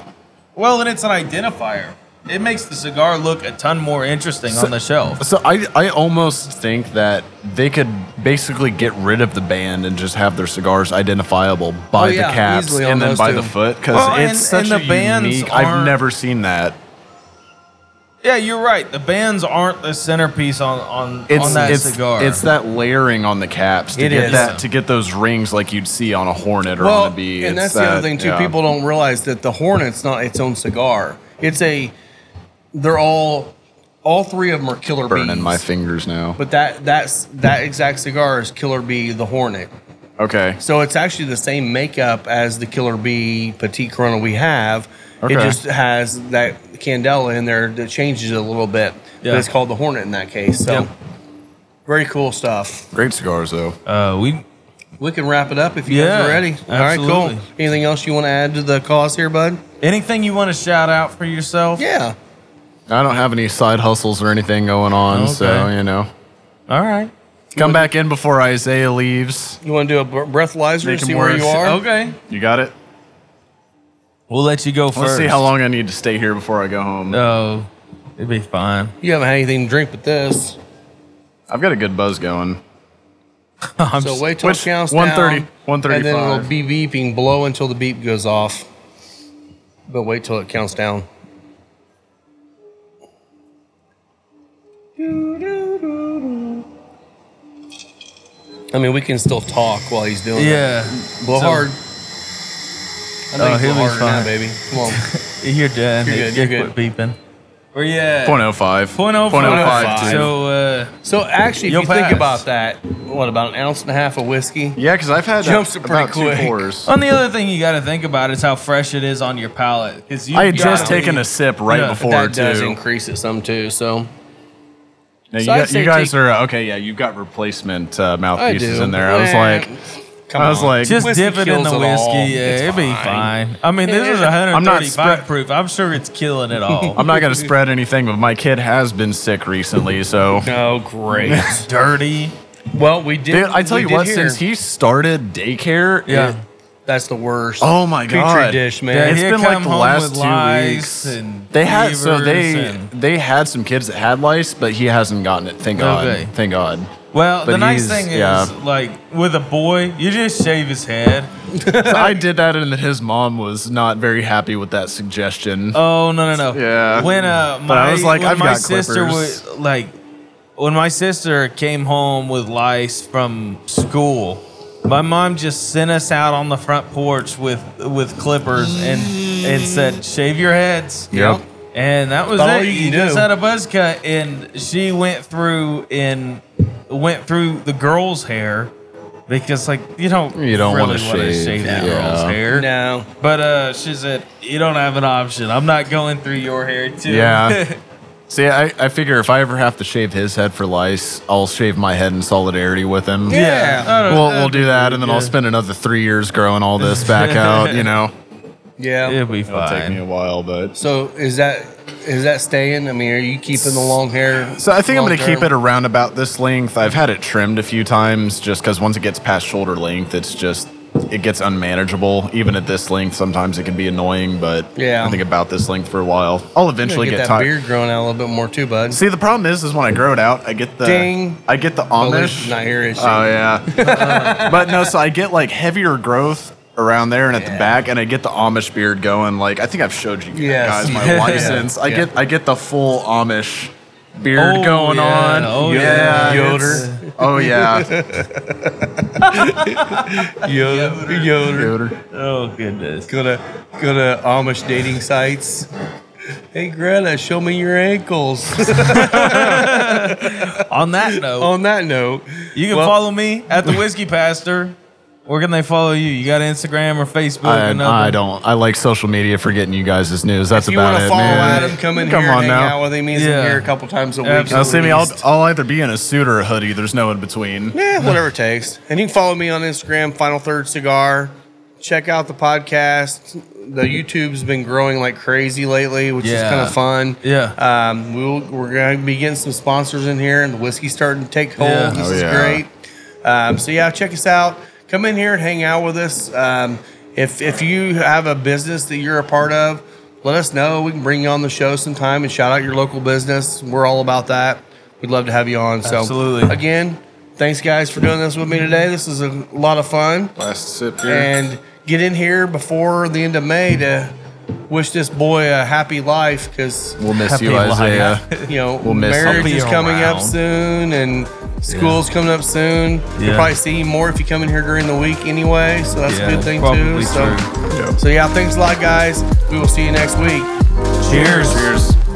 [SPEAKER 3] Well, and it's an identifier. it makes the cigar look a ton more interesting on the shelf.
[SPEAKER 4] So I, I almost think that they could basically get rid of the band and just have their cigars identifiable by
[SPEAKER 2] Oh, yeah,
[SPEAKER 4] the caps
[SPEAKER 2] easily on
[SPEAKER 4] and then
[SPEAKER 2] those
[SPEAKER 4] by
[SPEAKER 2] two.
[SPEAKER 4] the foot because
[SPEAKER 3] Well,
[SPEAKER 4] it's
[SPEAKER 3] and-
[SPEAKER 4] such
[SPEAKER 3] and
[SPEAKER 4] a
[SPEAKER 3] the bands
[SPEAKER 4] unique.
[SPEAKER 3] aren't-
[SPEAKER 4] I've never seen that.
[SPEAKER 3] Yeah, you're right. The bands aren't the centerpiece on on,
[SPEAKER 4] It's
[SPEAKER 3] on that
[SPEAKER 4] it's,
[SPEAKER 3] cigar.
[SPEAKER 4] it's that layering on the caps to
[SPEAKER 2] It
[SPEAKER 4] get
[SPEAKER 2] is.
[SPEAKER 4] that to get those rings like you'd see on a Hornet or on a bee.
[SPEAKER 2] and
[SPEAKER 4] It's
[SPEAKER 2] that's the other
[SPEAKER 4] that-
[SPEAKER 2] thing too.
[SPEAKER 4] yeah.
[SPEAKER 2] People don't realize that the Hornet's not its own cigar. It's a. They're all, all three of them are killer
[SPEAKER 4] burning
[SPEAKER 2] bees.
[SPEAKER 4] my fingers now.
[SPEAKER 2] But that that's that exact cigar is Killer Bee the Hornet.
[SPEAKER 4] okay,
[SPEAKER 2] So it's actually the same makeup as the Killer Bee Petite Corona we have.
[SPEAKER 4] Okay.
[SPEAKER 2] It just has that candela in there that changes it a little bit.
[SPEAKER 3] Yeah.
[SPEAKER 2] But it's called the Hornet in that case. So
[SPEAKER 3] Yep.
[SPEAKER 2] very cool stuff.
[SPEAKER 4] great cigars though.
[SPEAKER 3] uh, we
[SPEAKER 2] We can wrap it up if you guys
[SPEAKER 3] Yeah,
[SPEAKER 2] are ready. All right,
[SPEAKER 3] absolutely.
[SPEAKER 2] cool. Anything else you want to add to the cause here, bud?
[SPEAKER 3] anything you want to shout out for yourself?
[SPEAKER 2] Yeah.
[SPEAKER 4] I don't have any side hustles or anything going on, so
[SPEAKER 3] Okay.
[SPEAKER 4] you know,
[SPEAKER 3] All right.
[SPEAKER 4] come back in before Isaiah leaves.
[SPEAKER 2] You want to do a br- breathalyzer
[SPEAKER 4] Make
[SPEAKER 2] to
[SPEAKER 4] 'em
[SPEAKER 2] see where
[SPEAKER 4] worse.
[SPEAKER 2] you are?
[SPEAKER 3] Okay.
[SPEAKER 4] You got it.
[SPEAKER 3] We'll let you go 1st
[SPEAKER 4] let Let's see how long I need to stay here before I go home.
[SPEAKER 2] Uh,
[SPEAKER 3] No, it'd be fine.
[SPEAKER 2] You haven't had anything to drink but this.
[SPEAKER 4] I've got a good buzz going.
[SPEAKER 3] I'm
[SPEAKER 2] So
[SPEAKER 3] s-
[SPEAKER 2] wait till
[SPEAKER 4] Which-
[SPEAKER 2] it counts
[SPEAKER 4] 130,
[SPEAKER 2] down, and then it'll
[SPEAKER 4] 135.
[SPEAKER 2] be beeping, blow until the beep goes off. But wait till it counts down. I mean, we can still talk while he's doing it.
[SPEAKER 3] Yeah.
[SPEAKER 2] Blow
[SPEAKER 3] So-
[SPEAKER 2] hard. I think
[SPEAKER 3] Oh,
[SPEAKER 2] blow
[SPEAKER 3] he'll be
[SPEAKER 2] hard now,
[SPEAKER 3] fine.
[SPEAKER 2] baby. Come on.
[SPEAKER 3] You're done.
[SPEAKER 2] You're good, you're
[SPEAKER 3] Quit beeping. Where you at?
[SPEAKER 4] 0.05.
[SPEAKER 3] 0.05.
[SPEAKER 4] 0.05, dude.
[SPEAKER 3] So, uh,
[SPEAKER 2] oh So actually, if
[SPEAKER 3] You'll
[SPEAKER 2] you
[SPEAKER 3] pass.
[SPEAKER 2] think about that, what about an ounce and a half of whiskey?
[SPEAKER 4] yeah, because I've had
[SPEAKER 2] Jumps it pretty
[SPEAKER 4] about two
[SPEAKER 2] quick.
[SPEAKER 4] pours.
[SPEAKER 3] on the other thing you got to think about is how fresh it is on your palate. 'Cause you
[SPEAKER 4] I had
[SPEAKER 3] gotta
[SPEAKER 4] just taken
[SPEAKER 3] be-
[SPEAKER 4] a sip right
[SPEAKER 3] Yeah, but
[SPEAKER 4] before
[SPEAKER 2] that does
[SPEAKER 4] too.
[SPEAKER 2] increase it some too. So
[SPEAKER 4] Now, you,
[SPEAKER 2] So I'd
[SPEAKER 4] got,
[SPEAKER 2] say
[SPEAKER 4] you guys
[SPEAKER 2] take-
[SPEAKER 4] are uh, okay. Yeah, you've got replacement uh,
[SPEAKER 2] I
[SPEAKER 4] mouthpieces
[SPEAKER 2] do.
[SPEAKER 4] in there. I was
[SPEAKER 2] Nah,
[SPEAKER 4] like,
[SPEAKER 2] come
[SPEAKER 4] I was
[SPEAKER 2] on.
[SPEAKER 4] like,
[SPEAKER 3] Just
[SPEAKER 2] Whiskey
[SPEAKER 3] dip it in the
[SPEAKER 2] kills it all.
[SPEAKER 3] whiskey. yeah,
[SPEAKER 2] It's
[SPEAKER 3] it'd be
[SPEAKER 2] fine.
[SPEAKER 3] fine. I mean, this is 135
[SPEAKER 4] I'm not spread-
[SPEAKER 3] proof. I'm sure it's killing it all.
[SPEAKER 4] I'm not gonna spread anything, but my kid has been sick recently, so.
[SPEAKER 2] oh great.
[SPEAKER 3] Dirty.
[SPEAKER 2] well, we did.
[SPEAKER 4] Dude, I tell
[SPEAKER 2] we
[SPEAKER 4] you
[SPEAKER 2] did
[SPEAKER 4] what,
[SPEAKER 2] here.
[SPEAKER 4] since he started daycare,
[SPEAKER 3] Yeah.
[SPEAKER 4] it-
[SPEAKER 2] that's the worst.
[SPEAKER 4] oh my
[SPEAKER 2] petri
[SPEAKER 4] god,
[SPEAKER 2] dish, man.
[SPEAKER 3] Yeah,
[SPEAKER 4] it's
[SPEAKER 3] he'd
[SPEAKER 4] been like
[SPEAKER 3] come
[SPEAKER 4] the
[SPEAKER 3] home
[SPEAKER 4] last
[SPEAKER 3] with
[SPEAKER 4] two
[SPEAKER 3] lice
[SPEAKER 4] weeks.
[SPEAKER 3] and
[SPEAKER 4] they had so
[SPEAKER 3] fevers
[SPEAKER 4] they
[SPEAKER 3] and-
[SPEAKER 4] they had some kids that had lice, but he hasn't gotten it. Thank God.
[SPEAKER 3] Okay.
[SPEAKER 4] Thank God.
[SPEAKER 3] Well,
[SPEAKER 4] But
[SPEAKER 3] the nice
[SPEAKER 4] he's-
[SPEAKER 3] thing is,
[SPEAKER 4] yeah.
[SPEAKER 3] like with a boy, you just shave his head.
[SPEAKER 4] So I did that, and then his mom was not very happy with that suggestion.
[SPEAKER 3] Oh no no no!
[SPEAKER 4] Yeah.
[SPEAKER 3] When uh, my
[SPEAKER 4] But I was like,
[SPEAKER 3] when
[SPEAKER 4] I've
[SPEAKER 3] my
[SPEAKER 4] got
[SPEAKER 3] sister
[SPEAKER 4] clippers.
[SPEAKER 3] was like, when my sister came home with lice from school, my mom just sent us out on the front porch with with clippers and and said, shave your heads.
[SPEAKER 4] Yep.
[SPEAKER 3] And that was
[SPEAKER 2] That's all
[SPEAKER 3] it.
[SPEAKER 2] you
[SPEAKER 3] You
[SPEAKER 2] can
[SPEAKER 3] just
[SPEAKER 2] do.
[SPEAKER 3] had a buzz cut, and she went through and went through the girl's hair because, like, you don't
[SPEAKER 4] You don't
[SPEAKER 3] really
[SPEAKER 4] wanna
[SPEAKER 3] want to
[SPEAKER 4] shave,
[SPEAKER 3] shave the
[SPEAKER 4] yeah.
[SPEAKER 3] girl's hair.
[SPEAKER 2] No,
[SPEAKER 3] But uh, she said, "You don't have an option. I'm not going through your hair too."
[SPEAKER 4] Yeah. See, I, I figure if I ever have to shave his head for lice, I'll shave my head in solidarity with him.
[SPEAKER 2] Yeah.
[SPEAKER 3] I don't-
[SPEAKER 4] We'll,
[SPEAKER 3] that'd
[SPEAKER 4] we'll
[SPEAKER 3] be
[SPEAKER 4] do that, and then I'll
[SPEAKER 3] good.
[SPEAKER 4] spend another three years growing all this back out. You know,
[SPEAKER 2] yeah.
[SPEAKER 3] It'll be
[SPEAKER 4] it'll take
[SPEAKER 3] fine.
[SPEAKER 4] me a while, but
[SPEAKER 2] So is that is that staying? I mean, are you keeping the long hair?
[SPEAKER 4] So I think I'm going to keep
[SPEAKER 2] long-term?
[SPEAKER 4] it around about this length. I've had it trimmed a few times just because once it gets past shoulder length, it's just it gets unmanageable. Even at this length, sometimes it can be annoying. But
[SPEAKER 2] Yeah.
[SPEAKER 4] I think about this length for a while. I'll eventually
[SPEAKER 2] Get
[SPEAKER 4] get,
[SPEAKER 2] that
[SPEAKER 4] tired.
[SPEAKER 2] beard growing out a little bit more too, bud.
[SPEAKER 4] See, the problem is, is when I grow it out, I get the
[SPEAKER 2] Ding.
[SPEAKER 4] I get the
[SPEAKER 2] Oh,
[SPEAKER 4] Amish.
[SPEAKER 2] there's- not here, is she?
[SPEAKER 4] Oh yeah, but no. So I get like heavier growth around there and at the back, and I get the Amish beard going. Like I think I've showed you
[SPEAKER 2] Yes.
[SPEAKER 4] guys my
[SPEAKER 3] Yeah.
[SPEAKER 4] license. I
[SPEAKER 2] Yeah.
[SPEAKER 4] get I get the full Amish beard
[SPEAKER 3] Oh,
[SPEAKER 4] going
[SPEAKER 3] yeah.
[SPEAKER 4] on.
[SPEAKER 3] Oh, yeah.
[SPEAKER 4] it's- Oh yeah.
[SPEAKER 2] Yoder. Yoder.
[SPEAKER 4] Yoder.
[SPEAKER 3] Oh goodness.
[SPEAKER 2] Go to go to Amish dating sites. Hey Greta, show me your ankles.
[SPEAKER 3] On that note,
[SPEAKER 4] Oh,
[SPEAKER 2] On that note,
[SPEAKER 3] you can
[SPEAKER 2] well-
[SPEAKER 3] follow me at the Whiskey Pastor. Where can they follow you? You got Instagram or Facebook?
[SPEAKER 4] I,
[SPEAKER 3] or nothing?
[SPEAKER 4] I don't. I like social media for getting you guys' news. That's
[SPEAKER 2] if you
[SPEAKER 4] about
[SPEAKER 2] want to
[SPEAKER 4] it,
[SPEAKER 2] follow
[SPEAKER 4] man.
[SPEAKER 2] Adam, come in
[SPEAKER 4] Come
[SPEAKER 2] here,
[SPEAKER 4] on
[SPEAKER 2] hang
[SPEAKER 4] now.
[SPEAKER 2] out with him. He's
[SPEAKER 3] Yeah.
[SPEAKER 2] in here a couple times a week.
[SPEAKER 3] Absolutely.
[SPEAKER 4] Now
[SPEAKER 2] at
[SPEAKER 4] see me. I'll,
[SPEAKER 2] least.
[SPEAKER 4] I'll either be in a suit or a hoodie. There's no in between.
[SPEAKER 2] Yeah, whatever it takes. And you can follow me on Instagram, Final Third Cigar. Check out the podcast. The YouTube's been growing like crazy lately, which is
[SPEAKER 3] Yeah.
[SPEAKER 2] kind of fun.
[SPEAKER 3] Yeah.
[SPEAKER 2] Um, we'll, we're going to be getting some sponsors in here, and the whiskey's starting to take hold.
[SPEAKER 3] Yeah.
[SPEAKER 2] This
[SPEAKER 4] Oh,
[SPEAKER 2] is
[SPEAKER 4] yeah.
[SPEAKER 2] great. Um, so, yeah, check us out. Come in here and hang out with us. Um, if, if you have a business that you're a part of, let us know. We can bring you on the show sometime and shout out your local business. We're all about that. We'd love to have you on. So
[SPEAKER 3] Absolutely.
[SPEAKER 2] Again, thanks guys for doing this with me today. This is a lot of fun.
[SPEAKER 5] Last sip here.
[SPEAKER 2] And get in here before the end of May to wish this boy a happy life because
[SPEAKER 4] We'll miss
[SPEAKER 3] Happy
[SPEAKER 4] you,
[SPEAKER 3] life.
[SPEAKER 4] Isaiah.
[SPEAKER 2] you know,
[SPEAKER 4] We'll miss him.
[SPEAKER 2] marriage
[SPEAKER 3] I'll be
[SPEAKER 2] is coming up
[SPEAKER 3] around.
[SPEAKER 2] soon and school's coming up soon. You'll
[SPEAKER 3] Yeah.
[SPEAKER 2] probably see him more if you come in here during the week anyway. So that's
[SPEAKER 3] Yeah,
[SPEAKER 2] a good
[SPEAKER 3] that's
[SPEAKER 2] thing
[SPEAKER 3] probably
[SPEAKER 2] too. So,
[SPEAKER 3] true.
[SPEAKER 2] so yeah, thanks a lot, guys. We will see you next week.
[SPEAKER 3] Cheers.
[SPEAKER 4] Cheers.